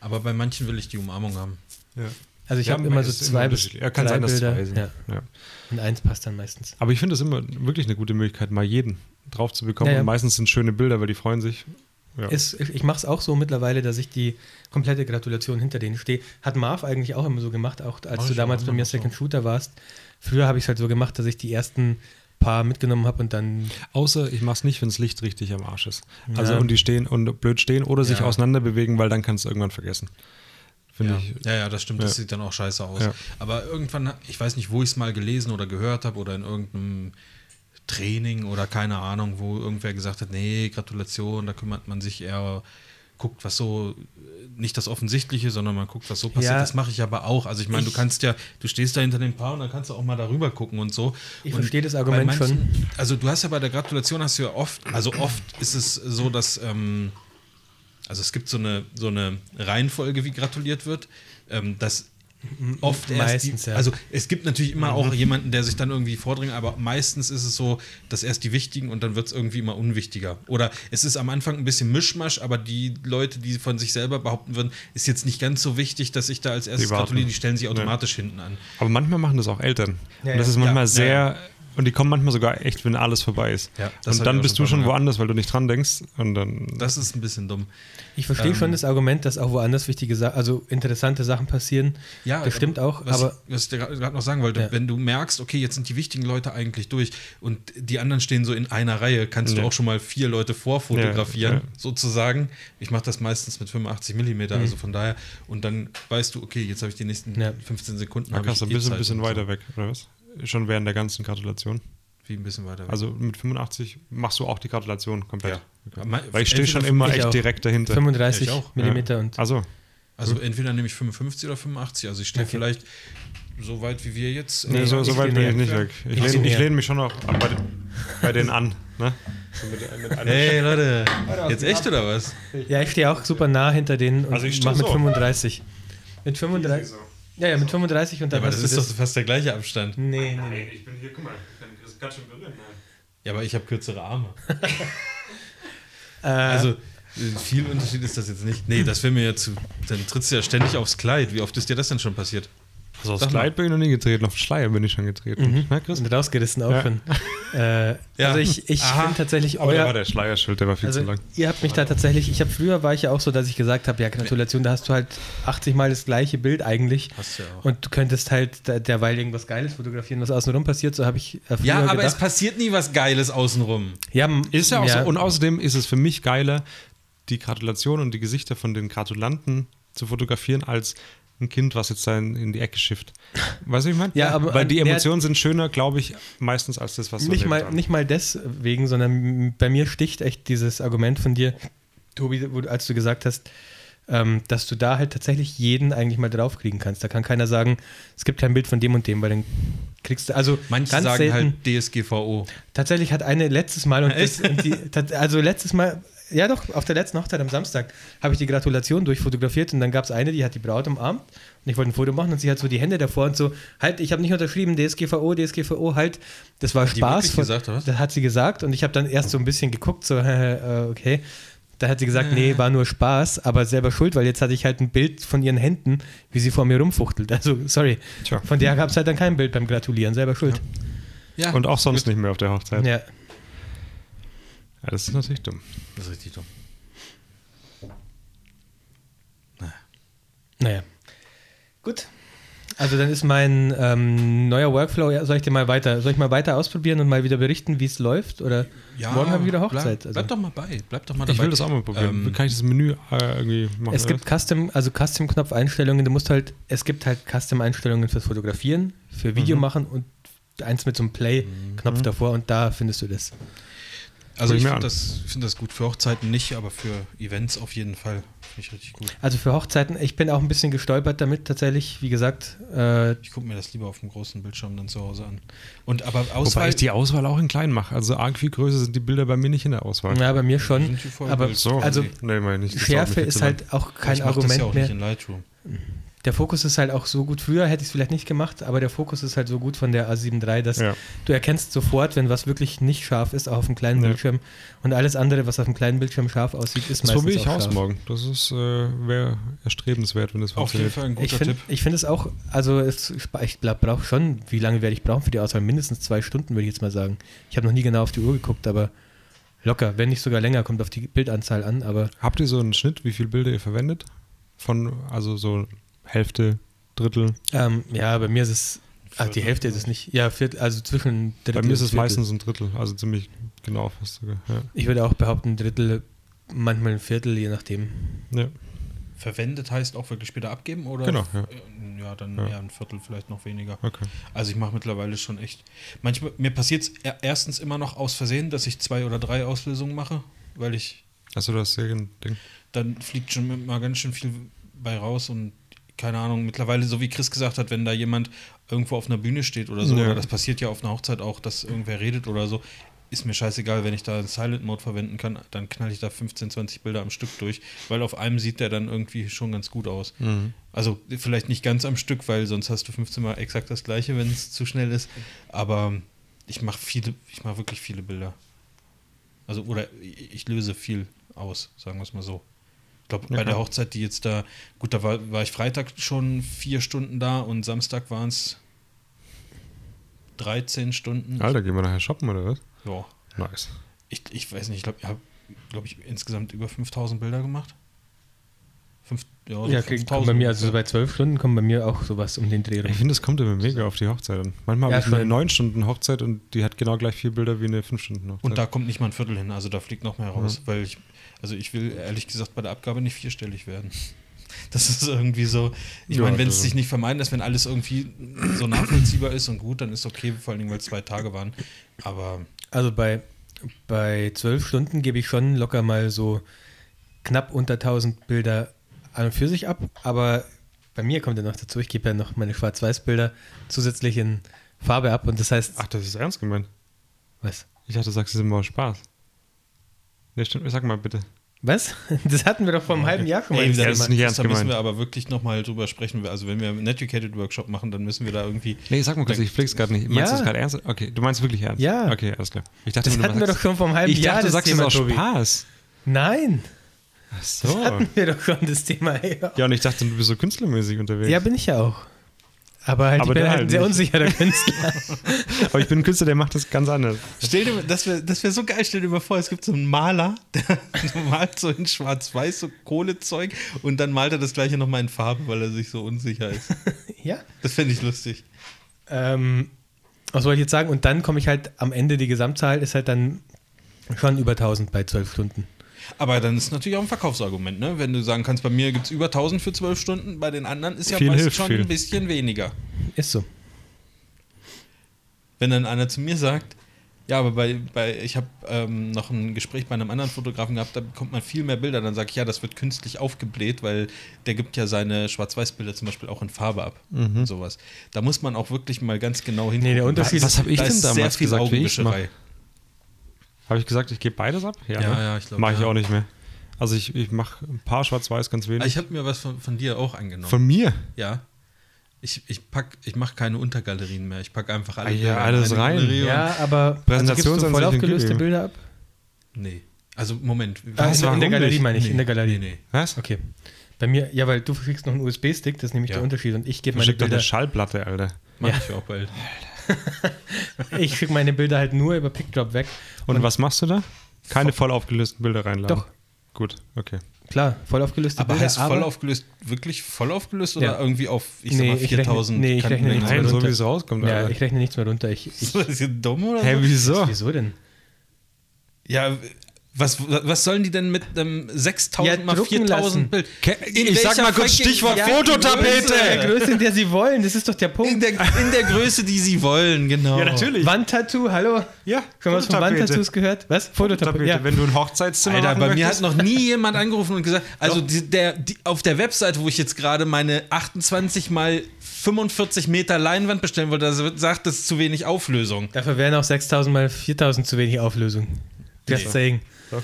[SPEAKER 3] Aber bei manchen will ich die Umarmung haben.
[SPEAKER 2] Ja.
[SPEAKER 1] Also ich
[SPEAKER 2] Ja,
[SPEAKER 1] habe immer so
[SPEAKER 2] ist
[SPEAKER 1] zwei bis
[SPEAKER 2] unterschiedlich. Ja, kann
[SPEAKER 1] drei
[SPEAKER 2] sein, dass
[SPEAKER 1] Bilder.
[SPEAKER 2] zwei sind.
[SPEAKER 1] Ja.
[SPEAKER 2] Ja.
[SPEAKER 1] Und eins passt dann meistens.
[SPEAKER 2] Aber ich finde das immer wirklich eine gute Möglichkeit, mal jeden drauf zu bekommen.
[SPEAKER 1] Ja, ja.
[SPEAKER 2] Und meistens sind schöne Bilder, weil die freuen sich. Ja.
[SPEAKER 1] Ist, ich ich mache es auch so mittlerweile, dass ich die komplette Gratulation hinter denen stehe. Hat Marv eigentlich auch immer so gemacht, auch als
[SPEAKER 3] Mach
[SPEAKER 1] du
[SPEAKER 3] ich
[SPEAKER 1] damals
[SPEAKER 3] auch
[SPEAKER 1] bei
[SPEAKER 3] immer
[SPEAKER 1] mir
[SPEAKER 3] so.
[SPEAKER 1] Second Shooter warst. Früher habe ich es halt so gemacht, dass ich die ersten paar mitgenommen habe und dann.
[SPEAKER 2] Außer ich mache es nicht, wenn das Licht richtig am Arsch ist. Also
[SPEAKER 1] Ja.
[SPEAKER 2] und die stehen und blöd stehen oder sich
[SPEAKER 3] Ja.
[SPEAKER 2] auseinander bewegen, weil dann kannst du irgendwann vergessen. Finde
[SPEAKER 3] Ja.
[SPEAKER 2] ich.
[SPEAKER 3] ja, ja, das stimmt. Das
[SPEAKER 2] Ja.
[SPEAKER 3] sieht dann auch scheiße aus.
[SPEAKER 2] Ja.
[SPEAKER 3] Aber irgendwann, ich weiß nicht, wo ich es mal gelesen oder gehört habe oder in irgendeinem Training oder keine Ahnung, wo irgendwer gesagt hat, nee, Gratulation, da kümmert man sich eher, guckt, was so, nicht das Offensichtliche, sondern man guckt, was so passiert.
[SPEAKER 1] Ja.
[SPEAKER 3] Das mache ich aber auch. Also ich meine, du
[SPEAKER 1] Ich-
[SPEAKER 3] kannst ja, du stehst da hinter dem Paar und dann kannst du auch mal darüber gucken und so.
[SPEAKER 1] Ich
[SPEAKER 3] und
[SPEAKER 1] verstehe das
[SPEAKER 3] bei
[SPEAKER 1] Argument
[SPEAKER 3] Also du hast ja bei der Gratulation hast du ja oft, also oft ist es so, dass ähm, also es gibt so eine, so eine Reihenfolge, wie gratuliert wird, ähm, dass oft
[SPEAKER 1] meistens,
[SPEAKER 3] erst die,
[SPEAKER 1] ja. Mhm.
[SPEAKER 3] also es gibt natürlich immer auch jemanden, der sich dann irgendwie vordringt, aber meistens ist es so, dass erst die wichtigen und dann wird es irgendwie immer unwichtiger. Oder es ist am Anfang ein bisschen Mischmasch, aber die Leute, die von sich selber behaupten würden, ist jetzt nicht ganz so wichtig, dass ich da als erstes
[SPEAKER 2] warten.
[SPEAKER 3] gratuliere, die stellen sich automatisch hinten an.
[SPEAKER 2] Aber manchmal machen das auch Eltern.
[SPEAKER 1] Ja,
[SPEAKER 2] und das
[SPEAKER 1] ja.
[SPEAKER 2] ist manchmal
[SPEAKER 3] Ja,
[SPEAKER 2] sehr.
[SPEAKER 3] ja,
[SPEAKER 2] Und die kommen manchmal sogar echt, wenn alles vorbei ist.
[SPEAKER 3] Ja, das
[SPEAKER 2] und
[SPEAKER 3] hab ich
[SPEAKER 2] dann
[SPEAKER 3] auch
[SPEAKER 2] bist
[SPEAKER 3] schon
[SPEAKER 2] du schon
[SPEAKER 3] mal gehabt.
[SPEAKER 2] woanders, weil du nicht dran denkst. Und dann.
[SPEAKER 3] Das ist ein bisschen dumm.
[SPEAKER 1] Ich verstehe
[SPEAKER 3] Ähm.
[SPEAKER 1] schon das Argument, dass auch woanders wichtige, Sa also interessante Sachen passieren. das stimmt auch.
[SPEAKER 3] was,
[SPEAKER 1] aber
[SPEAKER 3] was ich dir gerade noch sagen wollte,
[SPEAKER 1] Ja.
[SPEAKER 3] wenn du merkst, okay, jetzt sind die wichtigen Leute eigentlich durch und die anderen stehen so in einer Reihe, kannst
[SPEAKER 2] Ja.
[SPEAKER 3] du auch schon mal vier Leute vorfotografieren,
[SPEAKER 2] Ja, ja.
[SPEAKER 3] sozusagen. Ich mache das meistens mit 85 Millimeter,
[SPEAKER 2] Mhm.
[SPEAKER 3] also von daher. Und dann weißt du, okay, jetzt habe ich die nächsten
[SPEAKER 1] Ja.
[SPEAKER 3] 15 Sekunden.
[SPEAKER 2] Na
[SPEAKER 3] habe
[SPEAKER 2] krass,
[SPEAKER 3] ich
[SPEAKER 2] dann
[SPEAKER 3] eh
[SPEAKER 2] bist du ein
[SPEAKER 3] Zeit
[SPEAKER 2] bisschen
[SPEAKER 3] und so.
[SPEAKER 2] weiter weg, oder was? Schon während der ganzen Gratulation.
[SPEAKER 3] Wie ein bisschen weiter weg.
[SPEAKER 2] Also mit 85 machst du auch die Gratulation komplett.
[SPEAKER 3] Ja. Mein-
[SPEAKER 2] Weil ich stehe schon
[SPEAKER 3] entweder-
[SPEAKER 2] immer
[SPEAKER 1] Ich
[SPEAKER 2] echt
[SPEAKER 1] auch.
[SPEAKER 2] direkt dahinter.
[SPEAKER 1] 35
[SPEAKER 3] Ja, ich auch.
[SPEAKER 1] Millimeter und
[SPEAKER 2] Also,
[SPEAKER 3] Also entweder nehme ich 55 oder 85. Also ich stehe
[SPEAKER 1] Okay.
[SPEAKER 3] vielleicht so weit wie wir jetzt.
[SPEAKER 2] nee,
[SPEAKER 3] Äh,
[SPEAKER 2] so,
[SPEAKER 1] ich
[SPEAKER 2] so
[SPEAKER 1] geh
[SPEAKER 2] weit bin ich
[SPEAKER 1] näher.
[SPEAKER 2] nicht weg. Ich,
[SPEAKER 1] Ich geh
[SPEAKER 2] lehne, ich
[SPEAKER 1] näher.
[SPEAKER 2] lehne mich schon auch ab bei, den, bei denen an. Ne? So mit,
[SPEAKER 1] Äh.
[SPEAKER 2] mit einer-
[SPEAKER 3] Hey Leute, jetzt echt oder was?
[SPEAKER 1] Ja, ich stehe auch super nah hinter denen und
[SPEAKER 2] Also ich stehe
[SPEAKER 1] mache mit
[SPEAKER 2] so.
[SPEAKER 1] 35. Mit 35. Ja, ja, mit 35 und
[SPEAKER 3] Ja,
[SPEAKER 1] dann
[SPEAKER 3] aber
[SPEAKER 1] hast
[SPEAKER 3] das
[SPEAKER 1] du
[SPEAKER 3] ist
[SPEAKER 1] das.
[SPEAKER 3] doch fast der gleiche Abstand.
[SPEAKER 1] nee, nee, nee.
[SPEAKER 2] ich bin hier, guck mal, ich kann das ganz schön ne? berühren.
[SPEAKER 3] Ja, aber ich habe kürzere Arme.
[SPEAKER 1] Äh,
[SPEAKER 3] Also äh, viel Unterschied ist das jetzt nicht. Nee, das wäre mir ja zu. Dann trittst du ja ständig aufs Kleid. Wie oft ist dir das denn schon passiert?
[SPEAKER 2] Also aufs
[SPEAKER 3] Sag mal.
[SPEAKER 2] Kleid bin ich noch nie getreten, auf den Schleier bin ich schon getreten.
[SPEAKER 1] mhm.
[SPEAKER 2] Na, Chris?
[SPEAKER 1] und rausgerissen auch
[SPEAKER 2] Ja.
[SPEAKER 1] schon. Äh,
[SPEAKER 3] Ja.
[SPEAKER 1] Also ich, ich
[SPEAKER 3] Aha.
[SPEAKER 1] finde tatsächlich
[SPEAKER 2] Aber da war
[SPEAKER 1] euer.
[SPEAKER 2] der Schleierschild, der war viel
[SPEAKER 1] Also
[SPEAKER 2] zu lang.
[SPEAKER 1] ihr habt mich da tatsächlich, ich habe früher war ich ja auch so, dass ich gesagt habe, ja Gratulation, da hast du halt 80 mal das gleiche Bild eigentlich
[SPEAKER 3] Hast du ja auch.
[SPEAKER 1] und du könntest halt da, derweil irgendwas Geiles fotografieren, was außenrum passiert, so habe ich äh, früher
[SPEAKER 3] Ja, aber es
[SPEAKER 1] gedacht.
[SPEAKER 3] passiert nie was Geiles außenrum.
[SPEAKER 1] ja, m-
[SPEAKER 2] Ist ja auch so. Und außerdem ist es für mich geiler, die Gratulation und die Gesichter von den Gratulanten zu fotografieren, als ein Kind, was jetzt sein in die Ecke schifft. Weißt du, wie ich meine?
[SPEAKER 1] Ja, aber-
[SPEAKER 2] Weil die
[SPEAKER 1] ja,
[SPEAKER 2] Emotionen sind schöner, glaube ich, meistens als das, was
[SPEAKER 1] nicht
[SPEAKER 2] erlebt
[SPEAKER 1] mal,
[SPEAKER 2] haben.
[SPEAKER 1] nicht mal deswegen, sondern bei mir sticht echt dieses Argument von dir, Tobi, wo, du- als du gesagt hast, ähm, dass du da halt tatsächlich jeden eigentlich mal draufkriegen kannst. Da kann keiner sagen, es gibt kein Bild von dem und dem, weil dann kriegst du, also
[SPEAKER 3] Manche
[SPEAKER 1] ganz
[SPEAKER 3] sagen
[SPEAKER 1] selten,
[SPEAKER 3] halt DSGVO.
[SPEAKER 1] tatsächlich hat eine letztes Mal und, das,
[SPEAKER 3] Echt?
[SPEAKER 1] und die, tat- also letztes Mal, ja doch, auf der letzten Hochzeit am Samstag habe ich die Gratulation durchfotografiert und dann gab es eine, die hat die Braut umarmt und ich wollte ein Foto machen und sie hat so die Hände davor und so, halt, ich habe nicht unterschrieben, DSGVO, DSGVO, halt, das war
[SPEAKER 3] die
[SPEAKER 1] Spaß.
[SPEAKER 3] wirklich gesagt, oder was?
[SPEAKER 1] Das hat sie gesagt und ich habe dann erst so ein bisschen geguckt, so, äh, okay. Da hat sie gesagt,
[SPEAKER 3] Äh.
[SPEAKER 1] nee, war nur Spaß, aber selber schuld, weil jetzt hatte ich halt ein Bild von ihren Händen, wie sie vor mir rumfuchtelt. Also, sorry.
[SPEAKER 2] Tja.
[SPEAKER 1] Von der gab es halt dann kein Bild beim Gratulieren, selber schuld.
[SPEAKER 3] Ja.
[SPEAKER 2] Und auch sonst nicht mehr auf der Hochzeit. Ja.
[SPEAKER 1] ja.
[SPEAKER 2] das ist natürlich dumm.
[SPEAKER 3] Das ist richtig dumm.
[SPEAKER 1] Naja. Gut. Also dann ist mein ähm, neuer Workflow, ja, soll ich den mal weiter, soll ich mal weiter ausprobieren und mal wieder berichten, wie es läuft? Oder morgen habe ich wieder Hochzeit.
[SPEAKER 3] Bleib,
[SPEAKER 1] also.
[SPEAKER 3] bleib doch mal bei. Bleib doch mal dabei.
[SPEAKER 2] Ich will das auch mal probieren.
[SPEAKER 3] Ähm,
[SPEAKER 2] Kann ich das Menü äh, irgendwie machen?
[SPEAKER 1] Es gibt Custom, also
[SPEAKER 3] Mhm.
[SPEAKER 1] Custom-Knopf-Einstellungen, du musst halt, es gibt halt Custom-Einstellungen fürs Fotografieren, für Video machen und eins mit so einem Play-Knopf davor und da findest du das.
[SPEAKER 3] Also
[SPEAKER 2] Guck ich
[SPEAKER 3] ich
[SPEAKER 2] mir
[SPEAKER 3] finde
[SPEAKER 2] an.
[SPEAKER 3] das, ich find das gut für Hochzeiten nicht, aber für Events auf jeden Fall. Finde ich richtig gut.
[SPEAKER 1] Also für Hochzeiten, ich bin auch ein bisschen gestolpert damit tatsächlich, wie gesagt. Äh,
[SPEAKER 3] Ich gucke mir das lieber auf dem großen Bildschirm dann zu Hause an. Und aber
[SPEAKER 2] Wobei
[SPEAKER 3] Auswahl.
[SPEAKER 2] ich die Auswahl auch in klein mache. Also arg viel größer sind die Bilder bei mir nicht in der Auswahl.
[SPEAKER 1] ja, bei mir schon.
[SPEAKER 3] Sind die voll
[SPEAKER 1] Aber
[SPEAKER 3] wild.
[SPEAKER 2] So,
[SPEAKER 1] also
[SPEAKER 2] nee, nee, meine ich. Das dauert
[SPEAKER 1] Schärfe
[SPEAKER 2] mir viel zu
[SPEAKER 1] ist
[SPEAKER 2] lang.
[SPEAKER 1] halt auch kein
[SPEAKER 3] ich mach das
[SPEAKER 1] Argument
[SPEAKER 3] ja auch
[SPEAKER 1] mehr.
[SPEAKER 3] nicht in Lightroom.
[SPEAKER 1] Der Fokus ist halt auch so gut. Früher hätte ich es vielleicht nicht gemacht, aber der Fokus ist halt so gut von der A7 III, dass
[SPEAKER 2] Ja.
[SPEAKER 1] du erkennst sofort, wenn was wirklich nicht scharf ist, auch auf dem kleinen
[SPEAKER 2] Ja.
[SPEAKER 1] Bildschirm. Und alles andere, was auf dem kleinen Bildschirm scharf aussieht, ist
[SPEAKER 2] Das
[SPEAKER 1] meistens
[SPEAKER 2] probiere ich
[SPEAKER 1] auch
[SPEAKER 2] aus
[SPEAKER 1] scharf.
[SPEAKER 2] morgen. Das ist äh, wäre erstrebenswert, wenn das
[SPEAKER 3] Auf jeden
[SPEAKER 2] funktioniert.
[SPEAKER 3] Fall ein guter
[SPEAKER 1] Ich finde
[SPEAKER 3] Tipp.
[SPEAKER 1] ich find es auch, also es, spa- ich brauche schon, wie lange werde ich brauchen für die Auswahl? Mindestens zwei Stunden, würde ich jetzt mal sagen. Ich habe noch nie genau auf die Uhr geguckt, aber locker, wenn nicht sogar länger, kommt auf die Bildanzahl an, aber
[SPEAKER 2] Habt ihr so einen Schnitt, wie viele Bilder ihr verwendet? Von also so Hälfte, Drittel.
[SPEAKER 1] ähm, ja, bei mir ist es, ah, die
[SPEAKER 3] Viertel
[SPEAKER 1] Hälfte ist es nicht, ja, viert, also zwischen Drittel
[SPEAKER 2] bei mir ist
[SPEAKER 1] und
[SPEAKER 2] es
[SPEAKER 1] Viertel.
[SPEAKER 2] meistens ein Drittel, also ziemlich genau fast sogar. Ja.
[SPEAKER 1] Ich würde auch behaupten, ein Drittel, manchmal ein Viertel, je nachdem.
[SPEAKER 2] Ja.
[SPEAKER 3] Verwendet heißt auch wirklich später abgeben oder? äh,
[SPEAKER 2] Genau, ja.
[SPEAKER 3] Ja, dann
[SPEAKER 2] Ja.
[SPEAKER 3] eher ein Viertel, vielleicht noch weniger.
[SPEAKER 2] Okay.
[SPEAKER 3] Also ich mache mittlerweile schon echt. Manchmal, mir passiert es erstens immer noch aus Versehen, dass ich zwei oder drei Auslösungen mache, weil ich
[SPEAKER 2] Also das Serien Ding.
[SPEAKER 3] dann fliegt schon immer ganz schön viel bei raus und keine Ahnung, mittlerweile, so wie Chris gesagt hat, wenn da jemand irgendwo auf einer Bühne steht oder so,
[SPEAKER 2] Ja.
[SPEAKER 3] oder das passiert ja auf einer Hochzeit auch, dass irgendwer redet oder so, ist mir scheißegal, wenn ich da Silent Mode verwenden kann, dann knall ich da 15, 20 Bilder am Stück durch, weil auf einem sieht der dann irgendwie schon ganz gut aus. Also vielleicht nicht ganz am Stück, weil sonst hast du 15 Mal exakt das gleiche, wenn es zu schnell ist. Aber ich mache viele, ich mache wirklich viele Bilder. Also, oder ich ich löse viel aus, sagen wir es mal so. Ich glaube, bei
[SPEAKER 2] Ja.
[SPEAKER 3] der Hochzeit, die jetzt da, gut, da war, war ich Freitag schon vier Stunden da und Samstag waren es 13 Stunden.
[SPEAKER 2] Alter, gehen wir nachher shoppen oder was?
[SPEAKER 3] Ja.
[SPEAKER 2] Nice.
[SPEAKER 3] Ich, ich weiß nicht, ich glaube, ich habe, glaube ich, insgesamt über 5000 Bilder gemacht. Fünf, ja, so
[SPEAKER 1] ja, krieg- kommt bei mir, also so
[SPEAKER 3] ungefähr.
[SPEAKER 1] bei zwölf Stunden kommen bei mir auch sowas um den Dreh rum.
[SPEAKER 2] Ich finde, es kommt immer mega auf die Hochzeit an. Manchmal
[SPEAKER 1] Ja,
[SPEAKER 2] habe ich eine
[SPEAKER 1] schon.
[SPEAKER 2] 9-Stunden-Hochzeit und die hat genau gleich vier Bilder wie eine 5-Stunden-Hochzeit.
[SPEAKER 3] Und da kommt nicht mal ein Viertel hin, also da fliegt noch mehr raus,
[SPEAKER 2] Mhm.
[SPEAKER 3] weil ich, also ich will ehrlich gesagt bei der Abgabe nicht vierstellig werden. Das ist irgendwie so, ich
[SPEAKER 2] Ja,
[SPEAKER 3] meine, wenn es
[SPEAKER 2] also-
[SPEAKER 3] sich nicht vermeiden lässt, wenn alles irgendwie so nachvollziehbar ist und gut, dann ist okay, vor allen Dingen, weil es zwei Tage waren. Aber
[SPEAKER 1] Also bei, bei zwölf Stunden gebe ich schon locker mal so knapp unter 1000 Bilder an und für sich ab, aber bei mir kommt ja noch dazu, ich gebe ja noch meine Schwarz-Weiß-Bilder zusätzlich in Farbe ab und das heißt,
[SPEAKER 2] Ach, das ist ernst gemeint.
[SPEAKER 1] was?
[SPEAKER 2] Ich dachte, du sagst es immer aus Spaß. Ne, stimmt, sag mal bitte.
[SPEAKER 1] Was? Das hatten wir doch vor einem halben Jahr schon mal.
[SPEAKER 3] Ey,
[SPEAKER 1] das
[SPEAKER 3] da,
[SPEAKER 2] ist
[SPEAKER 1] Thema.
[SPEAKER 2] nicht ernst
[SPEAKER 3] da müssen
[SPEAKER 2] gemeint.
[SPEAKER 3] wir aber wirklich nochmal drüber sprechen. Also wenn wir einen Educated Workshop machen, dann müssen wir da irgendwie.
[SPEAKER 2] Nee, sag mal kurz, ich flieg's gerade nicht. Meinst
[SPEAKER 1] Ja.
[SPEAKER 2] du es gerade ernst? Okay, du meinst wirklich ernst?
[SPEAKER 1] Ja.
[SPEAKER 2] Okay, alles klar. Ich dachte,
[SPEAKER 1] das
[SPEAKER 2] immer, du
[SPEAKER 1] hatten wir doch
[SPEAKER 2] sagst-
[SPEAKER 1] schon vor einem halben
[SPEAKER 2] Ich
[SPEAKER 1] Jahr,
[SPEAKER 2] dachte, du
[SPEAKER 1] das
[SPEAKER 2] sagst
[SPEAKER 1] Thema,
[SPEAKER 2] es aus
[SPEAKER 1] Tobi.
[SPEAKER 2] Spaß.
[SPEAKER 1] Nein,
[SPEAKER 2] Ach
[SPEAKER 1] das
[SPEAKER 2] so.
[SPEAKER 1] hatten wir doch schon, das Thema. ey.
[SPEAKER 2] Ja, und ich dachte, du bist so künstlermäßig unterwegs.
[SPEAKER 1] Ja, bin ich ja auch. Aber halt,
[SPEAKER 2] Aber
[SPEAKER 1] ich bin
[SPEAKER 2] der
[SPEAKER 1] halt ein
[SPEAKER 2] halt
[SPEAKER 1] sehr
[SPEAKER 2] nicht.
[SPEAKER 1] unsicherer Künstler.
[SPEAKER 2] Aber ich bin ein Künstler, der macht das ganz anders.
[SPEAKER 3] Stell dir, das wäre das wär so geil, stell dir mal vor, es gibt so einen Maler, der malt so in schwarz-weiß so Kohlezeug und dann malt er das gleiche nochmal in Farbe, weil er sich so unsicher ist.
[SPEAKER 1] ja.
[SPEAKER 3] Das fände ich lustig.
[SPEAKER 1] Ähm, was wollte ich jetzt sagen? Und dann komme ich halt am Ende, die Gesamtzahl ist halt dann schon über 1000 bei 12 Stunden.
[SPEAKER 3] Aber dann ist natürlich auch ein Verkaufsargument, ne? Wenn du sagen kannst, bei mir gibt es über 1000 für 12 Stunden, bei den anderen ist ja
[SPEAKER 2] Viel
[SPEAKER 3] meist
[SPEAKER 2] hilft
[SPEAKER 3] schon
[SPEAKER 2] viel.
[SPEAKER 3] ein bisschen weniger.
[SPEAKER 1] Ist so.
[SPEAKER 3] wenn dann einer zu mir sagt, ja, aber bei, bei ich habe ähm, noch ein Gespräch bei einem anderen Fotografen gehabt, da bekommt man viel mehr Bilder, dann sage ich, ja, das wird künstlich aufgebläht, weil der gibt ja seine Schwarz-Weiß-Bilder zum Beispiel auch in Farbe ab
[SPEAKER 2] Mhm.
[SPEAKER 3] und sowas. Da muss man auch wirklich mal ganz genau hingucken.
[SPEAKER 1] Nee, der Unterschied
[SPEAKER 2] Was- was
[SPEAKER 1] ist,
[SPEAKER 2] hab ich
[SPEAKER 3] da
[SPEAKER 2] denn
[SPEAKER 3] ist sehr
[SPEAKER 2] damals
[SPEAKER 3] viel
[SPEAKER 2] gesagt, wie ich's mach?
[SPEAKER 3] Augenwischerei.
[SPEAKER 2] Habe ich gesagt, ich gebe beides ab?
[SPEAKER 3] Ja, ja, ich glaub,
[SPEAKER 2] Mache ich
[SPEAKER 3] ja.
[SPEAKER 2] auch nicht mehr. Also ich, ich mache ein paar schwarz-weiß, ganz
[SPEAKER 3] Ah,
[SPEAKER 2] wenig.
[SPEAKER 3] Ich habe mir was von, von dir auch angenommen.
[SPEAKER 2] Von mir?
[SPEAKER 3] ja. Ich, ich pack, ich mache keine Untergalerien mehr. Ich packe einfach alle
[SPEAKER 2] Ah, ja,
[SPEAKER 3] Bilder in
[SPEAKER 2] alles
[SPEAKER 3] eine
[SPEAKER 2] rein.
[SPEAKER 3] Galerie und-
[SPEAKER 1] Ja, aber
[SPEAKER 2] Präsentations-
[SPEAKER 1] also gibst du voll
[SPEAKER 2] Ansicht
[SPEAKER 1] aufgelöste
[SPEAKER 2] hingegeben.
[SPEAKER 1] Bilder ab?
[SPEAKER 3] Nee. Also Moment.
[SPEAKER 1] Ah, in, der- in
[SPEAKER 2] warum
[SPEAKER 1] der Galerie
[SPEAKER 2] nicht?
[SPEAKER 1] meine ich,
[SPEAKER 3] Nee,
[SPEAKER 1] in der Galerie.
[SPEAKER 3] Nee, nee.
[SPEAKER 2] Was?
[SPEAKER 1] Okay. Bei mir, ja, weil du kriegst noch einen USB-Stick, das ist nämlich
[SPEAKER 3] Ja.
[SPEAKER 1] der Unterschied. Und ich gebe meine
[SPEAKER 2] Schick doch eine
[SPEAKER 1] Bilder,
[SPEAKER 2] Schallplatte, Alter.
[SPEAKER 3] Mach
[SPEAKER 1] Ja.
[SPEAKER 3] ich auch bald.
[SPEAKER 1] ich schicke meine Bilder halt nur über Pickdrop weg.
[SPEAKER 2] Und, was machst du da? Keine voll aufgelösten Bilder reinladen.
[SPEAKER 1] Doch.
[SPEAKER 2] Gut, okay.
[SPEAKER 1] Klar, voll aufgelöste
[SPEAKER 3] Aber
[SPEAKER 1] Bilder.
[SPEAKER 3] heißt voll aufgelöst wirklich voll aufgelöst
[SPEAKER 1] Ja.
[SPEAKER 3] oder irgendwie auf, ich sag
[SPEAKER 1] Nee,
[SPEAKER 3] mal,
[SPEAKER 1] ich
[SPEAKER 3] 4000
[SPEAKER 1] rechne- nee, ich rechne
[SPEAKER 3] Kantenlängen?
[SPEAKER 1] nichts
[SPEAKER 2] Nein,
[SPEAKER 1] mit
[SPEAKER 2] so
[SPEAKER 1] runter.
[SPEAKER 2] wie es rauskommt,
[SPEAKER 1] ja,
[SPEAKER 2] Alter.
[SPEAKER 1] ich rechne nichts mehr runter. Ich, ich,
[SPEAKER 3] So, ist hier dumm oder
[SPEAKER 2] Hä,
[SPEAKER 3] so?
[SPEAKER 2] wieso?
[SPEAKER 1] Wieso denn?
[SPEAKER 3] Ja, Was, was sollen die denn mit einem 6000
[SPEAKER 1] Ja,
[SPEAKER 3] mal
[SPEAKER 1] drucken
[SPEAKER 3] 4000
[SPEAKER 1] lassen.
[SPEAKER 3] Bild?
[SPEAKER 2] Ke- ich sag
[SPEAKER 3] welcher
[SPEAKER 2] mal kurz
[SPEAKER 3] fucking-
[SPEAKER 2] Stichwort
[SPEAKER 3] Ja,
[SPEAKER 1] In der
[SPEAKER 3] Äh.
[SPEAKER 2] Fototapete.
[SPEAKER 1] Größe, in der sie wollen, das ist doch der
[SPEAKER 3] In
[SPEAKER 1] Punkt.
[SPEAKER 3] der, in der Größe, die sie wollen, genau.
[SPEAKER 2] Ja, natürlich.
[SPEAKER 1] Wandtattoo, hallo?
[SPEAKER 2] Ja,
[SPEAKER 1] Schon was von
[SPEAKER 2] Fototapete.
[SPEAKER 1] Wandtattoos gehört? Was? Fototapete,
[SPEAKER 2] Tapete,
[SPEAKER 1] ja.
[SPEAKER 2] Wenn du ein Hochzeitszimmer
[SPEAKER 3] Alter,
[SPEAKER 2] machen
[SPEAKER 3] bei mir hat
[SPEAKER 2] möchtest.
[SPEAKER 3] noch nie jemand angerufen und gesagt, also die, der, die, auf der Webseite, wo ich jetzt gerade meine 28 mal 45 Meter Leinwand bestellen wollte, da wird- sagt, das ist zu wenig Auflösung.
[SPEAKER 1] Dafür wären auch 6000 mal 4000 zu wenig Auflösung. Just
[SPEAKER 3] Nee.
[SPEAKER 1] saying.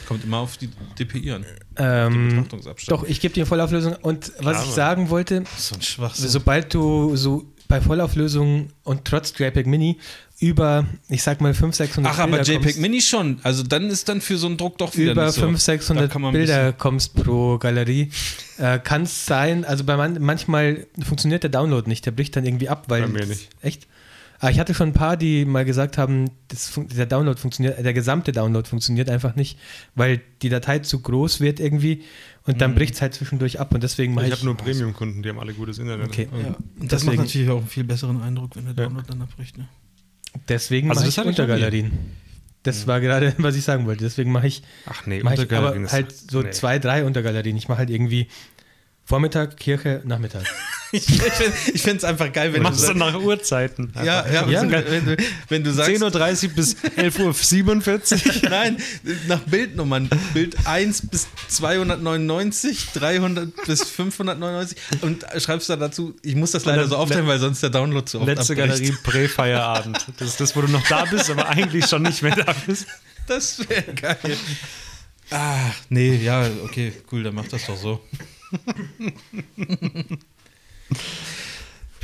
[SPEAKER 3] Kommt immer auf die DPI an.
[SPEAKER 1] Ähm,
[SPEAKER 3] Betrachtungsabstand.
[SPEAKER 1] doch, ich gebe dir Vollauflösung. Und was ich sagen wollte,
[SPEAKER 3] So ein Schwachsinn.
[SPEAKER 1] sobald du so bei Vollauflösung und trotz JPEG Mini über, ich sag mal, 500, 600
[SPEAKER 3] Ach, aber
[SPEAKER 1] Bilder
[SPEAKER 3] JPEG
[SPEAKER 1] kommst,
[SPEAKER 3] Mini schon. Also dann ist dann für so einen Druck doch wieder
[SPEAKER 1] über
[SPEAKER 3] nicht so.
[SPEAKER 1] 500,
[SPEAKER 3] Da
[SPEAKER 1] 600
[SPEAKER 3] kann man ein
[SPEAKER 1] Bilder kommst pro Galerie, äh, kann es sein, also bei man, manchmal funktioniert der Download nicht, der bricht dann irgendwie ab, weil.
[SPEAKER 2] Bei mir nicht.
[SPEAKER 1] Echt? Ah, ich hatte schon ein paar, die mal gesagt haben, das fun- der Download funktioniert, der gesamte Download funktioniert einfach nicht, weil die Datei zu groß wird irgendwie und dann bricht es halt zwischendurch ab und deswegen mache
[SPEAKER 2] Ich
[SPEAKER 1] ich.
[SPEAKER 2] habe nur Premium-Kunden, die haben alle gutes Internet.
[SPEAKER 1] Okay.
[SPEAKER 4] Ja. Und das
[SPEAKER 1] Deswegen-
[SPEAKER 4] macht natürlich auch einen viel besseren Eindruck, wenn der Download dann abbricht. Ne?
[SPEAKER 1] Deswegen
[SPEAKER 2] Also
[SPEAKER 1] mache
[SPEAKER 2] das
[SPEAKER 1] ich
[SPEAKER 2] hatte ich noch nie.
[SPEAKER 1] Untergalerien. Das war gerade, was ich sagen wollte. Deswegen mache ich,
[SPEAKER 2] Ach nee,
[SPEAKER 1] mach ich aber
[SPEAKER 2] Untergalerien ist-
[SPEAKER 1] halt so
[SPEAKER 2] nee.
[SPEAKER 1] zwei, drei Untergalerien. Ich mache halt irgendwie Vormittag, Kirche, Nachmittag.
[SPEAKER 3] Ich, ich finde es einfach geil, wenn du
[SPEAKER 2] Machst du
[SPEAKER 3] sagst.
[SPEAKER 2] nach Uhrzeiten.
[SPEAKER 3] Ja, ja,
[SPEAKER 1] Ja.
[SPEAKER 3] Wenn, du, wenn, du, wenn du sagst,
[SPEAKER 2] 10.30 Uhr bis 11.47 Uhr.
[SPEAKER 3] Nein, nach Bildnummern. Bild 1 bis 299, 300 bis 599 und schreibst da dazu, ich muss das leider
[SPEAKER 2] dann
[SPEAKER 3] so aufteilen, weil sonst der Download zu oft
[SPEAKER 2] Letzte
[SPEAKER 3] abbricht.
[SPEAKER 2] Galerie Prä-Feierabend. Das ist das, wo du noch da bist, aber eigentlich schon nicht mehr da bist.
[SPEAKER 3] Das wäre geil. Ah, nee, ja, okay, cool, dann mach das doch so.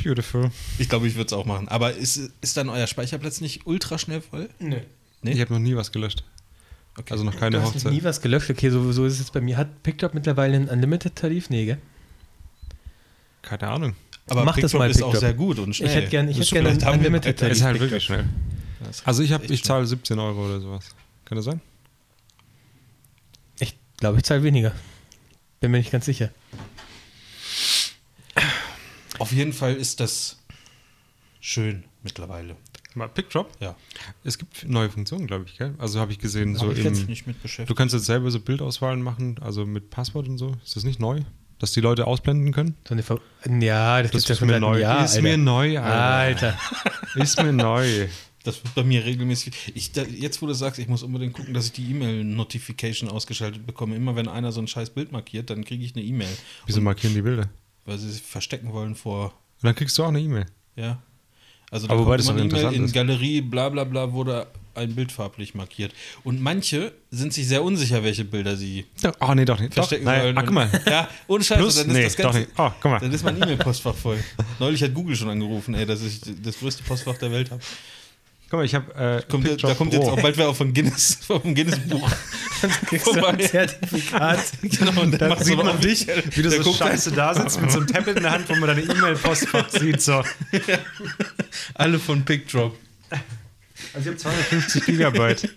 [SPEAKER 2] Beautiful.
[SPEAKER 3] Ich glaube, ich würde es auch machen. Aber ist, ist dann euer Speicherplatz nicht ultra schnell voll?
[SPEAKER 1] Nö.
[SPEAKER 2] Ich habe noch nie was gelöscht. Also noch keine
[SPEAKER 1] Du hast
[SPEAKER 2] Hochzeit.
[SPEAKER 1] nie was gelöscht. Okay, so, so ist es jetzt bei mir. Hat PickDrop mittlerweile einen Unlimited-Tarif? Nee, gell?
[SPEAKER 2] Keine Ahnung.
[SPEAKER 3] Aber
[SPEAKER 1] Mach das
[SPEAKER 3] Pickdrop
[SPEAKER 1] mal,
[SPEAKER 3] ist auch
[SPEAKER 1] Pickdrop.
[SPEAKER 3] sehr gut und schnell.
[SPEAKER 1] Ich hätte gerne
[SPEAKER 3] Das
[SPEAKER 1] ich
[SPEAKER 3] ist
[SPEAKER 1] hätt gern
[SPEAKER 3] super.
[SPEAKER 1] einen
[SPEAKER 3] Haben wir-
[SPEAKER 1] Unlimited-Tarif.
[SPEAKER 2] ist halt wirklich schnell. Also ich, hab, ich zahle 17 Euro oder sowas. Kann das sein?
[SPEAKER 1] Ich glaube, ich zahle weniger. Bin mir nicht ganz sicher.
[SPEAKER 3] Auf jeden Fall ist das schön mittlerweile.
[SPEAKER 2] Mal Pickdrop?
[SPEAKER 3] Ja.
[SPEAKER 2] Es gibt neue Funktionen, glaube ich, gell? Also habe ich gesehen, so
[SPEAKER 3] Hab ich jetzt
[SPEAKER 2] im,
[SPEAKER 3] nicht mit beschäftigt.
[SPEAKER 2] Du kannst jetzt selber so Bildauswahlen machen, also mit Passwort und so. Ist das nicht neu? Dass die Leute ausblenden können?
[SPEAKER 1] So eine Ver ja, das,
[SPEAKER 2] Das
[SPEAKER 1] gibt's ja
[SPEAKER 2] ist
[SPEAKER 1] schon
[SPEAKER 2] mir
[SPEAKER 1] seit einem
[SPEAKER 2] neu.
[SPEAKER 1] Jahr,
[SPEAKER 2] Ist
[SPEAKER 1] Alter.
[SPEAKER 2] mir neu, Alter.
[SPEAKER 1] Alter.
[SPEAKER 2] Ist mir neu.
[SPEAKER 3] Das wird bei mir regelmäßig. Ich, da, jetzt, wo du sagst, ich muss unbedingt gucken, dass ich die E-Mail-Notification ausgeschaltet bekomme. Immer wenn einer so ein scheiß Bild markiert, dann kriege ich eine E-Mail.
[SPEAKER 2] Wieso markieren die Bilder?
[SPEAKER 3] Weil sie sich verstecken wollen vor.
[SPEAKER 2] Und dann kriegst du auch eine E-Mail.
[SPEAKER 3] Ja. Also,
[SPEAKER 2] Aber wobei das
[SPEAKER 3] immer
[SPEAKER 2] doch
[SPEAKER 3] eine E-Mail,
[SPEAKER 2] interessant
[SPEAKER 3] in
[SPEAKER 2] ist.
[SPEAKER 3] Galerie, bla bla bla, wurde ein Bild farblich markiert. Und manche sind sich sehr unsicher, welche Bilder sie
[SPEAKER 2] Oh, nee, doch nicht. Doch,
[SPEAKER 3] verstecken
[SPEAKER 2] nein.
[SPEAKER 3] sollen.
[SPEAKER 2] Ah,
[SPEAKER 3] Und-
[SPEAKER 2] guck mal.
[SPEAKER 3] Ja, ohne Scheiße,
[SPEAKER 2] Plus,
[SPEAKER 3] dann ist
[SPEAKER 2] nee,
[SPEAKER 3] das
[SPEAKER 2] doch
[SPEAKER 3] Ganze.
[SPEAKER 2] nicht. Oh, guck
[SPEAKER 3] Dann
[SPEAKER 2] mal.
[SPEAKER 3] ist mein E-Mail-Postfach voll. Neulich hat Google schon angerufen, ey, dass ich das größte Postfach der Welt habe.
[SPEAKER 2] Guck mal, ich habe äh,
[SPEAKER 3] Kommt,
[SPEAKER 2] Pickdrop
[SPEAKER 3] da kommt jetzt auch bald wer auf dem Guinness, vom Guinness-Buch.
[SPEAKER 1] Kriegst du ein Zertifikat.
[SPEAKER 3] Genau, und dann machst du noch dich.
[SPEAKER 2] Wie du
[SPEAKER 3] Der
[SPEAKER 2] so
[SPEAKER 3] guckt halt
[SPEAKER 2] scheiße da sitzt mit so einem Tablet in der Hand, wo man deine E-Mail-Postfach sieht. So. Also
[SPEAKER 3] alle von Pickdrop.
[SPEAKER 1] Also
[SPEAKER 2] ich habe 250 Gigabyte.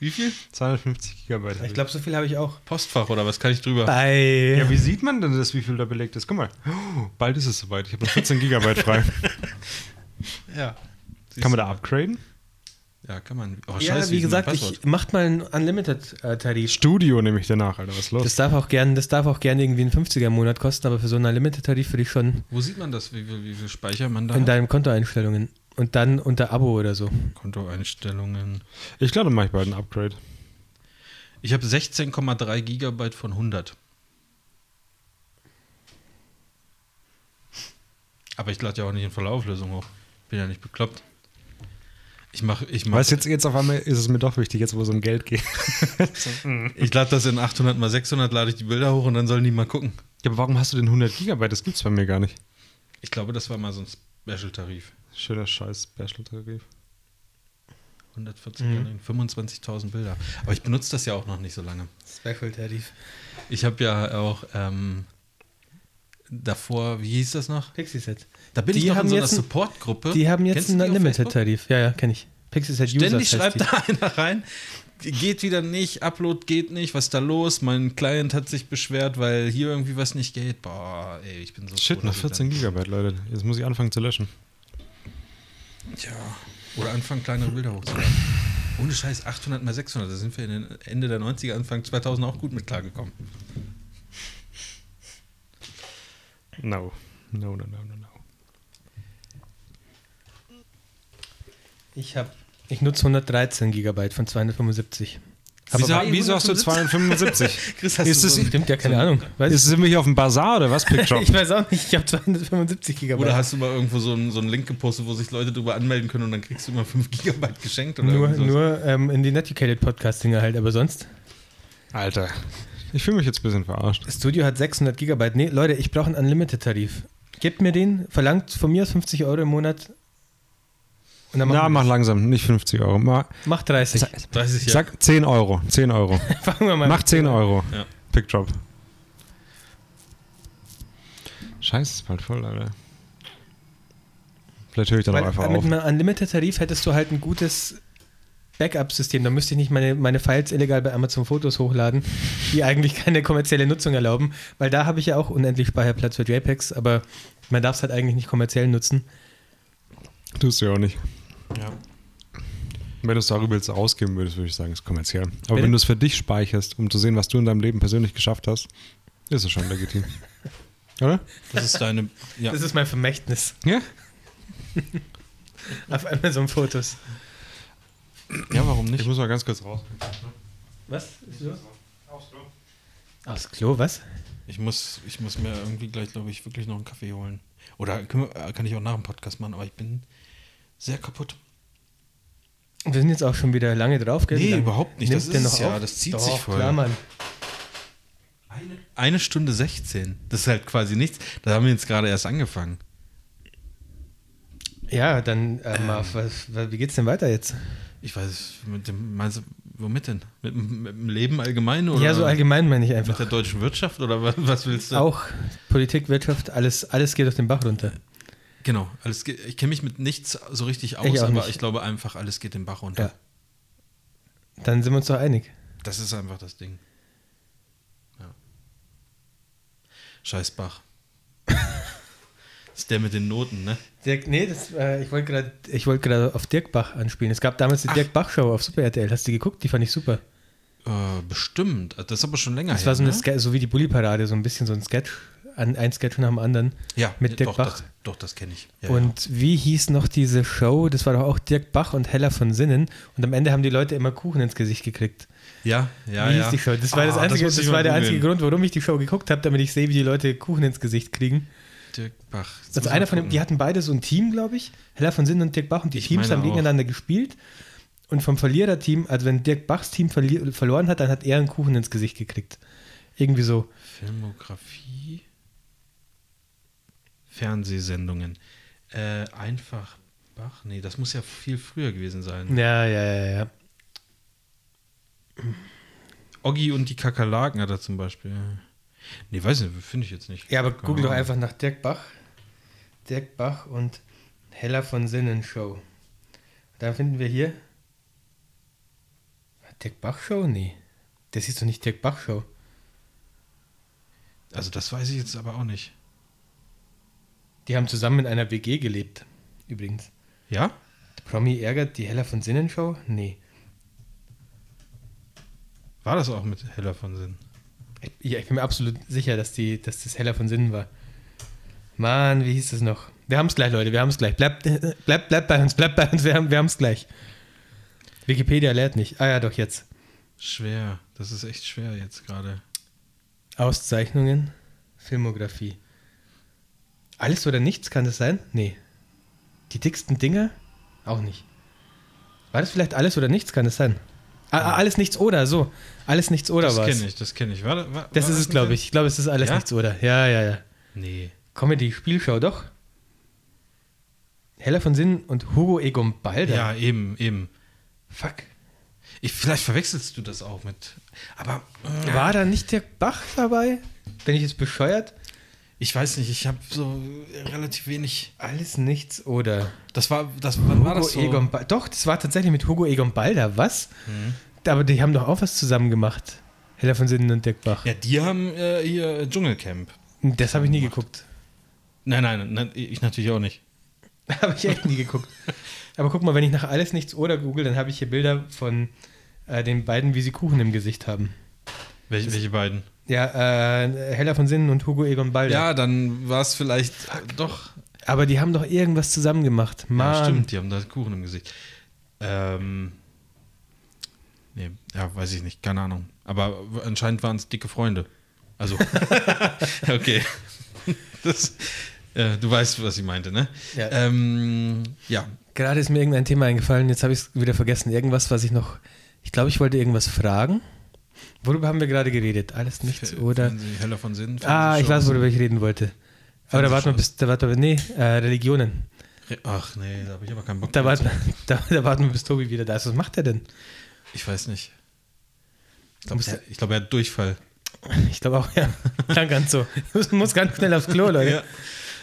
[SPEAKER 3] Wie viel?
[SPEAKER 2] 250 Gigabyte. hab
[SPEAKER 1] Ich glaube, so viel habe ich auch.
[SPEAKER 3] Postfach oder was kann ich drüber?
[SPEAKER 1] Bei.
[SPEAKER 2] Ja, wie sieht man denn das, wie viel da belegt ist? Guck mal, oh, bald ist es soweit. Ich habe noch 14 Gigabyte frei.
[SPEAKER 3] Ja.
[SPEAKER 2] Kann man da upgraden?
[SPEAKER 3] Ja, kann man. Oh,
[SPEAKER 1] Ja,
[SPEAKER 3] scheiße,
[SPEAKER 1] wie
[SPEAKER 3] ist mein
[SPEAKER 1] gesagt, ich
[SPEAKER 3] Passwort?
[SPEAKER 1] macht mal einen äh, Unlimited-Tarif.
[SPEAKER 2] Studio nehme ich danach, Alter. Was ist los?
[SPEAKER 1] Das darf auch gern, das darf auch gern irgendwie einen 50er-Monat kosten, aber für so einen Unlimited-Tarif würde ich schon
[SPEAKER 3] Wo sieht man das? Wie viel, wie viel Speicher man da
[SPEAKER 1] in
[SPEAKER 3] hat?
[SPEAKER 1] deinen Kontoeinstellungen und dann unter Abo oder so.
[SPEAKER 3] Kontoeinstellungen.
[SPEAKER 2] ich glaube, dann mache ich bald ein Upgrade.
[SPEAKER 3] Ich habe 16,3 Gigabyte von 100. Aber ich lade ja auch nicht in voller Auflösung hoch. Bin ja nicht bekloppt. Ich mache, ich mache.
[SPEAKER 2] Weißt du, jetzt, jetzt auf einmal ist es mir doch wichtig, jetzt wo es um Geld geht.
[SPEAKER 3] Ich lade das in 800 mal 600, lade ich die Bilder hoch und dann sollen die mal gucken.
[SPEAKER 2] Ja, aber warum hast du denn 100 Gigabyte? Das gibt's bei mir gar nicht.
[SPEAKER 3] Ich glaube, das war mal so ein Special-Tarif.
[SPEAKER 2] Schöner scheiß Special-Tarif.
[SPEAKER 3] 140
[SPEAKER 1] Mhm.
[SPEAKER 3] Galerien, 25.000 Bilder. Aber ich benutze das ja auch noch nicht so lange.
[SPEAKER 1] Special-Tarif.
[SPEAKER 3] Ich habe ja auch ähm, davor, wie hieß das noch?
[SPEAKER 1] Pixie-Set.
[SPEAKER 3] Da bin
[SPEAKER 1] Die
[SPEAKER 3] ich noch
[SPEAKER 1] haben
[SPEAKER 3] in so einer
[SPEAKER 1] jetzt ein-
[SPEAKER 3] Support-Gruppe.
[SPEAKER 1] Hm? Die haben jetzt
[SPEAKER 3] Kennst du die
[SPEAKER 1] einen
[SPEAKER 3] auf Facebook?
[SPEAKER 1] Unlimited-Tarif. Ja, ja, kenne ich. Pixie-Set User.
[SPEAKER 3] Ständig schreibt da einer rein, geht wieder nicht, Upload geht nicht, was ist da los? Mein Client hat sich beschwert, weil hier irgendwie was nicht geht. Boah, ey, ich bin so
[SPEAKER 2] Shit,
[SPEAKER 3] froh,
[SPEAKER 2] noch
[SPEAKER 3] dass ich
[SPEAKER 2] 14 Gigabyte, Leute. Jetzt muss ich anfangen zu löschen.
[SPEAKER 3] dann- Tja. Oder anfangen, kleinere Bilder hochzuladen. Ohne Scheiß, 800 mal 600, da sind wir in den Ende der 90er, Anfang 2000 auch gut mit klargekommen.
[SPEAKER 2] No. No, no, no, no, no.
[SPEAKER 1] Ich habe. Ich nutze 113 Gigabyte von 275.
[SPEAKER 3] Wieso-
[SPEAKER 2] Wieso,
[SPEAKER 1] Aber-
[SPEAKER 2] wieso hast du 275?
[SPEAKER 3] Chris, hast
[SPEAKER 2] Ist
[SPEAKER 3] du
[SPEAKER 2] es-
[SPEAKER 3] so ein-
[SPEAKER 1] Stimmt ja, keine Ahnung. Weiß
[SPEAKER 2] Ist, sind wir hier auf dem Bazar oder was, Pickjob?
[SPEAKER 1] ich weiß auch nicht, ich habe 275 Gigabyte.
[SPEAKER 3] Oder hast du mal irgendwo so einen, so einen Link gepostet, wo sich Leute drüber anmelden können und dann kriegst du immer 5 Gigabyte geschenkt? Oder
[SPEAKER 1] nur
[SPEAKER 3] irgend sowas?
[SPEAKER 1] nur ähm, in den Educated Podcasting halt, aber sonst.
[SPEAKER 2] Alter. Ich fühle mich jetzt ein bisschen verarscht.
[SPEAKER 1] Das Studio hat 600 Gigabyte. Nee, Leute, ich brauche einen Unlimited-Tarif. Gebt mir den, verlangt von mir aus 50 Euro im Monat. Und dann
[SPEAKER 2] Na,
[SPEAKER 1] machen
[SPEAKER 2] mach langsam, nicht 50 Euro. Mal,
[SPEAKER 1] wir- mach 30.
[SPEAKER 3] 30 Jahre.
[SPEAKER 2] Sag 10 Euro. 10 Euro.
[SPEAKER 1] Fangen wir mal
[SPEAKER 2] Mach 10 Euro.
[SPEAKER 3] Ja.
[SPEAKER 2] Pickjob. Scheiße, ist bald voll, Alter. Vielleicht höre ich dann auch
[SPEAKER 1] Weil, äh,
[SPEAKER 2] einfach
[SPEAKER 1] mit
[SPEAKER 2] auf.
[SPEAKER 1] einem Unlimited-Tarif hättest du halt ein gutes Backup-System. Da müsste ich nicht meine, meine Files illegal bei Amazon Fotos hochladen, die eigentlich keine kommerzielle Nutzung erlauben. Weil da habe ich ja auch unendlich Speicherplatz für JPEGs, aber man darf es halt eigentlich nicht kommerziell nutzen.
[SPEAKER 2] Tust du ja auch nicht. Wenn du es darüber jetzt ausgeben würdest, würde ich sagen, ist kommerziell. Aber
[SPEAKER 1] Bitte?
[SPEAKER 2] wenn du es für dich speicherst, um zu sehen, was du in deinem Leben persönlich geschafft hast, ist es schon legitim. Oder?
[SPEAKER 3] Das ist deine. Ja.
[SPEAKER 1] Das ist mein Vermächtnis
[SPEAKER 2] Ja?
[SPEAKER 1] auf Amazon Fotos.
[SPEAKER 4] Ja, warum
[SPEAKER 2] Ich
[SPEAKER 4] nicht?
[SPEAKER 2] muss mal ganz kurz raus.
[SPEAKER 1] Was? Ist los? Aufs Klo, was?
[SPEAKER 4] Ich muss, ich muss mir irgendwie gleich, glaube ich, wirklich noch einen Kaffee holen. Oder können wir, äh, kann ich auch nach dem Podcast machen, aber ich bin sehr kaputt.
[SPEAKER 1] Wir sind jetzt auch schon wieder lange drauf, gell?
[SPEAKER 4] Nee,
[SPEAKER 1] Wie lange
[SPEAKER 4] überhaupt nicht.
[SPEAKER 1] nimmt
[SPEAKER 4] Das
[SPEAKER 1] der
[SPEAKER 4] ist
[SPEAKER 1] noch
[SPEAKER 4] es ja.
[SPEAKER 1] auf?
[SPEAKER 3] Das zieht
[SPEAKER 1] Doch,
[SPEAKER 3] sich voll.
[SPEAKER 1] Klar, Mann.
[SPEAKER 3] Eine Stunde 16. Das ist halt quasi nichts. Da haben wir jetzt gerade erst angefangen.
[SPEAKER 1] Ja, dann, äh, Marv, was, was, wie geht's denn weiter jetzt?
[SPEAKER 3] Ich weiß, mit dem, meinst du, womit denn? Mit, dem- mit dem Leben allgemein oder?
[SPEAKER 1] ja, so allgemein meine ich
[SPEAKER 3] Mit
[SPEAKER 1] einfach.
[SPEAKER 3] der deutschen Wirtschaft oder was, was willst du?
[SPEAKER 1] Auch Politik, Wirtschaft, alles, alles geht auf den Bach runter.
[SPEAKER 3] Genau, alles geht, ich kenne mich mit nichts so richtig aus,
[SPEAKER 1] Ich auch
[SPEAKER 3] aber
[SPEAKER 1] nicht.
[SPEAKER 3] ich glaube einfach, alles geht den Bach runter.
[SPEAKER 1] Ja. Dann sind wir uns doch einig.
[SPEAKER 3] Das ist einfach das Ding. Ja. Scheiß Bach. ist der mit den Noten, ne?
[SPEAKER 1] Dirk, nee, das, äh, ich wollte gerade ich wollte gerade auf Dirk Bach anspielen. Es gab damals die
[SPEAKER 3] Ach.
[SPEAKER 1] Dirk Bach Show auf Super RTL. Hast du die geguckt? Die fand ich super.
[SPEAKER 3] Äh, bestimmt. Das ist aber schon länger
[SPEAKER 1] Das war so, eine
[SPEAKER 3] ne?
[SPEAKER 1] Ske- so wie die Bulli Parade, so ein bisschen so ein Sketch, an, ein Sketch nach dem anderen.
[SPEAKER 3] Ja,
[SPEAKER 1] mit Dirk
[SPEAKER 3] doch,
[SPEAKER 1] Bach.
[SPEAKER 3] Das, doch, das kenne ich. Ja,
[SPEAKER 1] und wie hieß noch diese Show? Das war doch auch Dirk Bach und Hella von Sinnen. Und am Ende haben die Leute immer Kuchen ins Gesicht gekriegt.
[SPEAKER 3] ja, ja.
[SPEAKER 1] wie
[SPEAKER 3] ja.
[SPEAKER 1] hieß die Show? Das war, das
[SPEAKER 3] Ah,
[SPEAKER 1] einzige,
[SPEAKER 3] muss
[SPEAKER 1] das
[SPEAKER 3] ich mal
[SPEAKER 1] war der einzige
[SPEAKER 3] googeln.
[SPEAKER 1] Grund, warum ich die Show geguckt habe, damit ich sehe, wie die Leute Kuchen ins Gesicht kriegen.
[SPEAKER 3] Dirk Bach. Jetzt muss
[SPEAKER 1] Also
[SPEAKER 3] ich
[SPEAKER 1] einer
[SPEAKER 3] mal
[SPEAKER 1] von dem,
[SPEAKER 3] gucken.
[SPEAKER 1] die hatten beide so ein Team, glaube ich. Hella von Sinnen und Dirk Bach und die
[SPEAKER 3] Ich
[SPEAKER 1] Teams
[SPEAKER 3] meine
[SPEAKER 1] haben
[SPEAKER 3] auch.
[SPEAKER 1] gegeneinander gespielt. Und vom Verliererteam, also wenn Dirk Bachs Team verli- verloren hat, dann hat er einen Kuchen ins Gesicht gekriegt. Irgendwie so.
[SPEAKER 3] Filmografie. Fernsehsendungen. Äh, einfach Bach. Nee, das muss ja viel früher gewesen sein.
[SPEAKER 1] Ja, ja, ja, ja.
[SPEAKER 3] Oggi und die Kakerlaken hat er zum Beispiel. Nee, weiß nicht, finde ich jetzt nicht.
[SPEAKER 1] Ja, aber google doch
[SPEAKER 3] Ahnung.
[SPEAKER 1] einfach nach Dirk Bach. Dirk Bach und Hella von Sinnen Show. Dann finden wir hier. Ah, Dirk Bach Show? Nee. Das ist doch nicht Dirk Bach Show.
[SPEAKER 3] Also das weiß ich jetzt aber auch nicht.
[SPEAKER 1] Die haben zusammen in einer WG gelebt. Übrigens.
[SPEAKER 3] Ja?
[SPEAKER 1] Promi ärgert die Hella von Sinnen Show? Nee.
[SPEAKER 3] War das auch mit Heller von Sinn?
[SPEAKER 1] Ich, ja, ich bin mir absolut sicher, dass, die, dass das Hella von Sinnen war. Mann, wie hieß das noch? Wir haben es gleich, Leute, wir haben es gleich. Bleibt bleib, bleib bei uns, bleibt bei uns, wir haben wir es gleich. Wikipedia lädt nicht. Ah ja, doch jetzt.
[SPEAKER 3] Schwer. Das ist echt schwer jetzt gerade.
[SPEAKER 1] Auszeichnungen, Filmografie. Alles oder nichts, kann das sein? Nee. Die dicksten Dinger? Auch nicht. War das vielleicht alles oder nichts, kann das sein? Ah, ah, alles nichts oder, so. Alles nichts oder
[SPEAKER 3] das
[SPEAKER 1] war's.
[SPEAKER 3] kenne ich, das kenne ich. War, da- war,
[SPEAKER 1] Das
[SPEAKER 3] war
[SPEAKER 1] ist es,
[SPEAKER 3] mit
[SPEAKER 1] glaube
[SPEAKER 3] dem?
[SPEAKER 1] ich. Ich glaube, es ist alles
[SPEAKER 3] Ja?
[SPEAKER 1] nichts, oder? Ja, ja, ja.
[SPEAKER 3] Nee.
[SPEAKER 1] Comedy-Spielshow, doch. Hella von Sinnen und Hugo Egon Balder.
[SPEAKER 3] Ja, eben, eben.
[SPEAKER 1] Fuck.
[SPEAKER 3] Ich, vielleicht verwechselst du das auch mit. Aber äh,
[SPEAKER 1] War da nicht der Bach dabei? Bin ich jetzt bescheuert?
[SPEAKER 3] ich weiß nicht, ich habe so äh, relativ wenig.
[SPEAKER 1] Alles nichts, oder?
[SPEAKER 3] Das war, das, wann war
[SPEAKER 1] Hugo
[SPEAKER 3] das so?
[SPEAKER 1] Egon ba Doch, das war tatsächlich mit Hugo Egon Balder. Was?
[SPEAKER 3] Hm.
[SPEAKER 1] Aber die haben doch auch was zusammen gemacht. Hella von Sinnen und Dirk Bach.
[SPEAKER 3] Ja, die haben äh, hier Dschungelcamp.
[SPEAKER 1] Das habe ich nie geguckt.
[SPEAKER 3] Nein, nein, nein, ich natürlich auch nicht.
[SPEAKER 1] Habe ich echt nie geguckt. Aber guck mal, wenn ich nach alles nichts oder google, dann habe ich hier Bilder von äh, den beiden, wie sie Kuchen im Gesicht haben.
[SPEAKER 3] Welche, welche beiden?
[SPEAKER 1] Ja, äh, Hella von Sinnen und Hugo Egon Balder.
[SPEAKER 3] Ja, dann war es vielleicht äh, doch.
[SPEAKER 1] Aber die haben doch irgendwas zusammen gemacht. Mann.
[SPEAKER 3] Ja, stimmt, die haben da Kuchen im Gesicht. Ähm. Nee, ja, weiß ich nicht, keine Ahnung. Aber anscheinend waren es dicke Freunde. Also. okay. Das, äh, du weißt, was ich meinte, ne?
[SPEAKER 1] Ja.
[SPEAKER 3] Ähm, ja.
[SPEAKER 1] Gerade ist mir irgendein Thema eingefallen, jetzt habe ich es wieder vergessen. Irgendwas, was ich noch. Ich glaube, ich wollte irgendwas fragen. Worüber haben wir gerade geredet? Alles nichts oder.
[SPEAKER 3] Fernseh- Heller von Sinn.
[SPEAKER 1] Ah, ich weiß,
[SPEAKER 3] Fernsehshows.
[SPEAKER 1] worüber ich reden wollte. Aber da warten wir bis. Da warten wir, nee, äh, Religionen.
[SPEAKER 3] Ach nee, da habe ich aber keinen Bock
[SPEAKER 1] Da
[SPEAKER 3] mehr
[SPEAKER 1] warten, da, da warten wir, bis Tobi wieder da ist. Was macht er denn?
[SPEAKER 3] zu. Ich weiß nicht. Ich glaube,
[SPEAKER 1] Muss-
[SPEAKER 3] der- ich glaub, er hat Durchfall.
[SPEAKER 1] Ich glaube auch, ja. Klang ganz so. Ich muss ganz schnell aufs Klo, Leute.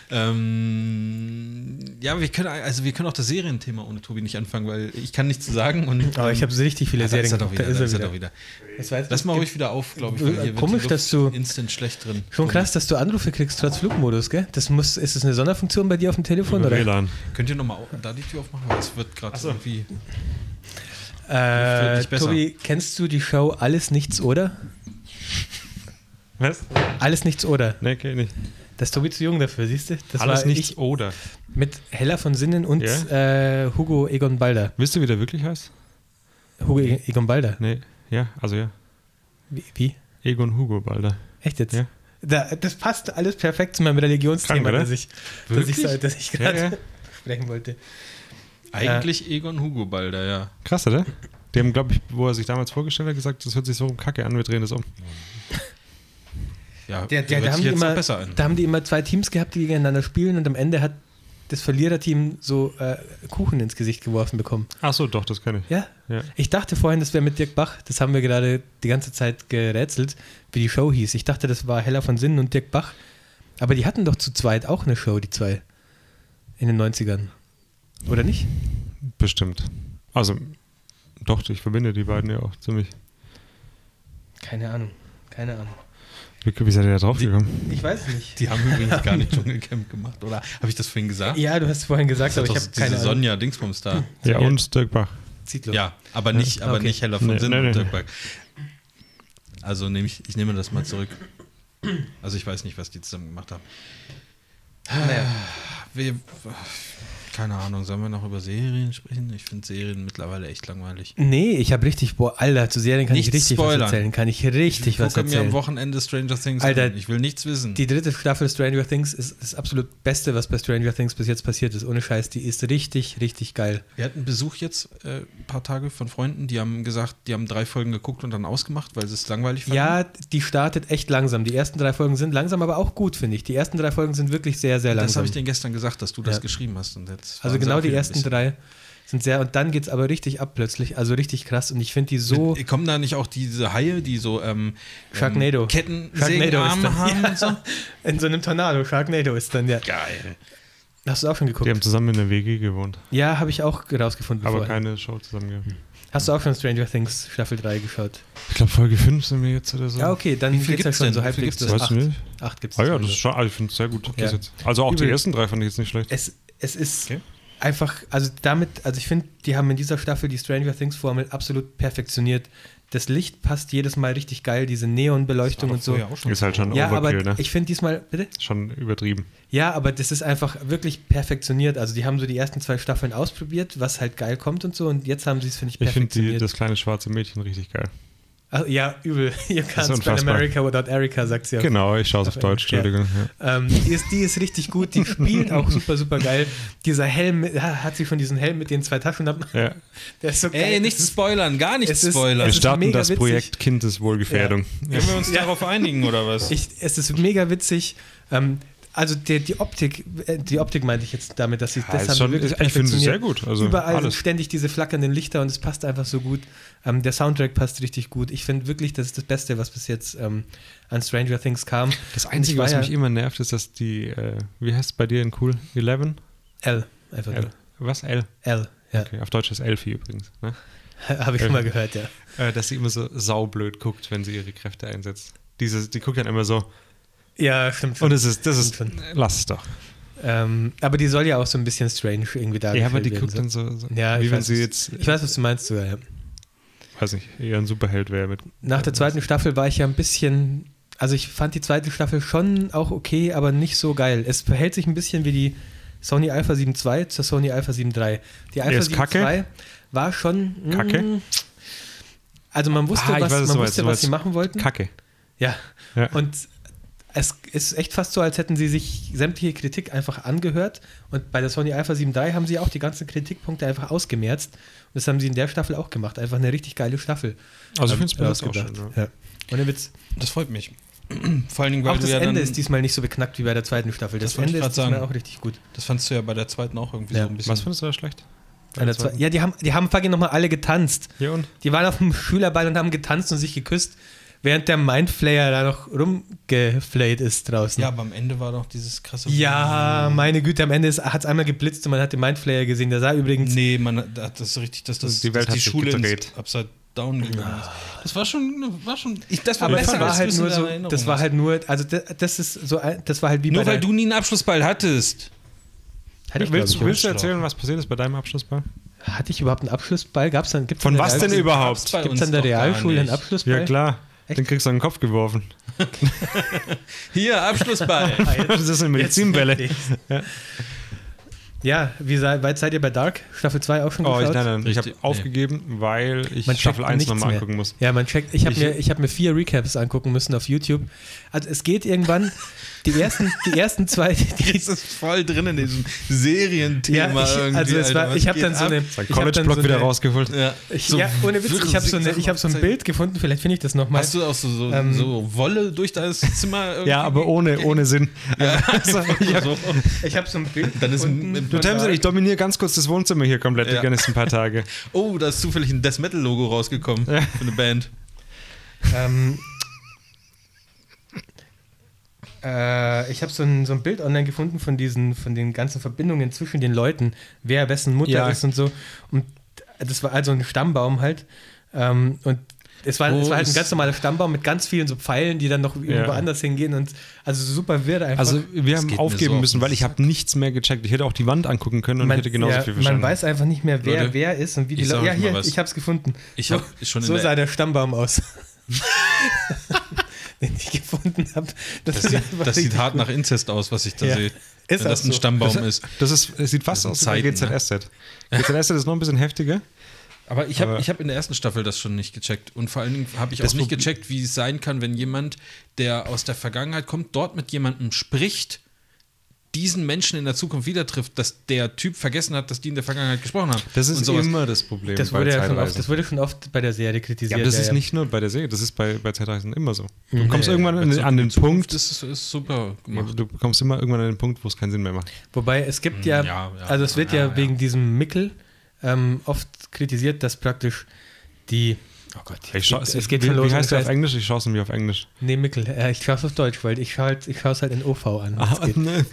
[SPEAKER 3] Ja. Ähm, ja, wir können also wir können auch das Serienthema ohne Tobi nicht anfangen, weil ich kann nichts zu sagen und
[SPEAKER 1] Aber ich habe so richtig viele
[SPEAKER 3] ja, da
[SPEAKER 1] Serien
[SPEAKER 3] ist er doch
[SPEAKER 1] geguckt.
[SPEAKER 3] wieder,
[SPEAKER 1] Da ist er wieder.
[SPEAKER 3] doch wieder.
[SPEAKER 1] Das war jetzt-
[SPEAKER 3] Lass mal ruhig wieder auf, glaube ich. weil
[SPEAKER 1] Äh,
[SPEAKER 3] hier wird
[SPEAKER 1] komisch,
[SPEAKER 3] die Luft
[SPEAKER 1] dass du-
[SPEAKER 3] instant schlecht drin.
[SPEAKER 1] Schon krass, dass du Anrufe kriegst trotz Flugmodus, gell? Das muss, ist das eine Sonderfunktion bei dir auf dem Telefon, oder?
[SPEAKER 2] WLAN.
[SPEAKER 3] Könnt ihr nochmal da die Tür aufmachen? Weil es wird gerade irgendwie.
[SPEAKER 1] Äh,
[SPEAKER 3] nicht besser.
[SPEAKER 1] Tobi, kennst du die Show Alles Nichts oder?
[SPEAKER 2] Was?
[SPEAKER 1] Alles Nichts oder?
[SPEAKER 2] Nee, okay, nicht.
[SPEAKER 1] Das ist Tobi zu jung dafür, siehst du? Das
[SPEAKER 2] Alles
[SPEAKER 1] war
[SPEAKER 2] nichts
[SPEAKER 1] ich
[SPEAKER 2] oder.
[SPEAKER 1] mit Hella von Sinnen und äh, Hugo Egon Balder.
[SPEAKER 2] Wisst ihr, wie der wirklich heißt?
[SPEAKER 1] Hugo E- Egon Balder.
[SPEAKER 2] Nee, ja, also ja.
[SPEAKER 1] Wie? wie?
[SPEAKER 2] Egon Hugo Balder.
[SPEAKER 1] Echt jetzt?
[SPEAKER 2] Ja.
[SPEAKER 1] Da, das passt alles perfekt zu meinem Religionsthema,
[SPEAKER 2] Krank, oder?
[SPEAKER 1] das ich, das ich,
[SPEAKER 2] Wirklich?
[SPEAKER 1] so- das ich gerade
[SPEAKER 2] Ja, ja.
[SPEAKER 1] sprechen wollte. Äh.
[SPEAKER 3] Eigentlich Egon Hugo Balder, ja.
[SPEAKER 2] Krass, oder? Die haben, glaube ich, wo er sich damals vorgestellt hat, gesagt, das hört sich so um Kacke an, wir drehen das um.
[SPEAKER 3] Ja,
[SPEAKER 1] Der, der,
[SPEAKER 3] hört
[SPEAKER 1] da,
[SPEAKER 3] sich
[SPEAKER 1] haben die
[SPEAKER 3] jetzt auch
[SPEAKER 1] immer,
[SPEAKER 3] besser an.
[SPEAKER 1] da haben die immer zwei Teams gehabt, die gegeneinander spielen und am Ende hat das Verliererteam so äh, Kuchen ins Gesicht geworfen bekommen.
[SPEAKER 2] Ach so, doch, das kenne ich.
[SPEAKER 1] Ja?
[SPEAKER 2] Ja.
[SPEAKER 1] Ich dachte vorhin, das wäre mit Dirk Bach. Das haben wir gerade die ganze Zeit gerätselt, wie die Show hieß. Ich dachte, das war Hella von Sinnen und Dirk Bach. Aber die hatten doch zu zweit auch eine Show, die zwei. In den 90ern. Oder nicht?
[SPEAKER 2] Bestimmt. Also, doch, ich verbinde die beiden ja auch ziemlich.
[SPEAKER 1] Keine Ahnung. Keine Ahnung.
[SPEAKER 2] Wie, wie seid ihr da drauf gekommen?
[SPEAKER 1] Ich weiß nicht.
[SPEAKER 3] Die haben übrigens gar nicht Dschungelcamp gemacht, oder? Habe ich das vorhin gesagt?
[SPEAKER 1] Ja, du hast vorhin gesagt,
[SPEAKER 3] Das
[SPEAKER 1] aber
[SPEAKER 3] hat
[SPEAKER 1] ich
[SPEAKER 3] doch
[SPEAKER 1] habe keine
[SPEAKER 3] diese
[SPEAKER 1] Ahnung.
[SPEAKER 3] Sonja Dingsbums da.
[SPEAKER 2] Ja,
[SPEAKER 1] Ja.
[SPEAKER 2] und Dirk Bach.
[SPEAKER 1] Zietlow.
[SPEAKER 3] Ja, aber nicht, aber
[SPEAKER 1] Okay.
[SPEAKER 3] nicht Heller von
[SPEAKER 2] Nee,
[SPEAKER 3] Sinn
[SPEAKER 2] nee,
[SPEAKER 3] und
[SPEAKER 2] nee,
[SPEAKER 3] Dirk
[SPEAKER 2] nee.
[SPEAKER 3] Berg. Also nehme ich, ich nehme das mal zurück. Also ich weiß nicht, was die zusammen gemacht haben.
[SPEAKER 1] Naja.
[SPEAKER 3] Wir, keine Ahnung, sollen wir noch über Serien sprechen? Ich finde Serien mittlerweile echt langweilig.
[SPEAKER 1] Nee, ich habe richtig, boah, Alter, zu Serien kann ich
[SPEAKER 3] Nicht
[SPEAKER 1] richtig
[SPEAKER 3] spoilern.
[SPEAKER 1] was erzählen. Kann ich richtig
[SPEAKER 3] ich
[SPEAKER 1] was
[SPEAKER 3] gucke mir am
[SPEAKER 1] erzählen.
[SPEAKER 3] Wochenende Stranger Things
[SPEAKER 1] Alter,
[SPEAKER 3] an. Ich will nichts wissen.
[SPEAKER 1] Die dritte Staffel Stranger Things ist das absolut Beste, was bei Stranger Things bis jetzt passiert ist. Ohne Scheiß, die ist richtig, richtig geil.
[SPEAKER 3] wir hatten Besuch jetzt äh, ein paar Tage von Freunden, die haben gesagt, die haben drei Folgen geguckt und dann ausgemacht, weil sie es langweilig fanden.
[SPEAKER 1] Ja, die startet echt langsam. Die ersten drei Folgen sind langsam, aber auch gut, finde ich. Die ersten drei Folgen sind wirklich sehr, sehr
[SPEAKER 3] das
[SPEAKER 1] langsam.
[SPEAKER 3] habe ich denen gestern gesagt, dass du das
[SPEAKER 1] Ja.
[SPEAKER 3] geschrieben hast. Und jetzt
[SPEAKER 1] also
[SPEAKER 3] waren sie
[SPEAKER 1] genau
[SPEAKER 3] auch
[SPEAKER 1] die
[SPEAKER 3] wieder ein
[SPEAKER 1] ersten
[SPEAKER 3] bisschen-
[SPEAKER 1] drei sind sehr, und dann geht es aber richtig ab plötzlich. Also richtig krass. Und ich finde die so.
[SPEAKER 3] Mit- Kommen da nicht auch diese Haie, die so ähm,
[SPEAKER 1] Sharknado.
[SPEAKER 3] ähm, Ketten
[SPEAKER 1] Sharknado ist das.
[SPEAKER 3] Sägenarme haben und so?
[SPEAKER 1] In so einem Tornado, Sharknado ist dann, ja.
[SPEAKER 3] Geil.
[SPEAKER 1] Hast du auch schon
[SPEAKER 2] Die
[SPEAKER 1] geguckt?
[SPEAKER 2] haben zusammen in der WG gewohnt,
[SPEAKER 1] Ja, habe ich auch rausgefunden.
[SPEAKER 2] aber
[SPEAKER 1] vorher.
[SPEAKER 2] keine Show zusammen gehabt.
[SPEAKER 1] Hast du auch schon Stranger Things Staffel 3 geschaut?
[SPEAKER 2] Ich glaube, Folge 5 sind wir jetzt oder so.
[SPEAKER 1] Ja, okay, dann
[SPEAKER 3] Wie viel
[SPEAKER 1] geht's ja
[SPEAKER 3] gibt's
[SPEAKER 1] schon
[SPEAKER 3] denn?
[SPEAKER 1] so
[SPEAKER 3] Wie viel
[SPEAKER 1] halbwegs bis
[SPEAKER 3] gibt's
[SPEAKER 2] denn? Weißt du
[SPEAKER 1] acht.
[SPEAKER 2] nicht?
[SPEAKER 1] Acht gibt's
[SPEAKER 2] Ah ja,
[SPEAKER 1] also.
[SPEAKER 2] das ist schon, ah, ich finde es sehr gut. bis
[SPEAKER 1] Ja.
[SPEAKER 2] Jetzt. Also auch die
[SPEAKER 1] Übel.
[SPEAKER 2] ersten drei fand ich jetzt nicht schlecht.
[SPEAKER 1] Es, es ist
[SPEAKER 3] Okay.
[SPEAKER 1] einfach, also damit, also ich finde, die haben in dieser Staffel die Stranger Things Formel absolut perfektioniert. Das Licht passt jedes Mal richtig geil, diese Neonbeleuchtung und so.
[SPEAKER 2] Ist halt schon
[SPEAKER 1] Ja, aber
[SPEAKER 2] Overkill, ne?
[SPEAKER 1] ich finde diesmal, bitte?
[SPEAKER 2] Schon übertrieben.
[SPEAKER 1] Ja, aber das ist einfach wirklich perfektioniert. Also die haben so die ersten zwei Staffeln ausprobiert, was halt geil kommt und so. Und jetzt haben sie es, finde ich,
[SPEAKER 2] Ich finde
[SPEAKER 1] perfektioniert.
[SPEAKER 2] das kleine schwarze Mädchen richtig geil.
[SPEAKER 1] Ach, ja, übel. You can't spell
[SPEAKER 2] unfassbar.
[SPEAKER 1] America without Erica, sagt sie auf
[SPEAKER 2] Genau, ich schaue es auf
[SPEAKER 1] Auf
[SPEAKER 2] Deutsch,
[SPEAKER 1] Englisch,
[SPEAKER 2] Entschuldigung. Ja.
[SPEAKER 1] Ähm, die, ist, die ist richtig gut, die spielt auch super, super geil. Dieser Helm, ja, hat sie schon diesen Helm mit den zwei Taschenlampen?
[SPEAKER 2] Ja.
[SPEAKER 1] Der ist so geil.
[SPEAKER 3] Ey, nichts spoilern, gar nichts
[SPEAKER 1] Es ist-
[SPEAKER 3] spoilern.
[SPEAKER 2] Wir
[SPEAKER 1] es ist
[SPEAKER 2] starten
[SPEAKER 1] mega
[SPEAKER 2] das
[SPEAKER 1] witzig.
[SPEAKER 2] Projekt Kindeswohlgefährdung.
[SPEAKER 3] Können wir uns darauf einigen, oder was?
[SPEAKER 1] Ich, es ist mega witzig. Ähm, also die, die Optik, äh, die Optik meinte ich jetzt damit, dass sie
[SPEAKER 2] Ja,
[SPEAKER 1] das
[SPEAKER 2] ist
[SPEAKER 1] haben
[SPEAKER 2] schon-
[SPEAKER 1] die Ah, wirklich
[SPEAKER 2] ich finde sie
[SPEAKER 1] perfektioniert.
[SPEAKER 2] sehr gut, also
[SPEAKER 1] Überall
[SPEAKER 2] alles.
[SPEAKER 1] sind ständig diese flackernden Lichter und es passt einfach so gut. Ähm, der Soundtrack passt richtig gut. Ich finde wirklich, das ist das Beste, was bis jetzt ähm, an Stranger Things kam.
[SPEAKER 2] Das
[SPEAKER 1] Und
[SPEAKER 2] Einzige,
[SPEAKER 1] ich war
[SPEAKER 2] was
[SPEAKER 1] ja
[SPEAKER 2] mich immer nervt, ist, dass die, äh, wie heißt es bei dir in Cool? 11?
[SPEAKER 1] L, einfach
[SPEAKER 2] L.
[SPEAKER 1] L.
[SPEAKER 2] Was? L?
[SPEAKER 1] L. Ja,
[SPEAKER 2] Okay, auf Deutsch ist Elfie übrigens. Ne?
[SPEAKER 1] habe ich schon mal gehört, ja.
[SPEAKER 2] Äh, dass sie immer so saublöd guckt, wenn sie ihre Kräfte einsetzt. Diese, die guckt dann immer so.
[SPEAKER 1] Ja, stimmt.
[SPEAKER 2] Und es ist, das ist,
[SPEAKER 1] Stimmt
[SPEAKER 2] lass es doch.
[SPEAKER 1] Ähm, aber die soll ja auch so ein bisschen strange irgendwie da
[SPEAKER 2] Ja, aber die guckt dann so, so
[SPEAKER 1] Ja,
[SPEAKER 2] wie
[SPEAKER 1] ich
[SPEAKER 2] wenn
[SPEAKER 1] weiß,
[SPEAKER 2] sie
[SPEAKER 1] was-
[SPEAKER 2] jetzt,
[SPEAKER 1] Ich weiß, was du meinst sogar, ja.
[SPEAKER 2] weiß nicht, eher ein Superheld wäre mit.
[SPEAKER 1] Nach der zweiten Staffel war ich ja ein bisschen. Also ich fand die zweite Staffel schon auch okay, aber nicht so geil. Es verhält sich ein bisschen wie die Sony Alpha 7.2 zur Sony Alpha 7.3. Die Alpha
[SPEAKER 2] ist kacke.
[SPEAKER 1] 7.2 war schon. mm,
[SPEAKER 2] Kacke.
[SPEAKER 1] Also man wusste,
[SPEAKER 2] Ah, ich
[SPEAKER 1] was,
[SPEAKER 2] weiß, was
[SPEAKER 1] man wusste,
[SPEAKER 2] du meinst, du
[SPEAKER 1] was sie machen wollten.
[SPEAKER 2] Kacke.
[SPEAKER 1] Ja.
[SPEAKER 2] Ja.
[SPEAKER 1] Und es ist echt fast so, als hätten sie sich sämtliche Kritik einfach angehört. Und bei der Sony Alpha 7.3 haben sie auch die ganzen Kritikpunkte einfach ausgemerzt. Und das haben sie in der Staffel auch gemacht. Einfach eine richtig geile Staffel.
[SPEAKER 2] Also ich
[SPEAKER 1] ähm,
[SPEAKER 2] finde es mir das auch
[SPEAKER 1] ausgedacht.
[SPEAKER 2] schon. Ja.
[SPEAKER 1] ja. Und dann wird's,
[SPEAKER 4] Das freut mich. Vor allen Dingen, weil
[SPEAKER 1] auch das
[SPEAKER 4] du ja
[SPEAKER 1] Ende
[SPEAKER 4] Um dann,
[SPEAKER 1] ist diesmal nicht so beknackt wie bei der zweiten Staffel. Das,
[SPEAKER 4] Das wollte ich
[SPEAKER 1] Ende ist
[SPEAKER 4] grad sagen.
[SPEAKER 1] diesmal auch richtig gut.
[SPEAKER 4] das fandst du ja bei der zweiten auch irgendwie
[SPEAKER 1] Ja.
[SPEAKER 4] so ein bisschen.
[SPEAKER 2] Was findest du da schlecht?
[SPEAKER 1] Bei der zweiten- ja, die haben, die haben fucking nochmal alle getanzt.
[SPEAKER 2] Ja und?
[SPEAKER 1] Die waren auf dem Schülerball und haben getanzt und sich geküsst, während der Mindflayer da noch rumgeflayt ist draußen.
[SPEAKER 4] ja, aber am Ende war doch dieses krasse.
[SPEAKER 1] Ja, meine Güte, am Ende hat es einmal geblitzt und man hat den Mindflayer gesehen. Der sah übrigens.
[SPEAKER 4] Nee, man hat das ist richtig, dass das
[SPEAKER 2] Die Welt
[SPEAKER 4] dass
[SPEAKER 2] hat sich
[SPEAKER 4] Schule
[SPEAKER 2] gedreht.
[SPEAKER 4] ins Upside Down gegangen ist. Das war schon, war schon. Ich, das war
[SPEAKER 1] Aber
[SPEAKER 4] besser
[SPEAKER 1] Ah. das war
[SPEAKER 4] als du
[SPEAKER 1] halt
[SPEAKER 4] es in
[SPEAKER 1] nur
[SPEAKER 4] deiner
[SPEAKER 1] so,
[SPEAKER 4] Erinnerung
[SPEAKER 1] das war
[SPEAKER 4] hast.
[SPEAKER 1] halt nur, also das, das ist so, ein- das war halt wie
[SPEAKER 4] Nur
[SPEAKER 1] bei
[SPEAKER 4] weil
[SPEAKER 1] der,
[SPEAKER 4] du nie einen Abschlussball hattest.
[SPEAKER 1] hatte, ich,
[SPEAKER 2] willst
[SPEAKER 1] glaub ich,
[SPEAKER 2] willst du erzählen, was passiert ist bei deinem Abschlussball?
[SPEAKER 1] hatte ich überhaupt einen Abschlussball? Gab's dann, gibt's
[SPEAKER 2] Von
[SPEAKER 1] in der
[SPEAKER 2] was denn
[SPEAKER 1] Realschule-
[SPEAKER 2] überhaupt?
[SPEAKER 4] Bei
[SPEAKER 1] Gibt's
[SPEAKER 4] uns
[SPEAKER 1] an der
[SPEAKER 4] doch gar
[SPEAKER 1] Realschule einen
[SPEAKER 4] nicht.
[SPEAKER 1] Abschlussball?
[SPEAKER 2] Ja klar,
[SPEAKER 1] Echt?
[SPEAKER 2] den kriegst du an den Kopf geworfen.
[SPEAKER 4] Hier, Abschlussball.
[SPEAKER 2] das sind Medizinbälle.
[SPEAKER 1] Ja, wie sei- weit seid ihr bei Dark? Staffel 2 auch schon
[SPEAKER 2] Oh, ich,
[SPEAKER 1] geschaut?
[SPEAKER 2] nein, nein, ich habe
[SPEAKER 4] Richtig, nee.
[SPEAKER 2] aufgegeben, weil ich
[SPEAKER 1] Man
[SPEAKER 2] Staffel
[SPEAKER 1] checkt
[SPEAKER 2] 1
[SPEAKER 1] nichts
[SPEAKER 2] nochmal
[SPEAKER 1] mehr.
[SPEAKER 2] angucken muss.
[SPEAKER 1] Ja, man checkt. Ich habe
[SPEAKER 2] Ich-
[SPEAKER 1] mir, ich hab mir vier Recaps angucken müssen auf YouTube. Also es geht irgendwann, die ersten, die ersten zwei, die,
[SPEAKER 3] Chris ist voll drin in diesem Serienthema.
[SPEAKER 1] ich,
[SPEAKER 3] irgendwie,
[SPEAKER 1] also es
[SPEAKER 3] Alter,
[SPEAKER 1] war,
[SPEAKER 3] was
[SPEAKER 1] ich habe
[SPEAKER 3] geht
[SPEAKER 1] dann so
[SPEAKER 3] ab?
[SPEAKER 1] eine,
[SPEAKER 2] Sein
[SPEAKER 1] ich hab dann
[SPEAKER 2] College-Blog
[SPEAKER 1] so
[SPEAKER 2] wieder
[SPEAKER 1] eine-
[SPEAKER 2] rausgeholt.
[SPEAKER 3] Ja.
[SPEAKER 1] Ich,
[SPEAKER 3] So
[SPEAKER 1] ja, ohne Witz,
[SPEAKER 3] wirre
[SPEAKER 1] ich habe so, eine-
[SPEAKER 3] Sachen
[SPEAKER 1] ich hab so ein
[SPEAKER 3] zeigen.
[SPEAKER 1] Bild gefunden, vielleicht finde ich das nochmal.
[SPEAKER 3] Hast du auch so, so,
[SPEAKER 1] Ähm,
[SPEAKER 3] so Wolle durch das Zimmer? irgendwie
[SPEAKER 2] Ja, aber ohne, ohne Sinn. Also, ich hab,
[SPEAKER 3] so.
[SPEAKER 1] Ich habe so ein Bild
[SPEAKER 3] Dann ist
[SPEAKER 1] gefunden.
[SPEAKER 3] ein-
[SPEAKER 2] du Tamsin, ich dominiere ganz kurz das Wohnzimmer hier komplett
[SPEAKER 3] Ja.
[SPEAKER 2] die nächsten paar Tage.
[SPEAKER 3] Oh, da ist zufällig ein Death Metal Logo rausgekommen für eine Band.
[SPEAKER 1] ähm, äh, ich habe so ein, so ein Bild online gefunden von diesen, von den ganzen Verbindungen zwischen den Leuten, wer wessen Mutter
[SPEAKER 2] Ja.
[SPEAKER 1] ist und so. Und das war also ein Stammbaum halt. Ähm, und es war,
[SPEAKER 3] Wo
[SPEAKER 1] es war halt ein
[SPEAKER 3] ist-
[SPEAKER 1] ganz normaler Stammbaum mit ganz vielen so Pfeilen, die dann noch irgendwo
[SPEAKER 2] Ja.
[SPEAKER 1] anders hingehen und also super wirr einfach.
[SPEAKER 2] Also wir
[SPEAKER 3] Das geht
[SPEAKER 2] haben
[SPEAKER 3] mir
[SPEAKER 2] aufgeben
[SPEAKER 3] so auf
[SPEAKER 2] müssen,
[SPEAKER 3] den
[SPEAKER 2] weil ich habe nichts mehr gecheckt. Ich hätte auch die Wand angucken können und
[SPEAKER 1] man,
[SPEAKER 2] hätte genauso
[SPEAKER 1] ja,
[SPEAKER 2] viel
[SPEAKER 1] man
[SPEAKER 2] verstanden.
[SPEAKER 1] weiß einfach nicht mehr, wer
[SPEAKER 3] Leute,
[SPEAKER 1] wer ist und wie die
[SPEAKER 3] ich sag
[SPEAKER 1] Leute. Ja,
[SPEAKER 3] euch mal
[SPEAKER 1] hier,
[SPEAKER 3] was.
[SPEAKER 1] ich hab's gefunden.
[SPEAKER 3] Ich habe schon in
[SPEAKER 1] So
[SPEAKER 3] der
[SPEAKER 1] sah der Stammbaum aus. Den ich gefunden habe.
[SPEAKER 3] das sieht, das sieht hart nach Inzest aus, was ich da
[SPEAKER 1] Ja.
[SPEAKER 3] sehe.
[SPEAKER 1] Ist
[SPEAKER 3] Wenn das
[SPEAKER 1] auch
[SPEAKER 3] ein
[SPEAKER 1] so.
[SPEAKER 3] Stammbaum
[SPEAKER 2] das,
[SPEAKER 3] ist.
[SPEAKER 2] das ist. Das sieht fast
[SPEAKER 3] Das
[SPEAKER 2] aus
[SPEAKER 3] sind
[SPEAKER 2] wie bei
[SPEAKER 3] Zeiten, ne?
[SPEAKER 2] GZSZ. GZSZ ist noch ein bisschen heftiger.
[SPEAKER 3] Aber ich
[SPEAKER 2] Aber-
[SPEAKER 3] habe hab in der ersten Staffel das schon nicht gecheckt. Und vor allen Dingen habe ich auch nicht gecheckt, wie es sein kann, wenn jemand, der aus der Vergangenheit kommt, dort mit jemandem spricht, diesen Menschen in der Zukunft wieder trifft, dass der Typ vergessen hat, dass die in der Vergangenheit gesprochen haben.
[SPEAKER 2] Das ist
[SPEAKER 3] und sowas.
[SPEAKER 2] immer das Problem
[SPEAKER 1] das
[SPEAKER 2] bei
[SPEAKER 1] wurde ja schon
[SPEAKER 2] Zeitreisen.
[SPEAKER 1] oft, das wurde schon oft bei der Serie
[SPEAKER 2] ja,
[SPEAKER 1] kritisiert.
[SPEAKER 2] aber das
[SPEAKER 1] ja,
[SPEAKER 2] ist
[SPEAKER 1] ja.
[SPEAKER 2] nicht nur bei der Serie, das ist bei, bei Zeitreisen immer so. Du
[SPEAKER 1] Mhm.
[SPEAKER 2] kommst irgendwann an, den- an den Punkt,
[SPEAKER 3] Das ist, ist super gemacht.
[SPEAKER 2] du kommst immer irgendwann an den Punkt, wo es keinen Sinn mehr macht.
[SPEAKER 1] Wobei es gibt ja,
[SPEAKER 3] Hm, ja, ja,
[SPEAKER 1] also es wird ja,
[SPEAKER 3] ja, ja.
[SPEAKER 1] wegen diesem Mickel ähm, oft kritisiert, dass praktisch die. Oh Gott,
[SPEAKER 2] Ich
[SPEAKER 1] es
[SPEAKER 2] schau-
[SPEAKER 1] geht,
[SPEAKER 2] ich-
[SPEAKER 1] es geht
[SPEAKER 2] wie,
[SPEAKER 1] schon los.
[SPEAKER 2] Wie heißt
[SPEAKER 1] ich
[SPEAKER 2] der auf
[SPEAKER 1] weiß-
[SPEAKER 2] Englisch? Ich schaue es mir auf Englisch.
[SPEAKER 1] nee, Mickel. Äh, ich schaue es auf Deutsch, weil ich schaue ich schaue es halt in OV an.
[SPEAKER 3] Ah,
[SPEAKER 1] wenn's
[SPEAKER 2] Ah,
[SPEAKER 1] geht.
[SPEAKER 2] ne.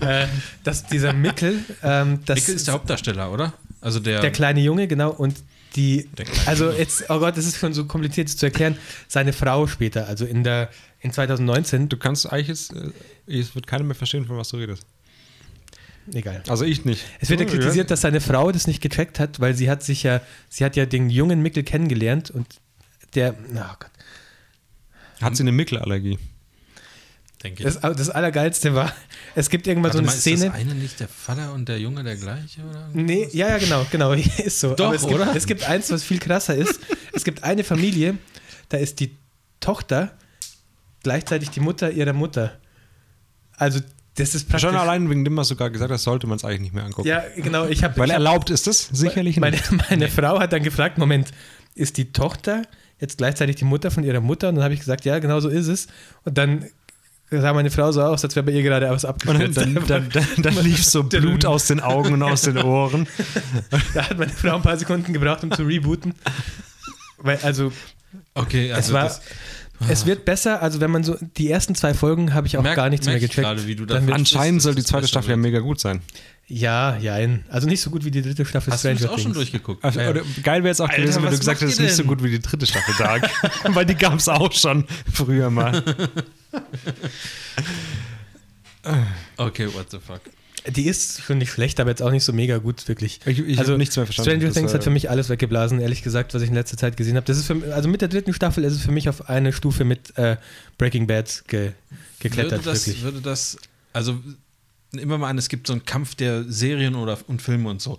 [SPEAKER 1] äh, dass dieser Mickel, ähm, das
[SPEAKER 3] Mickel ist der Hauptdarsteller, oder? Also der,
[SPEAKER 1] Der kleine Junge, genau. Und die,
[SPEAKER 3] Der kleine
[SPEAKER 1] also jetzt, oh Gott, das ist schon so kompliziert zu erklären. Seine Frau später, also in der, in 2019,
[SPEAKER 2] Du kannst eigentlich jetzt, äh, es wird keiner mehr verstehen, von was du redest.
[SPEAKER 1] egal.
[SPEAKER 2] Also ich nicht.
[SPEAKER 1] Es wird ja
[SPEAKER 3] Oh,
[SPEAKER 1] kritisiert, dass seine Frau das nicht gecheckt hat, weil sie hat sich ja, sie hat ja den jungen Mickel kennengelernt und der, na oh Gott.
[SPEAKER 2] Hat sie eine Mickelallergie?
[SPEAKER 3] denke ich.
[SPEAKER 1] Das, das Allergeilste war, es gibt irgendwann
[SPEAKER 3] Warte
[SPEAKER 1] so eine
[SPEAKER 3] mal,
[SPEAKER 1] Szene.
[SPEAKER 3] Ist das eine nicht der Vater und der Junge der gleiche? Oder?
[SPEAKER 1] Nee, ja, ja, genau, genau, ist so.
[SPEAKER 3] Doch,
[SPEAKER 1] es gibt,
[SPEAKER 3] oder?
[SPEAKER 1] Es gibt eins, was viel krasser ist. Es gibt eine Familie, da ist die Tochter gleichzeitig die Mutter ihrer Mutter. Also, das ist praktisch.
[SPEAKER 2] Schon allein wegen dem, was du gerade gesagt hast, sollte man es eigentlich nicht mehr angucken.
[SPEAKER 1] ja, genau, ich habe.
[SPEAKER 2] Weil erlaubt ist es sicherlich
[SPEAKER 1] meine,
[SPEAKER 2] nicht.
[SPEAKER 1] meine Frau hat dann gefragt: Moment, ist die Tochter jetzt gleichzeitig die Mutter von ihrer Mutter? Und dann habe ich gesagt: Ja, genau so ist es. Und dann sah meine Frau so aus, als wäre bei ihr gerade was
[SPEAKER 2] Und
[SPEAKER 1] abgestürzt.
[SPEAKER 2] dann, dann, dann, dann, dann lief so Blut aus den Augen und aus den Ohren.
[SPEAKER 1] da hat meine Frau ein paar Sekunden gebraucht, um zu rebooten. Weil, also,
[SPEAKER 3] Okay, also
[SPEAKER 1] es war.
[SPEAKER 3] das
[SPEAKER 1] es wird besser, also wenn man so. Die ersten zwei Folgen habe ich auch
[SPEAKER 3] Merk-
[SPEAKER 1] gar nichts mehr
[SPEAKER 3] merk ich
[SPEAKER 1] gecheckt.
[SPEAKER 3] gerade, wie du da
[SPEAKER 1] Dann wird-
[SPEAKER 2] Anscheinend
[SPEAKER 3] das-
[SPEAKER 2] soll die
[SPEAKER 3] das
[SPEAKER 2] zweite
[SPEAKER 3] besser
[SPEAKER 2] Staffel ja mega gut sein.
[SPEAKER 1] ja, ja, also nicht so gut wie die dritte Staffel
[SPEAKER 3] hast du das auch schon
[SPEAKER 1] Things.
[SPEAKER 3] durchgeguckt.
[SPEAKER 2] Also, oder geil wäre es auch
[SPEAKER 3] Alter,
[SPEAKER 2] gewesen, wenn du
[SPEAKER 3] was
[SPEAKER 2] gesagt
[SPEAKER 3] macht
[SPEAKER 2] hättest,
[SPEAKER 3] ihr
[SPEAKER 2] nicht so
[SPEAKER 3] denn?
[SPEAKER 2] gut wie die dritte Staffel Dark. Weil die gab es auch schon früher mal.
[SPEAKER 3] Okay, what the fuck.
[SPEAKER 1] Die ist schon nicht schlecht, aber jetzt auch nicht so mega gut, wirklich.
[SPEAKER 2] Ich- ich hab nichts mehr verstanden.
[SPEAKER 1] Also, Stranger
[SPEAKER 2] Das,
[SPEAKER 1] Things hat
[SPEAKER 2] äh,
[SPEAKER 1] für mich alles weggeblasen, ehrlich gesagt, was ich in letzter Zeit gesehen habe. Das ist für mich, also mit der dritten Staffel ist es für mich auf eine Stufe mit äh, Breaking Bad ge, geklettert,
[SPEAKER 3] würde das,
[SPEAKER 1] wirklich.
[SPEAKER 3] Würde das, also immer mal an, es gibt so einen Kampf der Serien oder und Filme und so.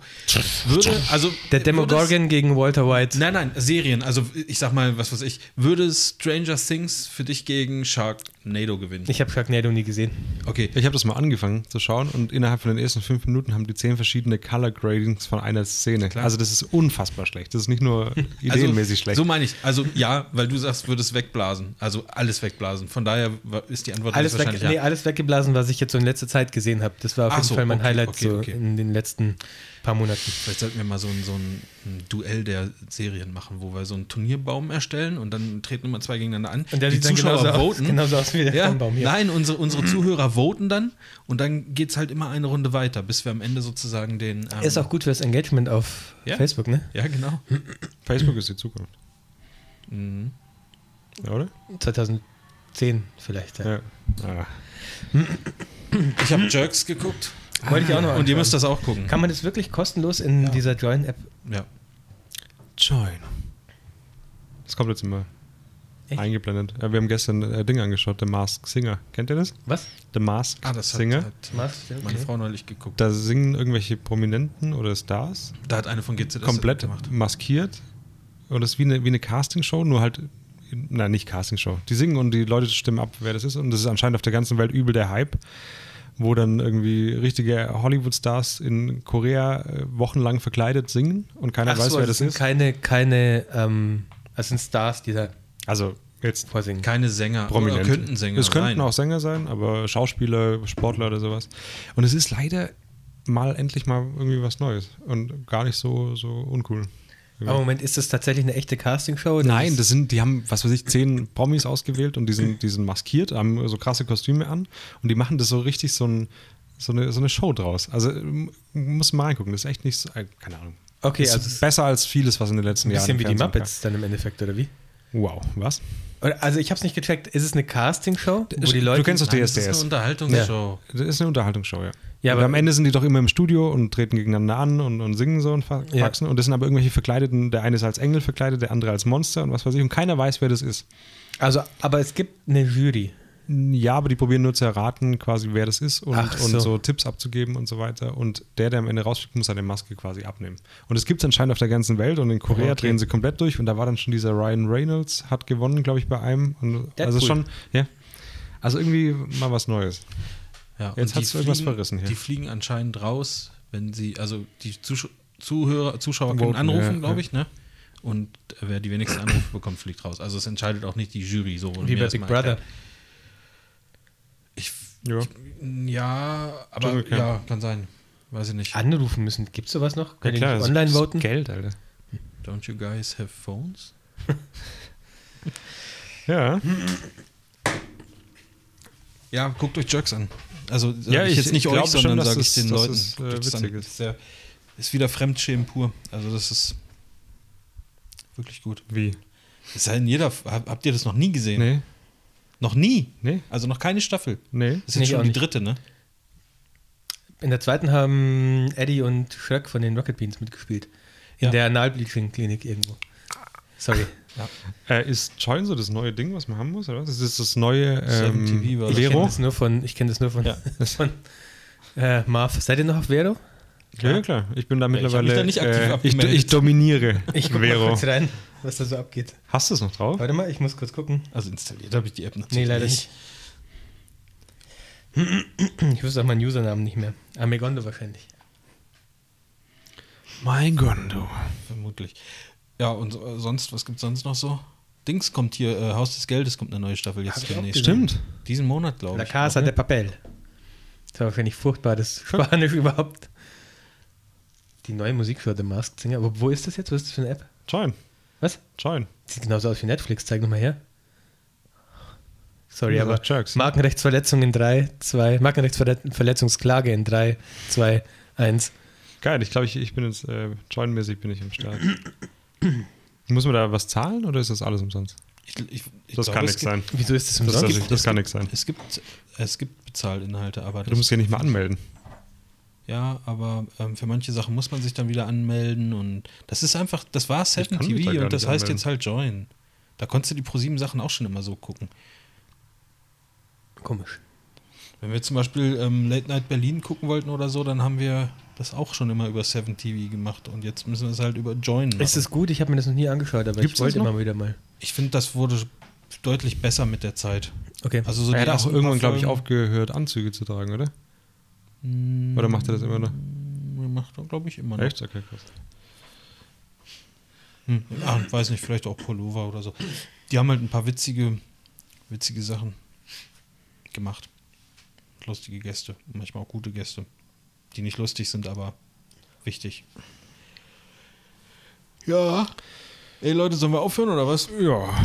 [SPEAKER 3] Würde, also
[SPEAKER 1] Der
[SPEAKER 3] würde
[SPEAKER 1] Demogorgon gegen Walter
[SPEAKER 3] Es,
[SPEAKER 1] White.
[SPEAKER 3] nein, nein, Serien. Also ich sag mal, was weiß ich. Würde Stranger Things für dich gegen Sharknado gewinnen?
[SPEAKER 1] Ich habe Sharknado nie gesehen.
[SPEAKER 3] Okay.
[SPEAKER 2] Ich habe das mal angefangen zu schauen und innerhalb von den ersten fünf Minuten haben die zehn verschiedene Color Gradings von einer Szene. Also das ist unfassbar schlecht. Das ist nicht nur ideenmäßig schlecht.
[SPEAKER 3] So meine ich. Also ja, weil du sagst, würde es wegblasen. Also alles wegblasen. Von daher wa- ist die Antwort
[SPEAKER 1] Alles, weg,
[SPEAKER 3] wahrscheinlich
[SPEAKER 1] nee,
[SPEAKER 3] ja.
[SPEAKER 1] alles weggeblasen, was ich jetzt so in letzter Zeit gesehen habe. Das war auf
[SPEAKER 3] Ach
[SPEAKER 1] jeden
[SPEAKER 3] so,
[SPEAKER 1] Fall mein
[SPEAKER 3] okay,
[SPEAKER 1] Highlight
[SPEAKER 3] okay,
[SPEAKER 1] so
[SPEAKER 3] okay.
[SPEAKER 1] in den letzten paar Monaten.
[SPEAKER 3] Vielleicht sollten wir mal so ein, so ein ein Duell der Serien machen, wo wir so einen Turnierbaum erstellen und dann treten immer zwei gegeneinander an.
[SPEAKER 1] Und der sieht dann genauso genau, aus- genauso aus wie der
[SPEAKER 3] ja,
[SPEAKER 1] Stammbaum hier.
[SPEAKER 3] Nein, unsere, unsere Zuhörer voten dann und dann geht es halt immer eine Runde weiter, bis wir am Ende sozusagen den. ähm,
[SPEAKER 1] Ist auch gut fürs Engagement auf
[SPEAKER 3] Ja?
[SPEAKER 1] Facebook, ne?
[SPEAKER 3] Ja, genau. Mhm.
[SPEAKER 2] Facebook ist die Zukunft. Ja, oder?
[SPEAKER 1] 2010 vielleicht. Ja.
[SPEAKER 2] Ja. Ah.
[SPEAKER 3] Ich habe Jerks geguckt.
[SPEAKER 1] Wollte ich auch noch
[SPEAKER 3] Ah, Und ihr
[SPEAKER 1] anschauen.
[SPEAKER 3] müsst das auch gucken.
[SPEAKER 1] Kann man das wirklich kostenlos in dieser Join-App?
[SPEAKER 3] Ja.
[SPEAKER 2] Join. Das kommt jetzt immer
[SPEAKER 1] Echt?
[SPEAKER 2] eingeblendet. Ja, wir haben gestern äh, Ding angeschaut, The Mask Singer. Kennt ihr das?
[SPEAKER 1] Was?
[SPEAKER 2] The Mask
[SPEAKER 3] Ah, das hat,
[SPEAKER 2] Singer.
[SPEAKER 3] hat
[SPEAKER 1] Machst du?
[SPEAKER 3] meine
[SPEAKER 1] Okay.
[SPEAKER 3] Frau neulich geguckt.
[SPEAKER 2] Da singen irgendwelche Prominenten oder Stars
[SPEAKER 3] Da hat eine von GZS
[SPEAKER 2] komplett
[SPEAKER 3] gemacht.
[SPEAKER 2] maskiert. Und das ist wie eine, wie eine Castingshow, nur halt. in- Nein, nicht Castingshow. Die singen und die Leute stimmen ab, wer das ist. Und das ist anscheinend auf der ganzen Welt übel der Hype, wo dann irgendwie richtige Hollywood-Stars in Korea äh, wochenlang verkleidet singen und keiner
[SPEAKER 1] Ach
[SPEAKER 2] weiß,
[SPEAKER 1] so,
[SPEAKER 2] wer
[SPEAKER 1] also
[SPEAKER 2] das
[SPEAKER 1] sind
[SPEAKER 2] ist.
[SPEAKER 1] keine, keine, ähm, das sind Stars, die da
[SPEAKER 2] Also jetzt
[SPEAKER 1] vorsingen.
[SPEAKER 3] Keine Sänger.
[SPEAKER 2] Prominent.
[SPEAKER 3] Oder könnten Sänger
[SPEAKER 2] Es könnten
[SPEAKER 3] sein.
[SPEAKER 2] auch Sänger sein, aber Schauspieler, Sportler oder sowas. Und es ist leider mal endlich mal irgendwie was Neues und gar nicht so, so uncool.
[SPEAKER 1] Aber Moment, ist das tatsächlich eine echte Castingshow? Das
[SPEAKER 2] Nein,
[SPEAKER 1] ist-
[SPEAKER 2] das sind, die haben, was weiß ich, zehn Promis ausgewählt und die sind, die sind maskiert, haben so krasse Kostüme an und die machen das so richtig so, ein, so, eine, so eine Show draus. Also m- muss man reingucken, das ist echt nicht so, äh, keine Ahnung.
[SPEAKER 1] Okay,
[SPEAKER 2] ist
[SPEAKER 1] also es ist
[SPEAKER 2] besser als vieles, was in den letzten
[SPEAKER 1] ein bisschen
[SPEAKER 2] Jahren.
[SPEAKER 1] wie
[SPEAKER 2] im
[SPEAKER 1] die
[SPEAKER 2] Fernsehen
[SPEAKER 1] Muppets dann im Endeffekt, oder wie?
[SPEAKER 2] kam. Wow, was?
[SPEAKER 1] Oder, also ich habe es nicht gecheckt. Ist es eine Castingshow, wo die
[SPEAKER 2] Du
[SPEAKER 1] Leute...
[SPEAKER 2] kennst doch
[SPEAKER 3] Nein, das ist eine
[SPEAKER 2] DSDS.
[SPEAKER 3] Unterhaltungsshow.
[SPEAKER 2] Das ist eine Unterhaltungsshow, ja.
[SPEAKER 1] Ja,
[SPEAKER 2] und
[SPEAKER 1] aber-
[SPEAKER 2] am Ende sind die doch immer im Studio und treten gegeneinander an und, und singen so und fa-
[SPEAKER 1] Ja.
[SPEAKER 2] faxen. Und das sind aber irgendwelche Verkleideten. Der eine ist als Engel verkleidet, der andere als Monster und was weiß ich. Und keiner weiß, wer das ist.
[SPEAKER 1] Also, aber es gibt eine Jury.
[SPEAKER 2] Ja, aber die probieren nur zu erraten, quasi, wer das ist und,
[SPEAKER 1] Ach so.
[SPEAKER 2] und so Tipps abzugeben und so weiter. Und der, der am Ende rausfliegt, muss seine Maske quasi abnehmen. Und es gibt es anscheinend auf der ganzen Welt und in Korea
[SPEAKER 1] Okay.
[SPEAKER 2] drehen sie komplett durch. Und da war dann schon dieser Ryan Reynolds, hat gewonnen, glaube ich, bei einem. Und, also
[SPEAKER 1] Deadpool.
[SPEAKER 2] schon, ja. Also irgendwie mal was Neues.
[SPEAKER 3] Ja, und
[SPEAKER 2] Jetzt
[SPEAKER 3] die
[SPEAKER 2] hat's irgendwas
[SPEAKER 3] fliegen-
[SPEAKER 2] verrissen hier.
[SPEAKER 3] Die fliegen anscheinend raus, wenn sie, also die Zusch Zuhörer, Zuschauer
[SPEAKER 2] Voten,
[SPEAKER 3] können anrufen,
[SPEAKER 2] ja,
[SPEAKER 3] glaube
[SPEAKER 2] ja.
[SPEAKER 3] ich, ne? Und wer die wenigsten Anrufe bekommt, fliegt raus. Also es entscheidet auch nicht die Jury so. wurde
[SPEAKER 1] Wie
[SPEAKER 3] mir
[SPEAKER 1] bei
[SPEAKER 3] das
[SPEAKER 1] Big
[SPEAKER 3] mal
[SPEAKER 1] Brother.
[SPEAKER 3] erklärt. Ich,
[SPEAKER 2] Ja.
[SPEAKER 3] Hm. ja, aber
[SPEAKER 2] Dschungelcamp.
[SPEAKER 3] ja, kann sein. Weiß ich nicht.
[SPEAKER 1] Anrufen müssen. Gibt es sowas noch? Können die
[SPEAKER 2] das
[SPEAKER 1] nicht online
[SPEAKER 2] ist
[SPEAKER 1] voten?
[SPEAKER 2] Geld, Alter.
[SPEAKER 3] Don't you guys have phones?
[SPEAKER 2] Ja.
[SPEAKER 3] Ja, guckt euch Jerks an. Also sag
[SPEAKER 2] Ja,
[SPEAKER 3] ich,
[SPEAKER 2] ich-
[SPEAKER 3] jetzt nicht
[SPEAKER 2] ich
[SPEAKER 3] euch,
[SPEAKER 2] glaub schon,
[SPEAKER 3] sondern
[SPEAKER 2] dass
[SPEAKER 3] sage ich
[SPEAKER 2] es-
[SPEAKER 3] den
[SPEAKER 2] dass
[SPEAKER 3] Leuten.
[SPEAKER 2] es, äh,
[SPEAKER 3] Guckt euch das an.
[SPEAKER 2] witzig ist.
[SPEAKER 3] Ist, ja- ist wieder Fremdschämen pur. Also das ist wirklich gut.
[SPEAKER 2] Wie?
[SPEAKER 3] Ist ja in jeder, hab, habt ihr das noch nie gesehen?
[SPEAKER 2] Nee,
[SPEAKER 3] Noch nie?
[SPEAKER 2] nee,
[SPEAKER 3] Also noch keine Staffel.
[SPEAKER 2] nee.
[SPEAKER 3] Das ist
[SPEAKER 1] Nee,
[SPEAKER 3] jetzt
[SPEAKER 1] auch
[SPEAKER 3] schon die
[SPEAKER 1] nicht.
[SPEAKER 3] dritte, ne?
[SPEAKER 1] In der zweiten haben Eddie und Shrek von den Rocket Beans mitgespielt. In
[SPEAKER 3] Ja.
[SPEAKER 1] der Analbleaching-Klinik irgendwo. Sorry.
[SPEAKER 2] Äh, ist Join so das neue Ding, was man haben muss, oder was? Das ist das neue
[SPEAKER 3] Seven TV
[SPEAKER 2] ähm,
[SPEAKER 3] war das.
[SPEAKER 1] Ich kenne
[SPEAKER 2] Vero?
[SPEAKER 1] das nur von, ich kenn das nur von,
[SPEAKER 3] Ja.
[SPEAKER 1] von äh, Marv. Seid ihr noch auf Vero?
[SPEAKER 2] Ja, klar. Ich bin da mittlerweile.
[SPEAKER 3] da nicht aktiv
[SPEAKER 2] äh, ich,
[SPEAKER 3] abgemeldet.
[SPEAKER 2] ich dominiere
[SPEAKER 1] Ich gucke mal
[SPEAKER 2] Vero.
[SPEAKER 1] kurz rein, was da so abgeht.
[SPEAKER 2] Hast du es noch drauf?
[SPEAKER 1] Warte mal, ich muss kurz gucken.
[SPEAKER 3] Also installiert habe ich die App natürlich.
[SPEAKER 1] Nee, leider nicht. Ich wüsste auch meinen Usernamen nicht mehr. Amegondo wahrscheinlich.
[SPEAKER 2] Mein Gondo.
[SPEAKER 3] Vermutlich. Ja, und äh, sonst, was gibt's sonst noch so? Dings kommt hier, äh, Haus des Geldes kommt eine neue Staffel
[SPEAKER 1] Hab
[SPEAKER 3] jetzt
[SPEAKER 1] ich auch
[SPEAKER 3] demnächst.
[SPEAKER 1] gesehen.
[SPEAKER 2] Stimmt.
[SPEAKER 3] Diesen Monat, glaube
[SPEAKER 1] La
[SPEAKER 3] ich.
[SPEAKER 1] Casa
[SPEAKER 2] ne?
[SPEAKER 1] de Papel. Das war wahrscheinlich furchtbar, das Spanisch überhaupt. Die neue Musik für The Masked Singer. Aber wo ist das jetzt? Was ist das für eine App?
[SPEAKER 2] Join.
[SPEAKER 1] Was?
[SPEAKER 2] Join.
[SPEAKER 1] Sieht genauso aus wie Netflix. Zeig nochmal her. Sorry,
[SPEAKER 2] Ja,
[SPEAKER 1] aber
[SPEAKER 2] Jerks.
[SPEAKER 1] Markenrechtsverletzung in 3, 2, Markenrechtsverletzungsklage in 3, 2, 1.
[SPEAKER 2] Geil, ich glaube, ich, ich bin jetzt äh, Join-mäßig bin ich am Start. Muss man da was zahlen oder ist das alles umsonst?
[SPEAKER 3] Ich, ich, ich
[SPEAKER 2] Das
[SPEAKER 3] glaube,
[SPEAKER 2] kann
[SPEAKER 3] es
[SPEAKER 2] nichts
[SPEAKER 3] gibt-
[SPEAKER 2] sein.
[SPEAKER 1] Wieso ist das
[SPEAKER 2] Das,
[SPEAKER 1] umsonst?
[SPEAKER 2] das, das kann nichts sein.
[SPEAKER 3] Es gibt, es gibt Bezahlinhalte, aber
[SPEAKER 2] Du musst dich nicht mal anmelden.
[SPEAKER 3] Ja, aber ähm, für manche Sachen muss man sich dann wieder anmelden und das ist einfach, das war Seven
[SPEAKER 2] kann mich
[SPEAKER 3] TV
[SPEAKER 2] da gar
[SPEAKER 3] und das
[SPEAKER 2] nicht
[SPEAKER 3] heißt
[SPEAKER 2] anmelden.
[SPEAKER 3] jetzt halt Join. Da konntest du die ProSieben Sachen auch schon immer so gucken.
[SPEAKER 1] Komisch.
[SPEAKER 3] Wenn wir zum Beispiel ähm, Late Night Berlin gucken wollten oder so, dann haben wir das auch schon immer über Seven TV gemacht und jetzt müssen wir es halt über Join machen.
[SPEAKER 1] Ist es gut? Ich habe mir das noch nie angeschaut, aber
[SPEAKER 2] Gibt's
[SPEAKER 1] ich
[SPEAKER 2] das
[SPEAKER 1] wollte
[SPEAKER 2] noch?
[SPEAKER 1] immer wieder mal.
[SPEAKER 3] ich finde, das wurde deutlich besser mit der Zeit.
[SPEAKER 1] Okay.
[SPEAKER 3] Also so
[SPEAKER 2] er hat
[SPEAKER 3] die
[SPEAKER 2] auch
[SPEAKER 3] ersten paar
[SPEAKER 2] irgendwann, glaube ich,
[SPEAKER 3] Folgen-
[SPEAKER 2] aufgehört, Anzüge zu tragen, oder? Oder macht er das immer noch?
[SPEAKER 3] Macht er, glaube ich, immer noch.
[SPEAKER 2] Echt? Okay, krass.
[SPEAKER 3] Hm. Ah, weiß nicht, vielleicht auch Pullover oder so. Die haben halt ein paar witzige, witzige Sachen gemacht. Lustige Gäste, manchmal auch gute Gäste, die nicht lustig sind, aber wichtig. Ja. Ey Leute, sollen wir aufhören oder was?
[SPEAKER 2] Ja,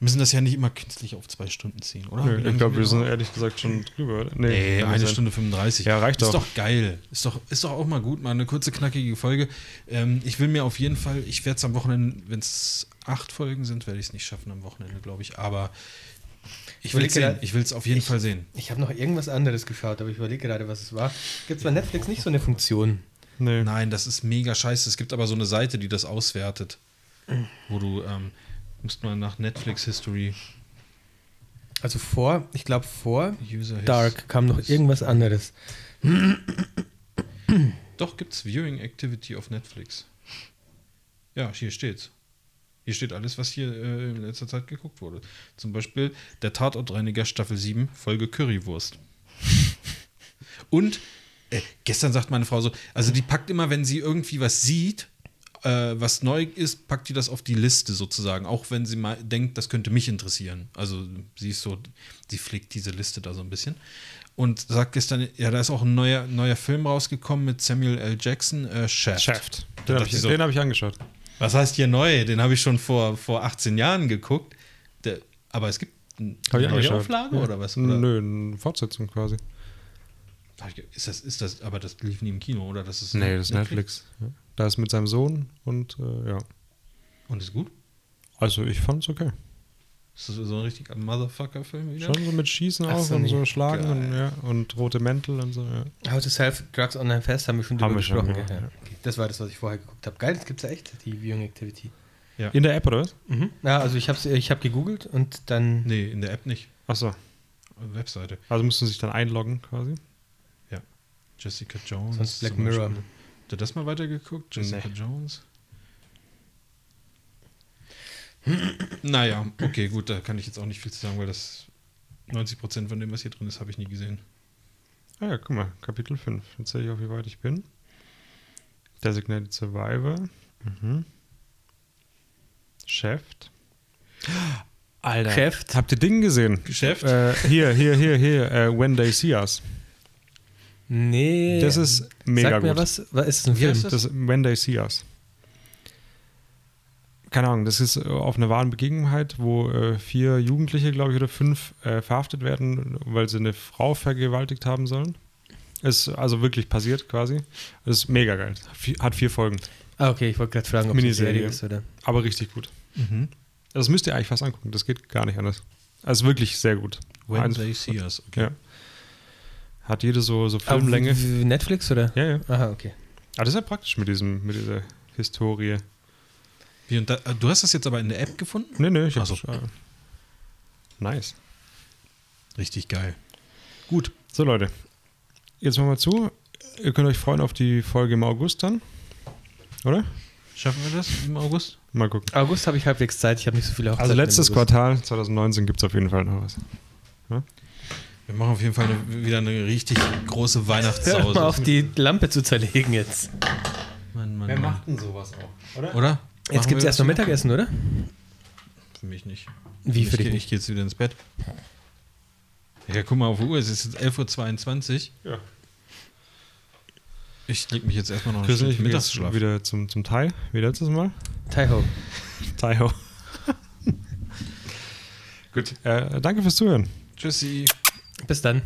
[SPEAKER 3] Müssen das ja nicht immer künstlich auf zwei Stunden ziehen, oder? Wie
[SPEAKER 2] Nö,
[SPEAKER 3] lange
[SPEAKER 2] ich glaube, wir sind
[SPEAKER 3] noch?
[SPEAKER 2] ehrlich gesagt schon drüber, oder?
[SPEAKER 3] Ey,
[SPEAKER 2] kann nicht
[SPEAKER 3] eine
[SPEAKER 2] sein.
[SPEAKER 3] Stunde 35.
[SPEAKER 2] Ja, reicht
[SPEAKER 3] ist
[SPEAKER 2] doch.
[SPEAKER 3] Ist doch geil. Ist doch, ist doch auch mal gut, mal eine kurze, knackige Folge. Ähm, ich will mir auf jeden Fall, ich werde es am Wochenende, wenn es acht Folgen sind, werde ich es nicht schaffen am Wochenende, glaube ich. Aber ich will es
[SPEAKER 1] Überleg
[SPEAKER 3] sehen.
[SPEAKER 1] dir-
[SPEAKER 3] Ich will es auf jeden Fall sehen.
[SPEAKER 1] Ich habe noch irgendwas anderes geschaut, aber ich überlege gerade, was es war. Gibt es bei Netflix nicht so eine Funktion?
[SPEAKER 2] Nee.
[SPEAKER 3] Nein, das ist mega scheiße. Es gibt aber so eine Seite, die das auswertet. Wo du, ähm, musst mal nach Netflix History
[SPEAKER 1] Also vor, ich glaube vor
[SPEAKER 3] User His-
[SPEAKER 1] Dark kam noch irgendwas anderes.
[SPEAKER 3] Doch, gibt's Viewing Activity auf Netflix. Ja, hier steht's. Hier steht alles, was hier äh, in letzter Zeit geguckt wurde. Zum Beispiel der Tatortreiniger Staffel 7, Folge Currywurst. Und äh, gestern sagt meine Frau so, also die packt immer, wenn sie irgendwie was sieht, äh, was neu ist, packt die das auf die Liste sozusagen, auch wenn sie mal denkt, das könnte mich interessieren. Also sie ist so, sie pflegt diese Liste da so ein bisschen. Und sagt gestern, ja, da ist auch ein neuer, neuer Film rausgekommen mit Samuel L. Jackson, äh, Shaft.
[SPEAKER 2] Shaft.
[SPEAKER 3] Da
[SPEAKER 2] Den habe
[SPEAKER 3] dachte
[SPEAKER 2] ich,
[SPEAKER 3] ich so-
[SPEAKER 2] den hab ich angeschaut.
[SPEAKER 3] Was heißt hier neu? Den habe ich schon vor, vor 18 Jahren geguckt. Der, aber es gibt eine
[SPEAKER 2] Hab ich angeschaut.
[SPEAKER 3] Neuauflage oder was? Oder?
[SPEAKER 2] Nö, eine Fortsetzung quasi.
[SPEAKER 3] Hab ich ge- Ist das, ist das, aber das lief nie im Kino, oder? Das ist
[SPEAKER 2] Nee, das ist Netflix. Ja. Da ist mit seinem Sohn und äh, ja.
[SPEAKER 3] Und ist gut?
[SPEAKER 2] Also ich fand's okay.
[SPEAKER 3] Ist das so ein richtiger Motherfucker-Film wieder?
[SPEAKER 2] Schon so mit Schießen
[SPEAKER 1] Ach
[SPEAKER 2] auch
[SPEAKER 1] so,
[SPEAKER 2] und
[SPEAKER 1] nee.
[SPEAKER 2] so Schlagen
[SPEAKER 3] Geil.
[SPEAKER 2] und, ja, und rote Mäntel und so. Ja.
[SPEAKER 1] How to Self Drugs Online Fest haben wir schon
[SPEAKER 2] Haben
[SPEAKER 1] drüber
[SPEAKER 2] wir schon,
[SPEAKER 1] gesprochen.
[SPEAKER 2] ja.
[SPEAKER 1] ja. Okay. Das war das, was ich vorher geguckt habe. Geil, das gibt es ja echt, die Viewing Activity.
[SPEAKER 2] In der App oder was?
[SPEAKER 1] Mhm. Ja, also ich habe ich hab gegoogelt und dann.
[SPEAKER 3] Nee, in der App nicht.
[SPEAKER 2] Achso.
[SPEAKER 3] Webseite.
[SPEAKER 2] Also mussten sie sich dann einloggen quasi.
[SPEAKER 3] Jessica Jones.
[SPEAKER 1] Sonst Black
[SPEAKER 3] zum
[SPEAKER 1] Mirror.
[SPEAKER 3] Beispiel. Habt ihr das mal weitergeguckt? Jessica Jones. naja, okay, gut, da kann ich jetzt auch nicht viel zu sagen, weil das 90% von dem, was hier drin ist, habe ich nie gesehen.
[SPEAKER 2] Ah ja, guck mal, Kapitel 5. Jetzt sehe ich auch, wie weit ich bin. Designated Survivor. Mhm. Shaft. Alter.
[SPEAKER 1] Geschäft.
[SPEAKER 2] Habt ihr Ding gesehen?
[SPEAKER 3] Geschäft?
[SPEAKER 2] Äh, hier, hier, hier, hier. Äh, When They See Us.
[SPEAKER 1] Nee.
[SPEAKER 2] Das ist mega
[SPEAKER 1] Sag mir
[SPEAKER 2] gut.
[SPEAKER 1] was, was ist das ein
[SPEAKER 3] Wie heißt
[SPEAKER 1] Film?
[SPEAKER 3] das?
[SPEAKER 2] Das When They See Us. Keine Ahnung, das ist äh, auf einer wahren Begebenheit, wo äh, vier Jugendliche, glaube ich, oder fünf äh, verhaftet werden, weil sie eine Frau vergewaltigt haben sollen. Ist also wirklich passiert quasi. Das ist mega geil. Hat vier- Hat vier Folgen,
[SPEAKER 1] Ah, okay, ich wollte gerade fragen, ob es eine
[SPEAKER 2] Miniserie.
[SPEAKER 1] Serie ist oder.
[SPEAKER 2] aber richtig gut. Mhm. Das müsst ihr eigentlich fast angucken, das geht gar nicht anders. Also wirklich sehr gut.
[SPEAKER 3] When
[SPEAKER 2] Eins-
[SPEAKER 3] They See Us. Okay.
[SPEAKER 2] Ja. Hat jede so, so
[SPEAKER 1] Ah,
[SPEAKER 2] Filmlänge.
[SPEAKER 1] w- w- Netflix oder?
[SPEAKER 2] Ja, ja.
[SPEAKER 1] Aha, okay.
[SPEAKER 2] Aber das ist ja praktisch mit, diesem, mit dieser Historie.
[SPEAKER 3] Wie, und da, äh, du hast das jetzt aber in der App gefunden?
[SPEAKER 2] Nee, nee, ich hab's.
[SPEAKER 3] Ach so.
[SPEAKER 2] Äh, nice.
[SPEAKER 3] Richtig geil. Gut.
[SPEAKER 2] So, Leute. Jetzt machen wir zu. Ihr könnt euch freuen auf die Folge im August dann. Oder?
[SPEAKER 3] Schaffen wir das im August?
[SPEAKER 2] Mal gucken.
[SPEAKER 1] August habe ich halbwegs Zeit, ich habe nicht so viele Hochzeiten.
[SPEAKER 2] Also letztes
[SPEAKER 1] im August.
[SPEAKER 2] Quartal 2019 gibt es auf jeden Fall noch was.
[SPEAKER 3] Wir machen auf jeden Fall eine, wieder eine richtig große
[SPEAKER 1] Hör mal
[SPEAKER 3] Weihnachtssause.
[SPEAKER 1] auf, die Lampe zu zerlegen jetzt.
[SPEAKER 3] Mann, Mann,
[SPEAKER 5] Wer
[SPEAKER 3] Mann.
[SPEAKER 5] macht denn sowas auch, oder?
[SPEAKER 3] Oder?
[SPEAKER 1] Jetzt
[SPEAKER 3] Machen
[SPEAKER 1] gibt es
[SPEAKER 3] wir
[SPEAKER 1] erst noch
[SPEAKER 3] das?
[SPEAKER 1] Mittagessen, oder?
[SPEAKER 3] Für mich nicht.
[SPEAKER 1] Wie für
[SPEAKER 3] ich,
[SPEAKER 1] dich
[SPEAKER 3] geh-
[SPEAKER 1] nicht?
[SPEAKER 3] Ich gehe jetzt wieder ins Bett. Ja, guck mal auf die Uhr, es ist jetzt 11.22 Uhr.
[SPEAKER 2] Ja.
[SPEAKER 3] Ich leg mich jetzt erstmal noch eine
[SPEAKER 2] Chris und
[SPEAKER 3] Stunde
[SPEAKER 2] ich Mittagsschlaf.
[SPEAKER 3] Mittagsschlaf.
[SPEAKER 2] wieder zum, zum Thai, wie letztes Mal.
[SPEAKER 1] Taiho.
[SPEAKER 2] Thai ho. Gut. Äh, danke fürs Zuhören.
[SPEAKER 3] Tschüssi.
[SPEAKER 1] Bis dann.